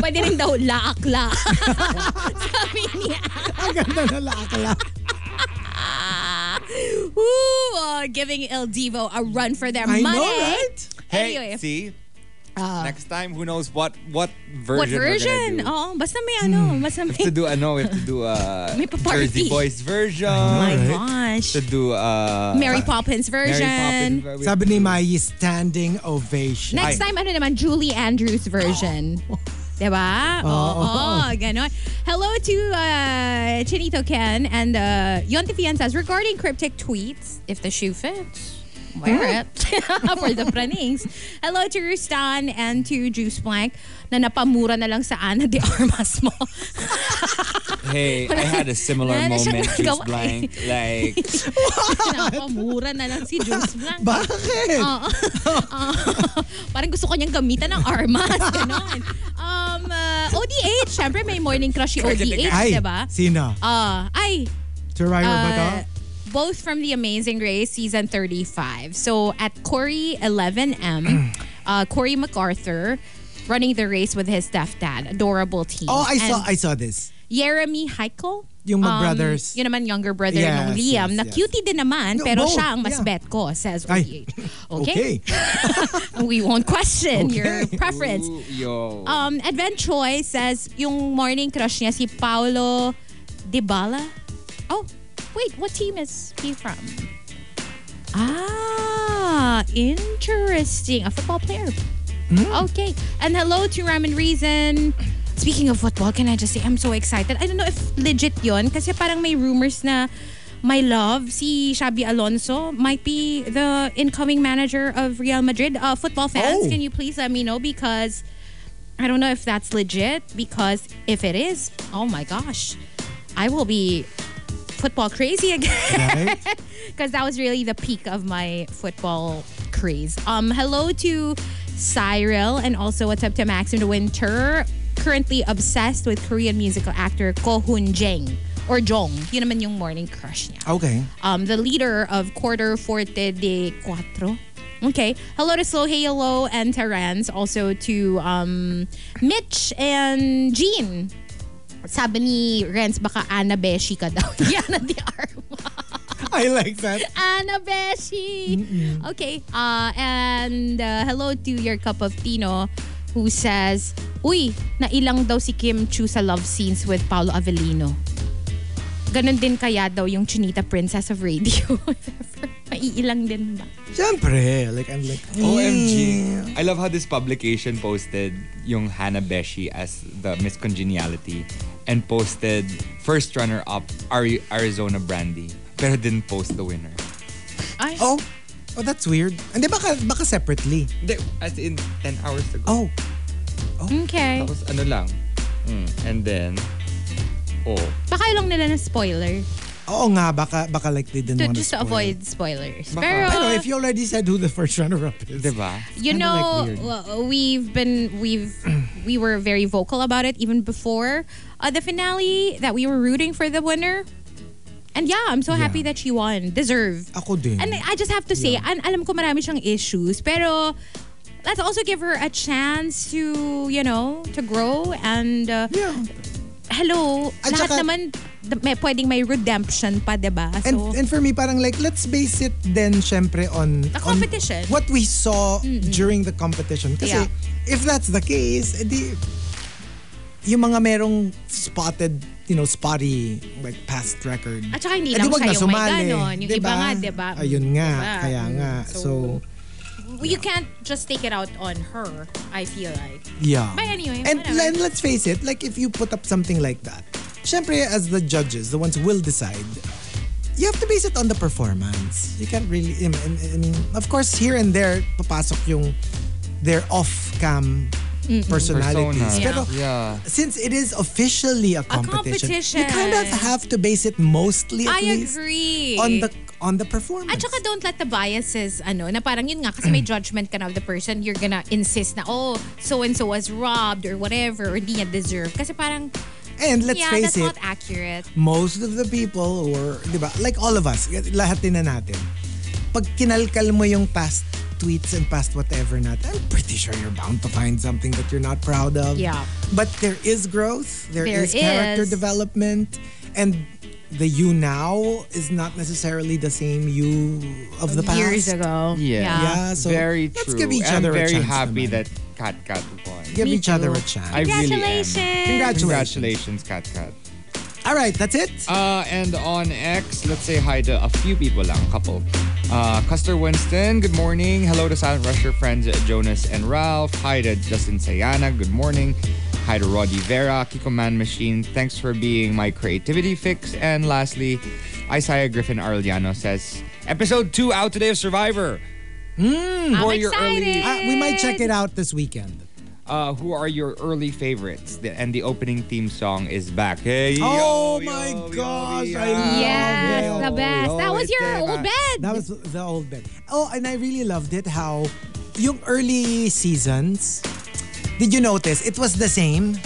S1: Pwede rin daw laakla. Sabi niya.
S2: Ang ganda na lakla.
S1: Ooh, uh, giving El Divo a run for their
S2: I
S1: money.
S2: know, right?
S4: hey,
S1: Anyway. Ah.
S4: see? next time, who knows what what version
S1: What version?
S4: we're gonna do.
S1: Oh. Oo, basta may ano, basta
S4: We have to
S1: may...
S4: do, ano, we have to do uh,
S1: May pa-party.
S4: Jersey Boys version.
S1: Oh my
S4: We
S1: gosh.
S4: have to do uh,
S1: Mary Poppins
S4: Mary
S1: version.
S4: Poppins.
S2: Sabi ni Mayi, standing ovation.
S1: Next time, ano naman, Julie Andrews version. Diba? Oo, oh, ganon. Hello to uh, Chinito Ken and uh, Yonti Fian says, regarding cryptic tweets, if the shoe fits,
S4: Hmm.
S1: wear it for the pranings. Hello to Rustan and to Juice Blank na napamura na lang sa Ana de Armas mo.
S4: Hey, I had a similar
S1: Wala na siyang
S4: moment,
S1: nagawa
S4: Juice Blank. Like,
S1: napamura na lang si Juice Blank.
S2: Bakit?
S1: Oo. Oo. Parang gusto ko niyang gamitan ng armas. Ganon. Um, uh, ODH, syempre may morning crush si
S2: Ay,
S1: ODH, diba?
S2: sino?
S1: Ah, ay,
S2: Survivor ba to?
S1: uh, both from The Amazing Race season 35. So at Corey 11M, uh, Corey MacArthur running the race with his deaf dad. Adorable team.
S2: Oh, I
S1: And
S2: saw, I saw this.
S1: Jeremy Heichel.
S2: Yung mag-brothers.
S1: Um, yun naman younger brother
S2: Yes,
S1: ng Liam
S2: yes,
S1: na
S2: yes.
S1: cutie din naman
S2: No,
S1: pero
S2: both,
S1: siya ang mas
S2: yeah.
S1: bet ko says
S2: Ay.
S1: ODH. Okay? we won't question your preference.
S4: ooh, yo.
S1: Um, Advent Choi says yung morning crush niya si Paolo Dybala. Oh, wait, what team is he from? Ah, interesting. A football player. Okay. And hello to Ramen Reason. Speaking of football, can I just say I'm so excited. I don't know if legit yon kasi parang may rumors na my love, si Xabi Alonso might be the incoming manager of Real Madrid. Uh, football fans,
S2: Oh.
S1: can you please let me know because I don't know if that's legit because if it is, oh my gosh, I will be football crazy again.
S2: Right.
S1: Because that was really the peak of my football craze. Um, hello to Cyril and also what's up to Max in the Winter, currently obsessed with Korean musical actor Ko Hoon Jang. or Jong. Yun naman yung morning crush niya.
S2: Okay.
S1: Um, the leader of Quarter Forte de Cuatro. Okay. Hello to Sohei, hello, and Terence. Also to um, Mitch and Jean. Sabi ni Renz, baka Ana Beshi ka daw. Yana Di Arma.
S2: I like that.
S1: Anabeshi. Okay. Uh, and uh, hello to your cup of Tino who says, Uy, nailang daw si Kim Chu sa love scenes with Paolo Avellino. Ganon din kaya daw yung Chinita Princess of Radio. If ever. Maiilang din ba?
S2: Siyempre. Like, I'm like,
S1: Mm.
S4: OMG. I love how this publication posted yung Hannah Beshi as the Miss Congeniality and posted first runner-up Ari- Arizona Brandy pero didn't post the winner.
S1: Ay,
S2: Oh, oh, that's weird. Hindi, baka, baka separately.
S4: Hindi, As in 10 hours ago.
S2: Oh,
S1: okay.
S4: Tapos ano lang. Mm, And then, oh.
S1: Baka yun lang nila na spoiler.
S2: oo nga, baka, baka like they didn't
S1: To,
S2: want
S1: just to avoid spoilers.
S4: Baka.
S1: Pero,
S2: Pero if you already said who the first runner-up is.
S4: Diba?
S1: you
S2: kinda, like,
S1: know
S2: weird.
S1: w- we've been we've we were very vocal about it even before uh, the finale that we were rooting for the winner and yeah i'm so happy that she won deserve
S2: Ako din.
S1: and i just have to say and alam ko marami siyang issues pero let's also give her a chance to you know to grow and uh,
S2: yeah.
S1: hello
S2: At
S1: lahat
S2: saka-
S1: naman d- may pwedeng may redemption pa 'di ba
S2: And,
S1: so
S2: and for me, parang like, let's base it then syempre on...
S1: The
S2: on
S1: competition.
S2: what we saw during the competition. Kasi
S1: Yeah.
S2: if that's the case, edi, yung mga merong spotted, you know, spotty, like past record.
S1: At saka hindi
S2: edi
S1: lang
S2: wag na
S1: siya yung
S2: sumali.
S1: may ganon. Yung iba
S2: Diba?
S1: nga, diba?
S2: Ayun nga,
S1: Diba?
S2: kaya nga.
S1: So,
S2: So,
S1: you can't just take it out on her i feel like
S2: yeah.
S1: But anyway,
S2: and,
S1: whatever.
S2: and let's face it, like if you put up something like that, syempre as the judges, the ones who will decide, you have to base it on the performance. You can't really, I mean, I mean, of course, here and there, papasok yung their off-cam personalities.
S4: Persona.
S2: Pero
S4: Yeah.
S2: since it is officially a competition,
S1: competition.
S2: you kind of have to base it mostly, at
S1: I
S2: least,
S1: agree.
S2: on the on the performance.
S1: At saka don't let the biases, ano, na parang yun nga, kasi may judgment ka na of the person, you're gonna insist na, oh, so-and-so was robbed or whatever, or di niya deserve. Kasi parang,
S2: and let's
S1: yeah,
S2: face
S1: that's
S2: it,
S1: not accurate.
S2: most of the people or, di ba, like all of us, lahat din na natin, pag kinalkal mo yung past tweets and past whatever natin, I'm pretty sure you're bound to find something that you're not proud of.
S1: Yeah.
S2: But there is growth, there
S1: There
S2: is character
S1: is.
S2: development, and the you now is not necessarily the same you of the past.
S1: Years ago.
S4: Oh, Yeah.
S2: Yeah, so
S4: very true.
S2: let's give each
S4: I'm
S2: other a
S4: very
S2: chance
S4: happy
S2: naman.
S4: that Kat Kat won.
S2: Give
S1: Me
S2: each other
S1: too.
S2: a chance.
S4: I really am.
S1: Congratulations.
S4: Congratulations, Kat Kat.
S2: all right, that's it.
S4: Uh, and on X, let's say hi to a few people lang, couple. Uh, Custer Winston, good morning. Hello to Silent Rusher friends Jonas and Ralph. Hi to Justin Sayana, good morning. Hi to Roddy Vera, Kiko Man Machine. Thanks for being my creativity fix. And lastly, Isaiah Griffin Arellano says, Episode 2 out today of Survivor.
S1: I'm
S4: Or your
S1: excited.
S4: early-
S2: Uh, we might check it out this weekend.
S4: Uh, who are your early favorites? The- And the opening theme song is back. Hey,
S2: Oh
S4: yo,
S2: my
S4: yo, yo,
S2: gosh,
S4: yo.
S2: I love
S1: Yes,
S2: it. Oh,
S1: the best. That was your
S4: Diba?
S1: old bed.
S2: That was the old bed. Oh, and I really loved it how yung early seasons, did you notice, it was the same,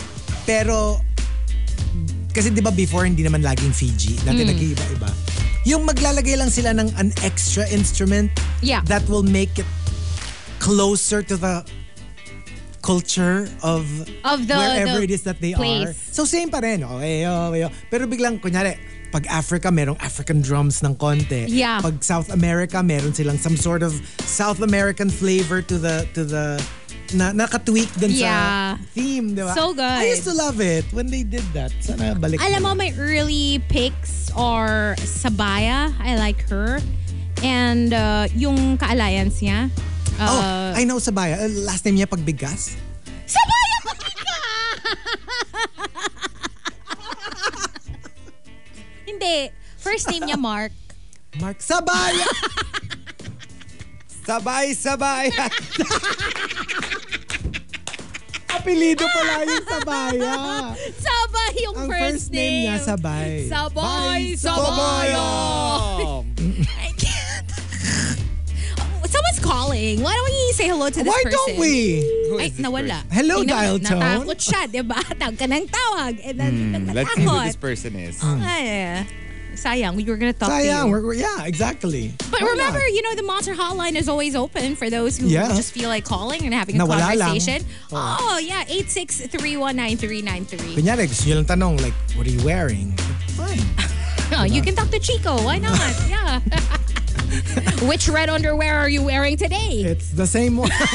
S2: pero, kasi di ba before, hindi naman laging Fiji. Dati
S1: Hmm.
S2: nag-iiba-iba. Yung maglalagay lang sila ng an extra instrument
S1: Yeah.
S2: that will make it closer to the culture of,
S1: Of the-
S2: wherever
S1: the
S2: it is that they are.
S1: place.
S2: So same pa rin. Oh, eh, oh, eh, oh. Pero biglang, kunyari, pag Africa, merong African drums ng konti.
S1: Yeah.
S2: Pag South America, meron silang some sort of South American flavor to the, to the, na, nakatweak dun
S1: Yeah.
S2: sa theme, di ba?
S1: So good.
S2: I used to love it when they did that. Sana balik.
S1: Alam mo,
S2: nila.
S1: my early picks are Sabaya. I like her. And uh, yung ka-alliance niya.
S2: Oh,
S1: uh,
S2: I know Sabaya. Uh, Last name niya Pagbigas.
S1: Sabaya! Hindi. First name niya Mark.
S2: Mark Sabaya!
S4: Sabay, sabay.
S2: Apelido pala yung Sabaya.
S1: Sabay yung
S2: Ang first
S1: first,
S2: name niya, Sabay.
S1: Sabay,
S2: Bye,
S1: Sabaya! I can't. Someone's calling. Why don't we say hello to this
S2: Why
S1: person?
S2: don't we?
S1: Ay, nawala.
S2: Hello,
S1: Tingnan mo,
S2: dial tone.
S1: Natakot siya, di ba? Tawag ka ng tawag. And then, natatakot.
S4: Hmm, Let's see who this person is.
S1: Ay, sayang, we were gonna talk to
S2: Sayang.
S1: you.
S2: We're, we're- yeah, exactly.
S1: But
S2: Why
S1: remember,
S2: not?
S1: you know, the Monster Hotline is always open for those who
S2: Yeah.
S1: just feel like calling and having a
S2: Nawala lang.
S1: conversation. Oh, yeah, 863193993.
S2: Kunyari, gusto nyo lang tanong, like, what are you wearing? Fine.
S1: Oh, you can talk to Chico. Why not? Yeah. Which red underwear are you wearing today?
S2: It's the same one. Eh.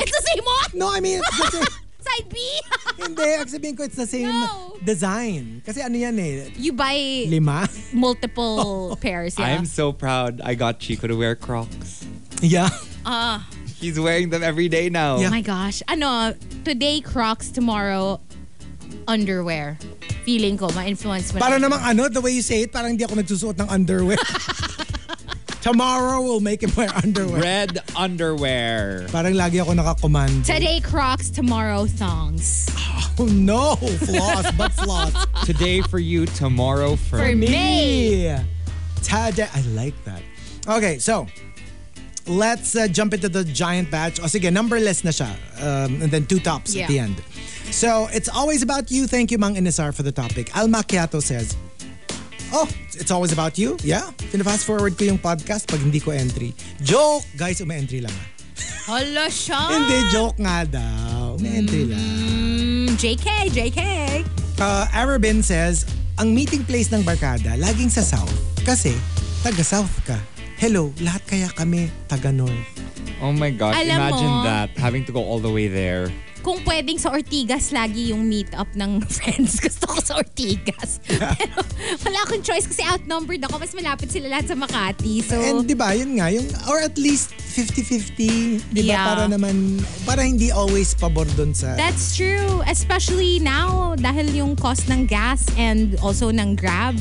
S1: It's the same one.
S2: no, I mean, it's the same.
S1: Side B.
S2: Hindi, ang sabihin ko, it's the same
S1: No.
S2: design. Kasi ano yan eh,
S1: you buy
S2: lima?
S1: multiple pairs. Yeah.
S4: I'm so proud I got Chico to wear Crocs.
S2: Yeah.
S4: He's wearing them every day now.
S1: Oh my gosh. Ano, today Crocs, tomorrow underwear. Feeling ko, ma-influence mo. na.
S2: Para namang ano, the way you say it, parang hindi ako nagsusuot ng underwear. Tomorrow, we'll make him wear underwear.
S4: Red underwear.
S2: Parang lagi ako nakakomando.
S1: Today Crocs, tomorrow thongs.
S2: Oh no! Floss, but floss.
S4: Today for you, tomorrow for,
S1: For me.
S2: Yeah. Tada. I like that. Okay, so let's uh, jump into the giant batch. O sige, numberless na siya. Um, and then two tops
S1: Yeah.
S2: at the end. So it's always about you. Thank you, Mang Inisar, for the topic. Al Macchiato says, Oh, it's always about you? Yeah. Pinafast forward ko yung podcast pag hindi ko entry. Joke! Guys, uma-entry lang. ah.
S1: Hala siya.
S2: Hindi, joke nga daw. Uma-entry lang.
S1: Mm, JK, JK.
S2: Uh, Arabin says, ang meeting place ng barkada laging sa South kasi taga-South ka. Hello, lahat kaya kami taga-North.
S4: Oh my gosh,
S1: Alam
S4: imagine
S1: mo.
S4: that. Having to go all the way there.
S1: Kung pwedeng sa Ortigas lagi yung meet up ng friends. Gusto ko sa Ortigas. Pero wala akong choice kasi outnumbered ako. Mas malapit sila lahat sa Makati. So,
S2: And di ba, yun nga, yung, or at least 50-50, di ba,
S1: Yeah.
S2: para naman, para hindi always pabor dun sa...
S1: That's true. Especially now dahil yung cost ng gas and also ng grab.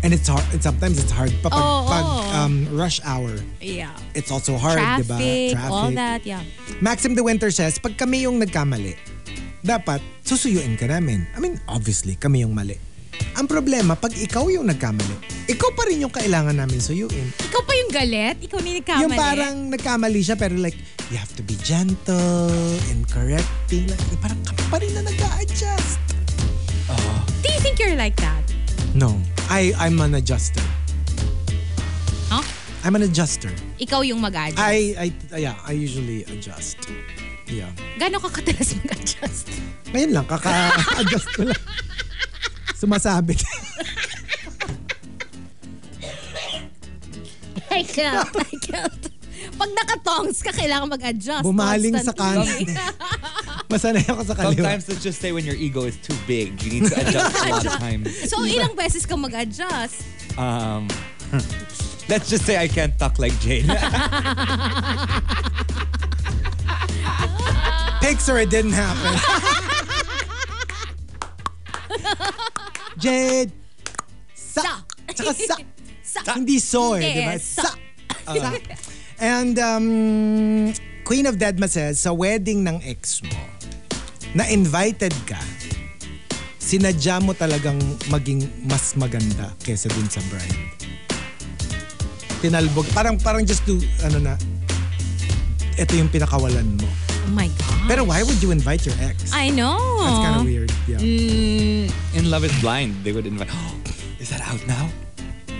S2: and it's hard, and sometimes it's hard pa pag,
S1: Oo,
S2: pag,
S1: oo.
S2: um, rush hour.
S1: Yeah.
S2: It's also hard, diba? di
S1: Traffic,
S2: ba?
S1: all that. Yeah.
S2: Maxim De Winter says, pag kami yung nagkamali, dapat susuyuin ka namin. I mean, obviously, kami yung mali. Ang problema, pag ikaw yung nagkamali, ikaw pa rin yung kailangan namin suyuin.
S1: Ikaw pa yung galit? Ikaw na yung nagkamali?
S2: Yung parang nagkamali siya, pero like, you have to be gentle and correcting. Like, eh, parang kami pa rin na nag-a-adjust.
S1: Do you think you're like that?
S2: No, I, I'm an adjuster.
S1: Huh?
S2: I'm an adjuster.
S1: Ikaw yung mag-adjust?
S2: I, I, yeah, I usually adjust. Yeah.
S1: Gano'n ka katalas mag-adjust?
S2: Ngayon lang, kaka-adjust ko lang. Sumasabit.
S1: I can't. I can't. uh, Pag nakatongs ka, kailangan mag-adjust.
S2: Bumaling sa
S1: constantly.
S2: Masanay ako sa kaliwa.
S4: Sometimes let's just say when your ego is too big, you need to adjust a lot of times.
S1: so, ilang beses ka mag-adjust?
S4: Um, let's just say I can't talk like Jane.
S2: Picks or it didn't happen. Jade. Sa. Tsaka sa.
S1: Sa.
S2: Hindi so eh,
S1: Hindi,
S2: di ba? Sa.
S1: sa.
S2: Sa. And um, Queen of Deadma says, sa wedding ng ex mo, na-invited ka, sinadya mo talagang maging mas maganda kesa dun sa bride. Tinalbog. Parang, parang just to, ano na, ito yung pinakawalan mo.
S1: Oh my God.
S2: Pero why would you invite your ex?
S1: I know.
S2: That's kind of weird. Yeah.
S4: In Love is Blind, they would invite. "Oh, is that out now?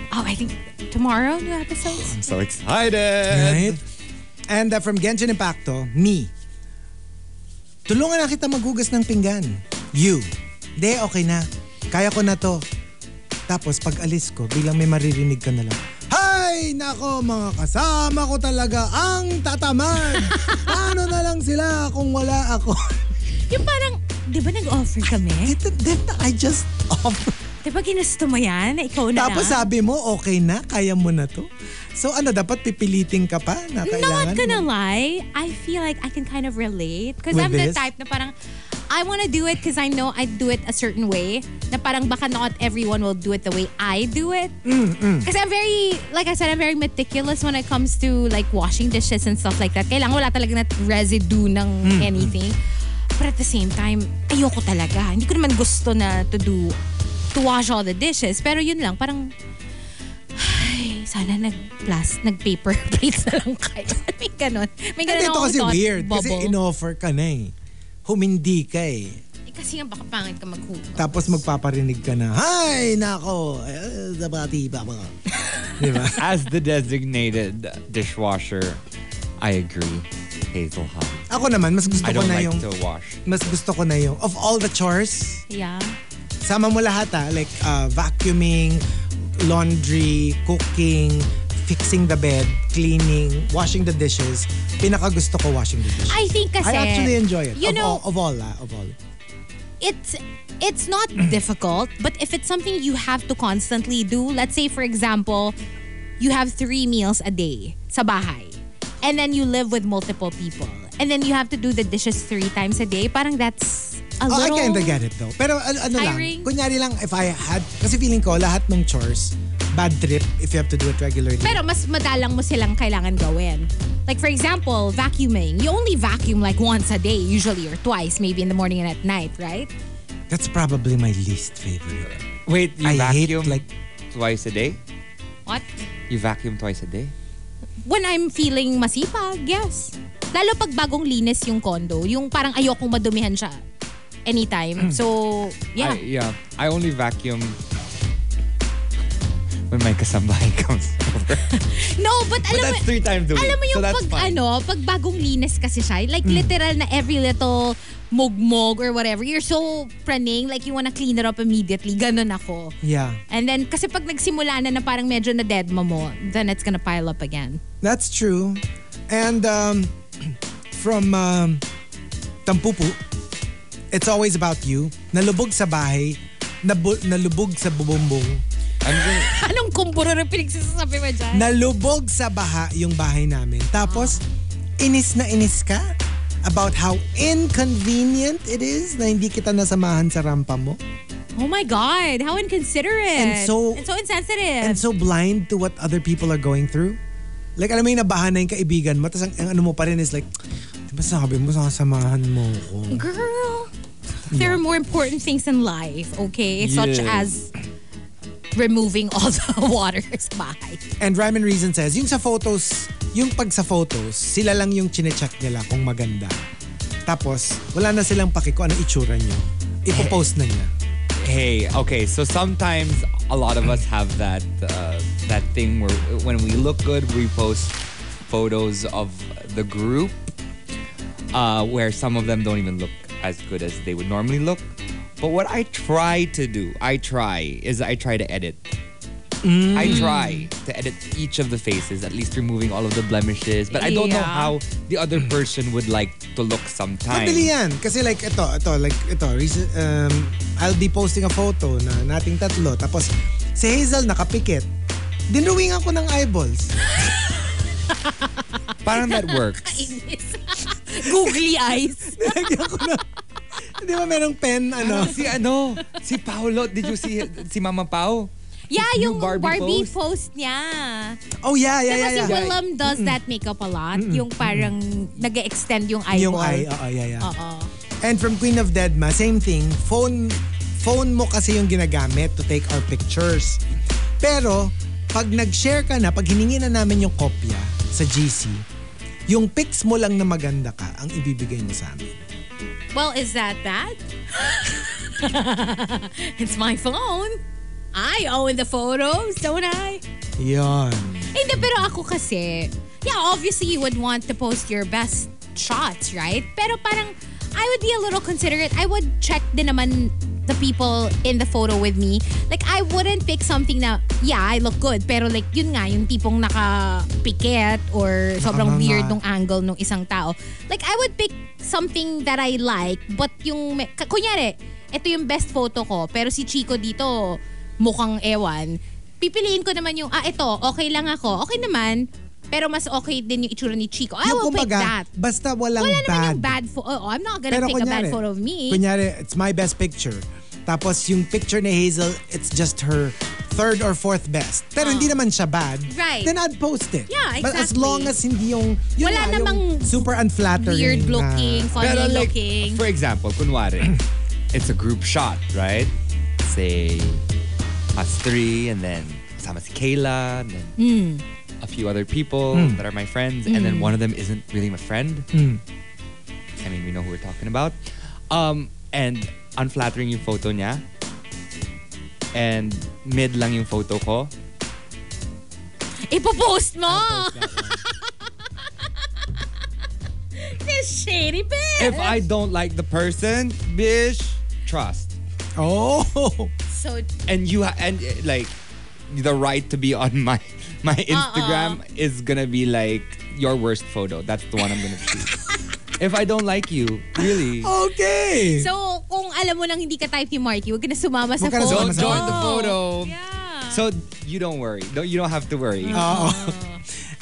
S1: Oh, I think tomorrow, new episodes?
S4: I'm so excited.
S2: Right? And uh, from Genshin Impacto, me. Tulungan na kita maghugas ng pinggan. You. De, okay na. Kaya ko na to. Tapos pag alis ko, bilang may maririnig ka na lang. Hay! Nako, mga kasama ko talaga ang tatamad. Paano na lang sila kung wala ako?
S1: Yung parang, di ba nag-offer kami?
S2: Ito, Depta, I just offer.
S1: Di ba ginusto mo yan? Ikaw na
S2: Tapos
S1: lang?
S2: sabi mo, okay na, kaya mo na to. So ano, dapat pipilitin ka pa na kailangan
S1: Not gonna
S2: mo.
S1: lie, I feel like I can kind of relate. Because
S2: With
S1: I'm
S2: this?
S1: the type na parang, I wanna do it because I know I do it a certain way. Na parang baka not everyone will do it the way I do it. Because I'm very, like I said, I'm very meticulous when it comes to like washing dishes and stuff like that. Kailangan wala talaga na residue ng
S2: Mm.
S1: anything. But at the same time, ayoko talaga. Hindi ko naman gusto na to do, to wash all the dishes. Pero yun lang, parang, ay, sana nag-plus, nag-paper plates na lang kayo. May ganon. May ganon
S2: Hindi, ito
S1: akong
S2: kasi
S1: thought
S2: weird. Kasi
S1: Bubble.
S2: inoffer ka na eh. Humindi ka eh.
S1: Eh, kasi nga baka pangit ka maghugas.
S2: Tapos magpaparinig ka na, Hay! Nako! eh, Dabati pa mga. Di ba?
S4: As the designated dishwasher, I agree, Hazel Hahn.
S2: Ako naman, mas gusto
S4: I
S2: ko
S4: don't
S2: na
S4: like
S2: yung...
S4: to wash.
S2: Mas gusto ko na yung... Of all the chores,
S1: Yeah.
S2: sama mo lahat ah. Like uh, vacuuming, laundry, cooking, fixing the bed, cleaning, washing the dishes. Pinaka gusto ko washing the dishes.
S1: I think kasi...
S2: I actually enjoy it.
S1: You
S2: of,
S1: know,
S2: all, of all ah, of all.
S1: it's it's not
S2: Mm.
S1: difficult, but if it's something you have to constantly do, let's say for example, you have three meals a day sa bahay, and then you live with multiple people, and then you have to do the dishes three times a day, parang that's a
S2: Oh, I
S1: little...
S2: kinda get it though. Pero ano, ano lang,
S1: tiring.
S2: kunyari lang if I had, kasi feeling ko lahat ng chores, bad trip if you have to do it regularly.
S1: Pero mas madalang mo silang kailangan gawin. Like for example, vacuuming. You only vacuum like once a day usually or twice, maybe in the morning and at night, right?
S2: That's probably my least favorite.
S4: Wait, you
S2: I hate,
S4: vacuum
S2: like-
S4: twice a day?
S1: What?
S4: You vacuum twice a day?
S1: when I'm feeling masipag, yes. Lalo pag bagong linis yung condo, yung parang ayokong madumihan siya
S4: Hmm.
S1: anytime. So, yeah.
S4: I, yeah. I only vacuum when my kasambahay comes over.
S1: no, but
S4: But
S1: alam mo,
S4: that's three times a week.
S1: alam mo
S4: so
S1: yung
S4: that's
S1: pag,
S4: fine. Hmm.
S1: ano, pag bagong linis kasi siya, like literal na every little mugmog or whatever, you're so praning, like you wanna clean it up immediately. Ganun ako.
S2: Yeah.
S1: And then, kasi pag nagsimula na na parang medyo na dead mo, then it's gonna pile up again.
S2: That's true. And um, from um, Tampupu, it's always about you. Nalubog sa bahay, nabu- nalubog sa bubumbong,
S1: Anong kumburo na pinagsasasabi mo dyan?
S2: nalubog sa baha yung bahay namin. Tapos, inis na inis ka about how inconvenient it is na hindi kita nasamahan sa rampa mo.
S1: Oh my God, how inconsiderate.
S2: And so-
S1: and so insensitive.
S2: And so blind to what other people are going through. Like, alam mo yung nabahan na yung kaibigan mo, tapos ang, ang ano mo pa rin is like, di ba sabi mo, sasamahan mo ko.
S1: Girl, there are more important things in life, okay? Such
S4: Yeah.
S1: as removing all the water sa bahay.
S2: And Ryman Reason says, yung sa photos, yung pag sa photos, sila lang yung chinecheck nila kung maganda. Tapos, wala na silang paki kung anong itsura niyo. Ipopost na niya.
S4: Hey, okay, so sometimes a lot of us have that uh, that thing where when we look good, we post photos of the group uh, where some of them don't even look as good as they would normally look. But what I try to do, I try, is I try to edit.
S2: Mm.
S4: I try to edit each of the faces, at least removing all of the blemishes. But I don't know
S1: Yeah.
S4: how the other person would like to look sometimes.
S2: Madali yan. Kasi like, ito, ito, like, ito, recent, um, I'll be posting a photo na nating tatlo. Tapos, si Hazel nakapikit. Dinuwingan ko ng eyeballs.
S4: Parang that works.
S1: Googly eyes.
S2: Di ba merong pen, ano?
S4: si ano, si Paolo, did you see si Mama Pao?
S1: Yeah,
S4: New
S1: yung Barbie,
S4: Barbie
S1: post? niya.
S2: Oh, yeah, yeah,
S1: Diba
S2: yeah,
S1: si
S2: yeah.
S1: Willem does that makeup a lot? Yung parang nag extend yung
S2: Yung
S1: eyeball.
S2: eye, uh- oo, yeah, yeah.
S1: Oo.
S2: And from Queen of Deadma, same thing. Phone, phone mo kasi yung ginagamit to take our pictures. Pero, pag nag-share ka na, pag hiningi na namin yung kopya sa GC, yung pics mo lang na maganda ka ang ibibigay mo sa amin.
S1: Well, is that bad? it's my phone. I own the photos, don't I?
S2: Yun.
S1: Hindi, Eh, pero ako kasi, yeah, obviously you would want to post your best shots, right? Pero parang, I would be a little considerate. I would check din naman the people in the photo with me. Like, I wouldn't pick something na, yeah, I look good. Pero like, yun nga, yung tipong naka-piket or
S2: Nakanganga.
S1: sobrang weird nung angle nung isang tao. Like, I would pick something that I like, but yung, me- k- kunyari, ito yung best photo ko, pero si Chico dito, mukhang ewan. Pipiliin ko naman yung, ah, ito, okay lang ako. Okay naman, pero mas okay din yung itsura ni Chico. I will pick that.
S2: basta walang
S1: Wala
S2: bad.
S1: naman yung bad photo. Oh, I'm not gonna pick a bad photo of me.
S2: Kunyari, it's my best picture. Tapos yung picture ni Hazel, it's just her third or fourth best. Pero hindi naman siya bad.
S1: Oh. Right.
S2: Then I'd post it.
S1: Yeah,
S2: But as
S1: exactly.
S2: long as hindi yung, yun
S1: Wala
S2: nga, yung
S1: namang
S2: super unflattering.
S1: Weird
S2: na-
S1: looking, funny
S4: Pero like,
S1: looking.
S4: for example, kunwari, it's a group shot, right? Say, us three, and then kasama si Kayla, and then a few other people
S2: Mm.
S4: that are my friends, and then
S2: Mm.
S4: one of them isn't really my friend.
S2: Mm.
S4: I mean, we know who we're talking about. Um, and unflattering yung photo niya. And mid lang yung photo ko.
S1: Ipopost mo! This shady bitch!
S4: If I don't like the person, bish, trust.
S2: Oh.
S1: So,
S4: And you ha- and uh, like the right to be on my my
S1: Uh-uh.
S4: Instagram is gonna be like your worst photo. That's the one I'm gonna choose. if I don't like you, really.
S1: Oh,
S2: Okay.
S1: so, kung alam mo nang hindi ka type ni Marky, huwag ka na sumama sa
S4: Huwag ka na
S1: photo.
S4: sumama sa Don't join the photo. So you don't worry. Don't, you don't have to worry.
S1: Mm.
S2: Oh.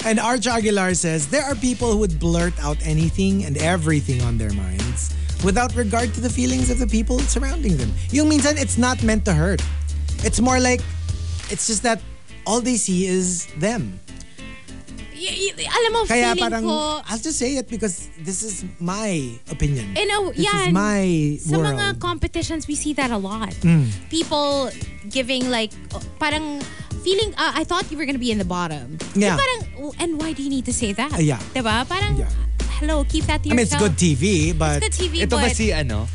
S2: And Arch Aguilar says there are people who would blurt out anything and everything on their minds without regard to the feelings of the people surrounding them. Yung minsan, it's not meant to hurt. It's more like, it's just that all they see is them.
S1: Y- y- alam mo,
S2: Kaya
S1: feeling
S2: parang, ah,
S1: ko,
S2: I'll just say it because this is my opinion.
S1: in a,
S2: this is
S1: yan,
S2: my
S1: sa
S2: world.
S1: mga competitions, we see that a lot.
S2: Mm.
S1: People giving like, uh, parang feeling, uh, I thought you were gonna be in the bottom.
S2: Yeah.
S1: Yung Parang, "Oh, and why do you need to say that?
S2: Uh, yeah.
S1: Diba? Parang, hello, keep that to
S2: I mean, it's
S1: yourself.
S2: good TV, but...
S1: It's good TV, Ito ba but- si
S4: ano?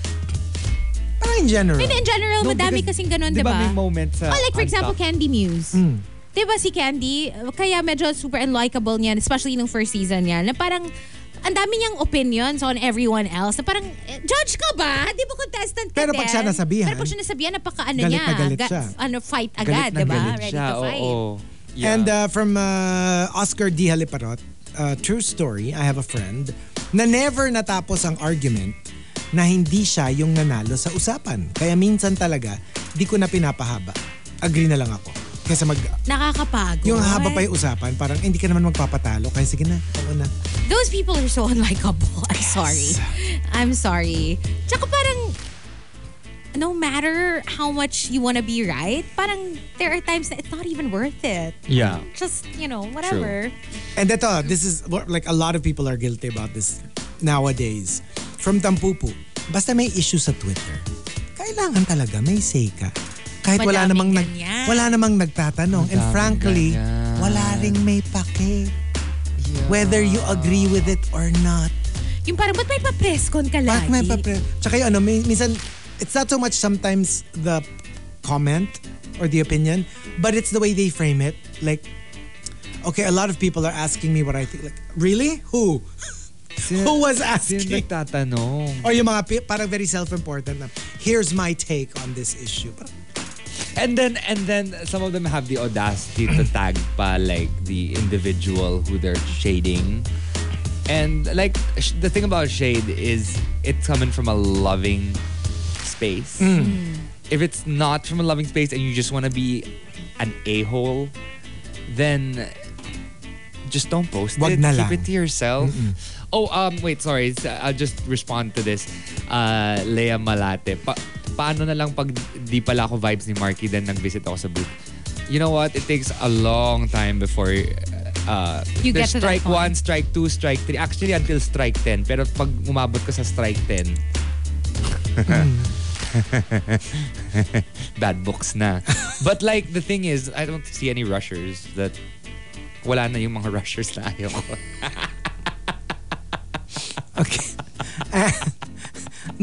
S2: Parang in general.
S1: I mean, in general,
S2: No,
S1: madami
S2: because-
S1: kasing ganun,
S2: di
S1: diba?
S2: ba may moment sa
S1: Oh, like for
S2: on
S1: example,
S2: top?
S1: Candy Muse.
S2: Mm.
S1: Diba si Candy, kaya medyo super unlikable niyan, especially nung first season niya, na parang ang dami niyang opinions on everyone else. Na parang, eh, judge ka ba? Di ba contestant ka
S2: Pero pag
S1: din?
S2: siya nasabihan,
S1: Pero pag siya nasabihan, napaka ano
S2: galit
S1: niya.
S2: na galit
S1: ga-
S2: siya.
S1: Ano, fight
S2: Galit
S1: agad,
S2: na
S1: di ba?
S2: galit
S1: Ready
S2: siya,
S1: to fight.
S2: And uh, from uh, Oscar D. Haliparot, uh, true story, I have a friend na never natapos ang argument na hindi siya yung nanalo sa usapan. Kaya minsan talaga, di ko na pinapahaba. Agree na lang ako. Kesa mag...
S1: Nakakapagod.
S2: Yung haba pa yung usapan, parang "Eh, hindi ka naman magpapatalo. Kaya sige na, oo na.
S1: Those people are so unlikable. I'm sorry. I'm sorry. Tsaka parang, no matter how much you want to be right, parang there are times that it's not even worth it.
S4: Yeah.
S1: Just, you know, whatever.
S2: And ito, this is what- like a lot of people are guilty about this nowadays. From Tampupu, basta may issue sa Twitter, kailangan talaga may say ka. Kahit wala namang, nag,
S1: Madaming ganyan.
S2: wala namang nagtatanong. And
S1: Madaming
S2: frankly,
S1: ganyan.
S2: wala ring may pake. Whether you agree with it or not.
S1: Yung parang, ba't may pa-presscon ka lagi?
S2: Bakit may papre... Tsaka yung ano, may, minsan, it's not so much sometimes the comment or the opinion, but it's the way they frame it. Like, okay, a lot of people are asking me what I think. Like, really? Who? Who was asking?
S4: Sino nagtatanong?
S2: Or yung mga pi- parang very self-important na, here's my take on this issue. Parang,
S4: And then and then some of them have the audacity to tag pa like the individual who they're shading. And like sh- the thing about shade is it's coming from a loving space.
S12: Mm.
S4: If it's not from a loving space and you just want to be an a-hole, then just don't post
S2: Wag
S4: it.
S2: na
S4: Keep
S2: lang.
S4: it to yourself. Oh, um, wait, sorry. It's- I'll just respond to this. Uh, Lea Malate. Pa- paano na lang pag di pala ako vibes ni Marky then nag-visit ako sa booth? You know what? It takes a long time before uh,
S12: You get
S4: there's
S12: to that
S4: strike one, strike two, strike three. Actually, until strike 10. Pero pag umabot ka sa strike 10, bad books na. But like, the thing is, I don't see any rushers that wala na yung mga rushers na ayoko.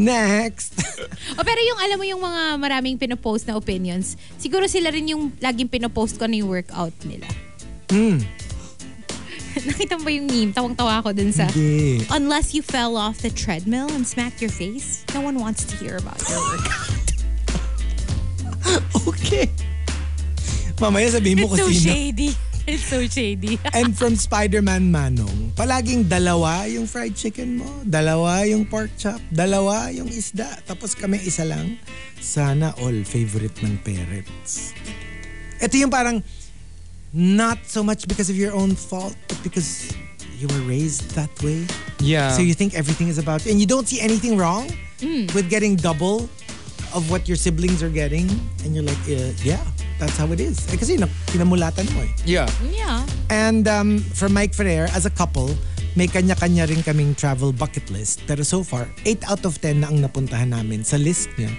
S2: Next!
S1: O pero yung alam mo yung mga maraming pinopost na opinions, siguro sila rin yung laging pinopost ko na yung workout nila.
S2: Hmm.
S1: Nakita mo ba yung meme? Tawang-tawa ako dun sa...
S2: Hindi.
S1: Unless you fell off the treadmill and smacked your face, no one wants to hear about your workout.
S2: okay. Mamaya sabihin mo
S1: It's
S2: kung
S1: so
S2: sino.
S1: shady. It's so shady.
S2: And from Spider-Man Manong, palaging dalawa yung fried chicken mo, dalawa yung pork chop, dalawa yung isda, tapos kami isa lang. Sana all favorite ng parents. Ito yung parang not so much because of your own fault, but because you were raised that way.
S4: Yeah.
S2: So you think everything is about you. And you don't see anything wrong with getting double of what your siblings are getting. And you're like, eh, yeah, that's how it is. Eh, kasi na- pinamulatan mo eh.
S4: Yeah.
S1: Yeah.
S2: And um, for Mike Ferrer, as a couple, may kanya-kanya rin kaming travel bucket list. Pero so far, 8 out of 10 na ang napuntahan namin sa list niya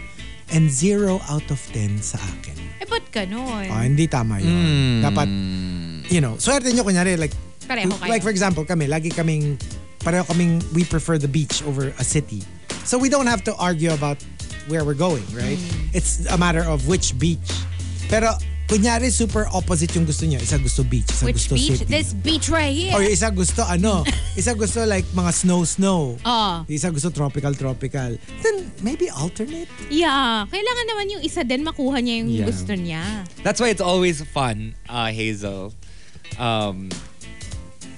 S2: and 0 out of 10 sa akin.
S1: Eh, ba't ganun?
S2: Ah, hindi tama yun. Dapat, you know, swerte nyo kunyari, like,
S1: Pareho kayo.
S2: like for example, kami, lagi kaming, pareho kaming, we prefer the beach over a city. So we don't have to argue about where we're going, right?
S1: Hmm.
S2: It's a matter of which beach. Pero, kunyari, super opposite yung gusto nyo. Isa gusto beach, isa
S1: Which
S2: gusto
S1: beach?
S2: city.
S1: This beach right here.
S2: Or yung isa gusto ano, isa gusto like mga snow-snow.
S1: Ah.
S2: Yung Isa gusto tropical-tropical. Then maybe alternate.
S1: Yeah. Kailangan naman yung isa din makuha niya yung
S4: Yeah.
S1: gusto niya.
S4: That's why it's always fun, uh, Hazel. Um,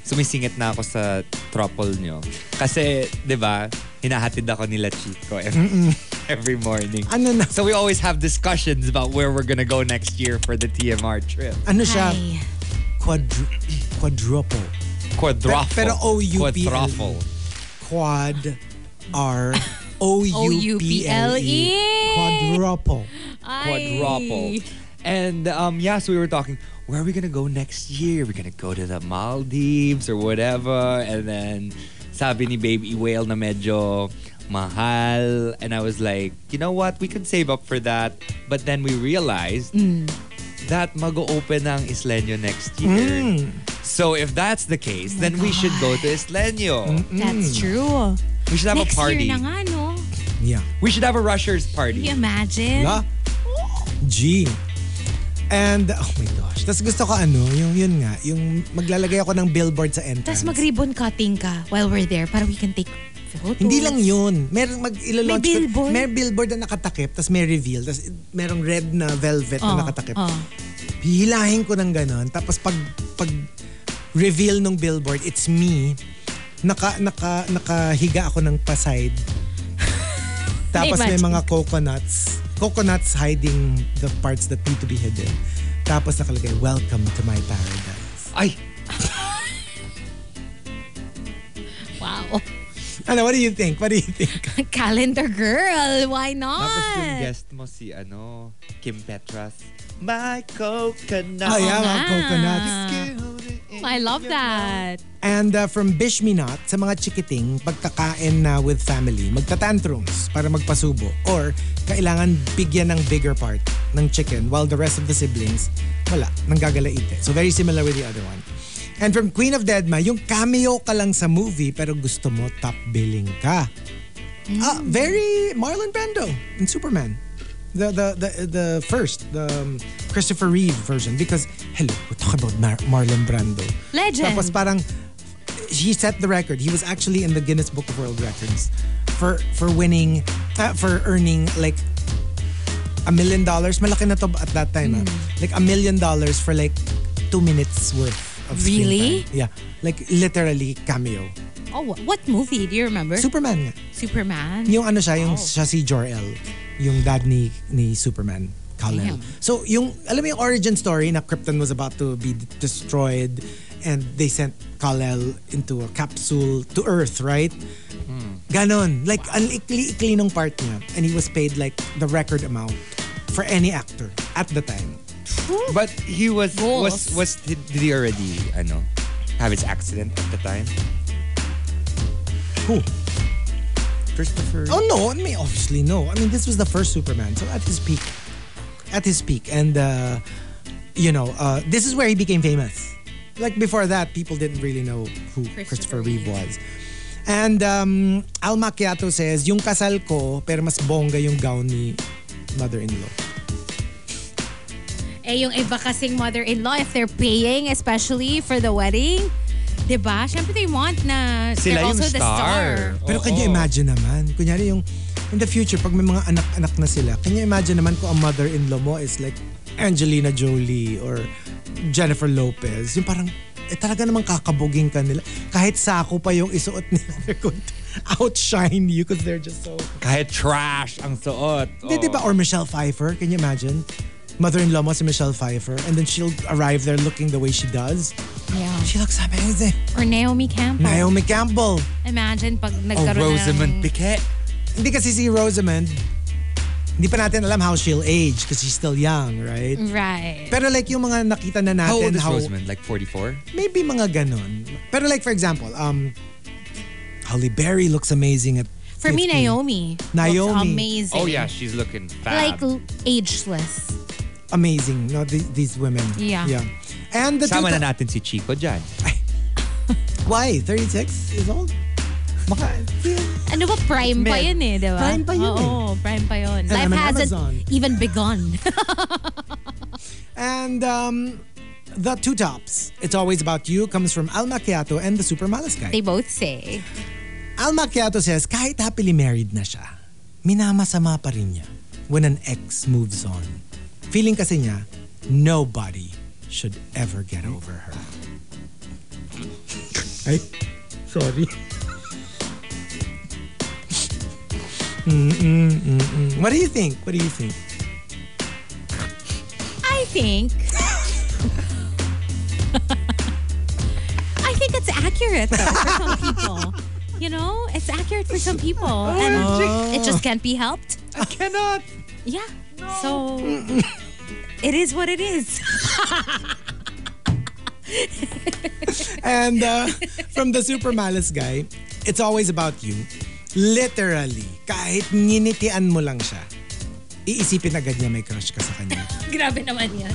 S4: sumisingit na ako sa trouble nyo. Kasi, di ba, hinahatid ako nila Chico every, every morning.
S2: Ano na?
S4: So we always have discussions about where we're gonna go next year for the TMR trip.
S2: Ano siya?
S1: Ay.
S2: Quadru- quadruple.
S4: Quadruple.
S2: pero O-U-P-L-E.
S4: Quadruple.
S2: E. Quad R O U P L
S1: O-U-P-L-E.
S2: E. Quadruple.
S1: Ay.
S4: quadruple. And um, yeah, so we were talking, where are we gonna go next year? We're gonna go to the Maldives or whatever. And then sabi ni Baby Whale na medyo mahal. And I was like, you know what? We could save up for that. But then we realized
S1: Mm.
S4: that mag-open ang Isleño next year.
S1: Mm.
S4: So if that's the
S1: Oh
S4: case, then we should go to Isleño.
S1: That's true.
S4: We should have
S1: Mm.
S4: a
S1: Next
S4: Hmm. party.
S1: year na nga, no?
S2: Yeah.
S4: We should have a rushers
S1: Can
S4: party.
S1: you imagine?
S2: La. G. And, oh my gosh. Tapos gusto ko ano, yung yun nga, yung maglalagay ako ng billboard sa entrance.
S1: Tapos mag-ribbon cutting ka while we're there para we can take photos.
S2: Hindi lang yun. Meron mag
S1: May
S2: ilalaunch
S1: billboard?
S2: May billboard na nakatakip, tapos may reveal, tapos merong red na velvet
S1: Oo,
S2: na nakatakip.
S1: oo.
S2: Hihilahin ko ng ganun. Tapos pag pag reveal ng billboard, it's me. Naka naka nakahiga ako ng paside. tapos may
S1: Imagine.
S2: mga coconuts. Coconuts hiding the parts that need to be hidden. Tapos nakalagay, "Welcome to my paradise."
S4: Ay,
S1: Wow.
S2: Ano, what do you think? What do you think?
S1: Calendar girl, why not?
S4: Tapos yung guest mo si ano, Kim Petras. My coconut.
S2: Oh, yeah, mga
S1: nga.
S2: coconuts.
S1: I love that.
S2: And uh, from Bishminot, sa mga chikiting, pagkakain na with family, magtatantrums para magpasubo. Or kailangan bigyan ng bigger part ng chicken while the rest of the siblings, wala, nanggagalaite. So very similar with the other one. And from Queen of Deadma, yung cameo ka lang sa movie pero gusto mo top billing ka. Ah, very Marlon Brando in Superman. The the the the first, the um, Christopher Reeve version because hello, we're talking about Mar- Marlon Brando.
S1: Legend.
S2: Tapos parang he set the record. He was actually in the Guinness Book of World Records for for winning uh, for earning like a million dollars. Malaki na to at that time. ah. Like a million dollars for like two minutes worth of screen
S1: Really?
S2: time. Yeah. Like literally cameo.
S1: Oh, wh- what movie? Do you remember?
S2: Superman nga.
S1: Superman? Oh.
S2: Yung ano siya, yung siya si Jor-El, yung dad ni, ni Superman, Kal-El.
S1: Damn.
S2: So yung, alam mo yung origin story na Krypton was about to be d- destroyed and they sent Kal-El into a capsule to Earth, right?
S1: Hmm.
S2: Ganon. Like, ang ikli-ikli nung part niya. And he was paid like the record amount for any actor at the time.
S4: But he was,
S1: Goals.
S4: was, was, did did he already, ano, have his accident at the time?
S2: Who?
S4: Christopher.
S2: Oh no, I mean obviously no. I mean this was the first Superman, so at his peak, at his peak, and uh, you know uh, this is where he became famous. Like before that, people didn't really know who Christopher, Reeve was. And um, Al Macchiato says, yung kasal ko, pero mas bongga yung gown ni mother-in-law.
S1: Eh, yung iba kasing mother-in-law, if they're paying, especially for the wedding, diba? Siyempre they want na
S4: Sila
S1: they're
S4: yung
S1: also the star.
S4: star. Oo.
S2: Pero can you imagine naman? Kunyari yung in the future, pag may mga anak-anak na sila, can you imagine naman kung ang mother-in-law mo is like Angelina Jolie or Jennifer Lopez? Yung parang, eh talaga naman kakabuging ka nila. Kahit sako pa yung isuot nila, they're going to outshine you because they're just so...
S4: Kahit trash ang suot.
S2: Di, di ba? Or Michelle Pfeiffer, can you imagine? Mother-in-law mo si Michelle Pfeiffer and then she'll arrive there looking the way she does.
S1: Yeah.
S2: She looks amazing.
S1: Or Naomi Campbell.
S2: Naomi Campbell.
S1: Imagine pag
S4: Oh,
S1: nagkaroon
S4: Rosamund
S1: na ng...
S4: Piquet.
S2: Hindi kasi si Rosamund, hindi pa natin alam how she'll age because she's still young, right?
S1: Right.
S2: Pero like yung mga nakita na
S4: Mm.
S2: natin,
S4: How old is Rosamund? Like 44?
S2: maybe mga ganun. Pero like for example, um, Holly Berry looks amazing at
S1: For me,
S2: 15.
S1: Naomi.
S2: Naomi.
S1: Looks amazing.
S4: Oh yeah, she's looking fab.
S1: Like, l- ageless.
S2: amazing, no? Th- these women.
S1: Yeah.
S2: Yeah. And the
S4: Sama
S2: tita-
S4: na natin si Chico dyan.
S2: Why? 36 years old? Maka,
S1: Ano ba, prime pa
S2: Med.
S1: yun eh, di ba?
S2: Prime pa yun
S1: Oo,
S2: eh.
S1: prime pa
S2: And
S1: yun. Life
S2: I'm an
S1: hasn't
S2: Amazon.
S1: even begun.
S2: And um, the two tops. It's always about you comes from Al Macchiato and the Super Malas guy.
S1: They both say.
S2: Al Macchiato says kahit happily married na siya, minamasama pa rin niya when an ex moves on. Feeling kasi niya, nobody should ever get over her. Ay, sorry. Mm-mm, mm-mm. What do you think? What do you think?
S1: I think. I think it's accurate though for some people. You know, it's accurate for some people,
S2: Oh,
S1: and it just can't be helped.
S4: I cannot.
S1: Yeah. So it is what it is.
S2: And uh, from the Super Malice guy, it's always about you. Literally, kahit nginitian mo lang siya, iisipin agad niya may crush ka sa kanya.
S1: Grabe naman yan.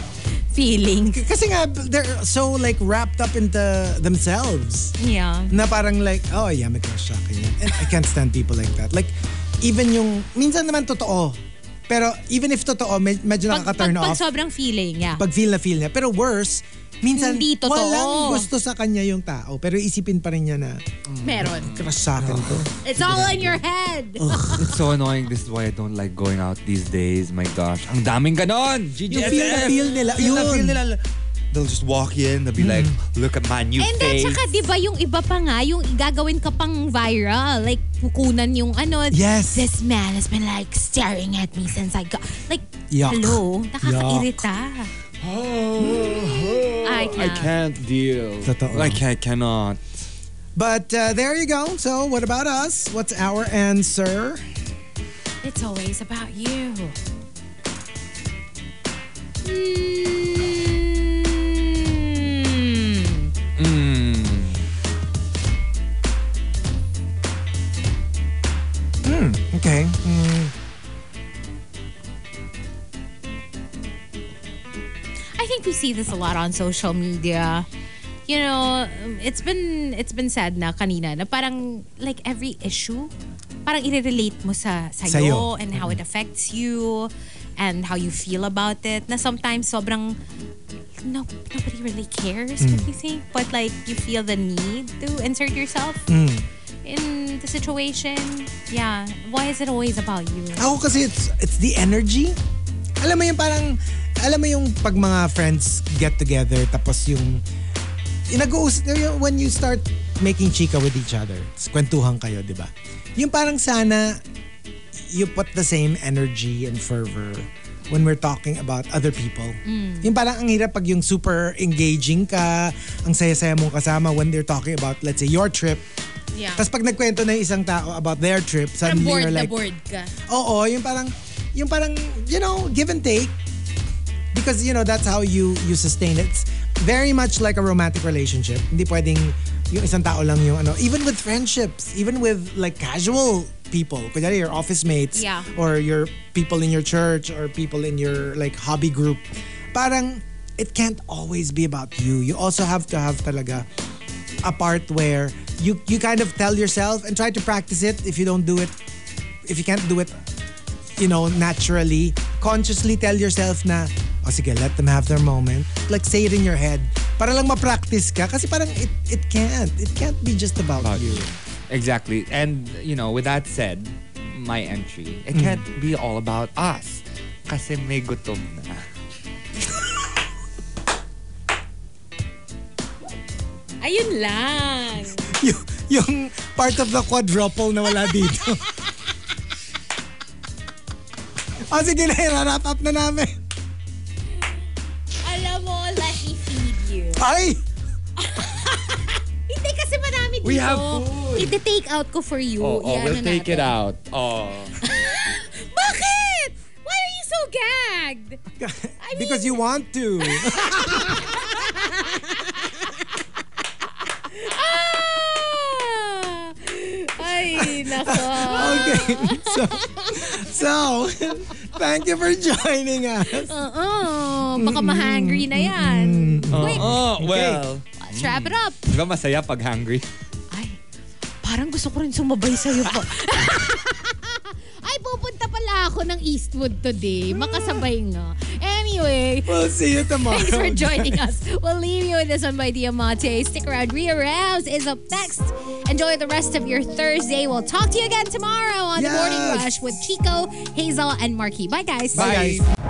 S1: Feelings.
S2: Kasi nga, they're so like wrapped up into themselves.
S1: Yeah.
S2: Na parang like, oh yeah, may crush siya kanya. And I can't stand people like that. Like, even yung, minsan naman totoo. Pero even if totoo, med- medyo
S1: Pag, pag,
S2: nakaka-turn
S1: pag
S2: off.
S1: sobrang feeling, yeah.
S2: Pag feel na feel niya. Pero worse, minsan
S1: Hindi totoo.
S2: walang gusto sa kanya yung tao. Pero isipin pa rin niya na,
S1: Mm. Meron.
S2: crush sa akin to.
S1: It's all in your head.
S4: It's so annoying. This is why I don't like going out these days. My gosh. Ang daming ganon.
S2: Yung feel na feel nila.
S4: Feel na
S2: yun.
S4: feel nila. Hmm. They'll just walk in. They'll be like, look at my new
S1: And then,
S4: face.
S1: tsaka, di ba yung iba pa nga, yung gagawin ka pang viral. Like, pukunan yung ano.
S2: Yes.
S1: This man has been like staring at me since I got... Like,
S2: Yuck.
S1: hello? Nakakairita. Hmm.
S13: I
S1: I can't.
S13: can't deal.
S2: Totoo.
S13: Like I cannot.
S2: But uh, there you go. So what about us? What's our answer?
S1: It's always about you.
S4: Hmm.
S1: Mm.
S2: Okay. Mm.
S1: I think we see this a lot on social media. You know, um, it's been it's been sad na kanina na parang like every issue, parang i-relate mo sa sayo,
S2: Sa'yo. Mm-hmm.
S1: and how it affects you and how you feel about it. Na sometimes sobrang no, nobody really cares
S2: Mm.
S1: what you think, but like you feel the need to insert yourself
S2: Mm.
S1: in the situation. Yeah, why is it always about you?
S2: Ako kasi it's, it's the energy. Alam mo yung parang, alam mo yung pag mga friends get together, tapos yung, yung nag-uus, yung- when you start making chika with each other, s- kwentuhan kayo, di ba? Yung parang sana, you put the same energy and fervor when we're talking about other people. Yung parang ang hirap pag yung super engaging ka, ang saya-saya mong kasama when they're talking about, let's say, your trip.
S1: Yeah.
S2: Tapos pag nagkwento na yung isang tao about their trip,
S1: Parang
S2: suddenly
S1: bored
S2: you're
S1: na
S2: like,
S1: bored ka.
S2: Oo, yung parang yung parang you know, give and take because you know that's how you you sustain it. It's very much like a romantic relationship. Hindi pwedeng yung isang tao lang yung ano, even with friendships, even with like casual people, kunyari your office mates
S1: Yeah.
S2: or your people in your church or people in your like hobby group. Parang it can't always be about you. You also have to have talaga a part where you you kind of tell yourself and try to practice it if you don't do it if you can't do it you know naturally consciously tell yourself na oh sige let them have their moment like say it in your head para lang ma-practice ka kasi parang it it can't it can't be just about,
S4: About
S2: you.
S4: you. Exactly. And, you know, with that said, my entry, it can't be all about us. Kasi may gutom na.
S1: Ayun lang.
S2: Yung- yung part of the quadruple na wala dito oh sige na wrap up na namin
S1: Alam mo, let me feed you.
S2: ay
S1: Hindi kasi marami dito.
S4: We have food.
S1: Iti-take out ko for you.
S4: Oh, oh,
S1: Iano
S4: we'll take it
S1: natin.
S4: out. Oh.
S1: Bakit? Why are you so gagged?
S2: because you want to
S1: Ah! Ay, nako.
S2: Okay. So, so Thank you for joining us.
S14: Oo. Baka ma-hungry na yan. Quick.
S4: Oh, well.
S14: Let's wrap it up.
S4: Di ba masaya pag hungry?
S14: Parang gusto ko rin sumabay sa'yo pa.
S1: Ay, pupunta pala ako ng Eastwood today. Makasabay nga. Anyway,
S2: We'll see you tomorrow.
S1: Thanks for joining us. We'll leave you with this one by Diamante. Stick around. Ria Rams is up next. Enjoy the rest of your Thursday. We'll talk to you again tomorrow on The Morning
S2: Yes.
S1: Rush with Chico, Hazel, and Marky. Bye, guys.
S2: Bye, guys.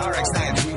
S6: RX931.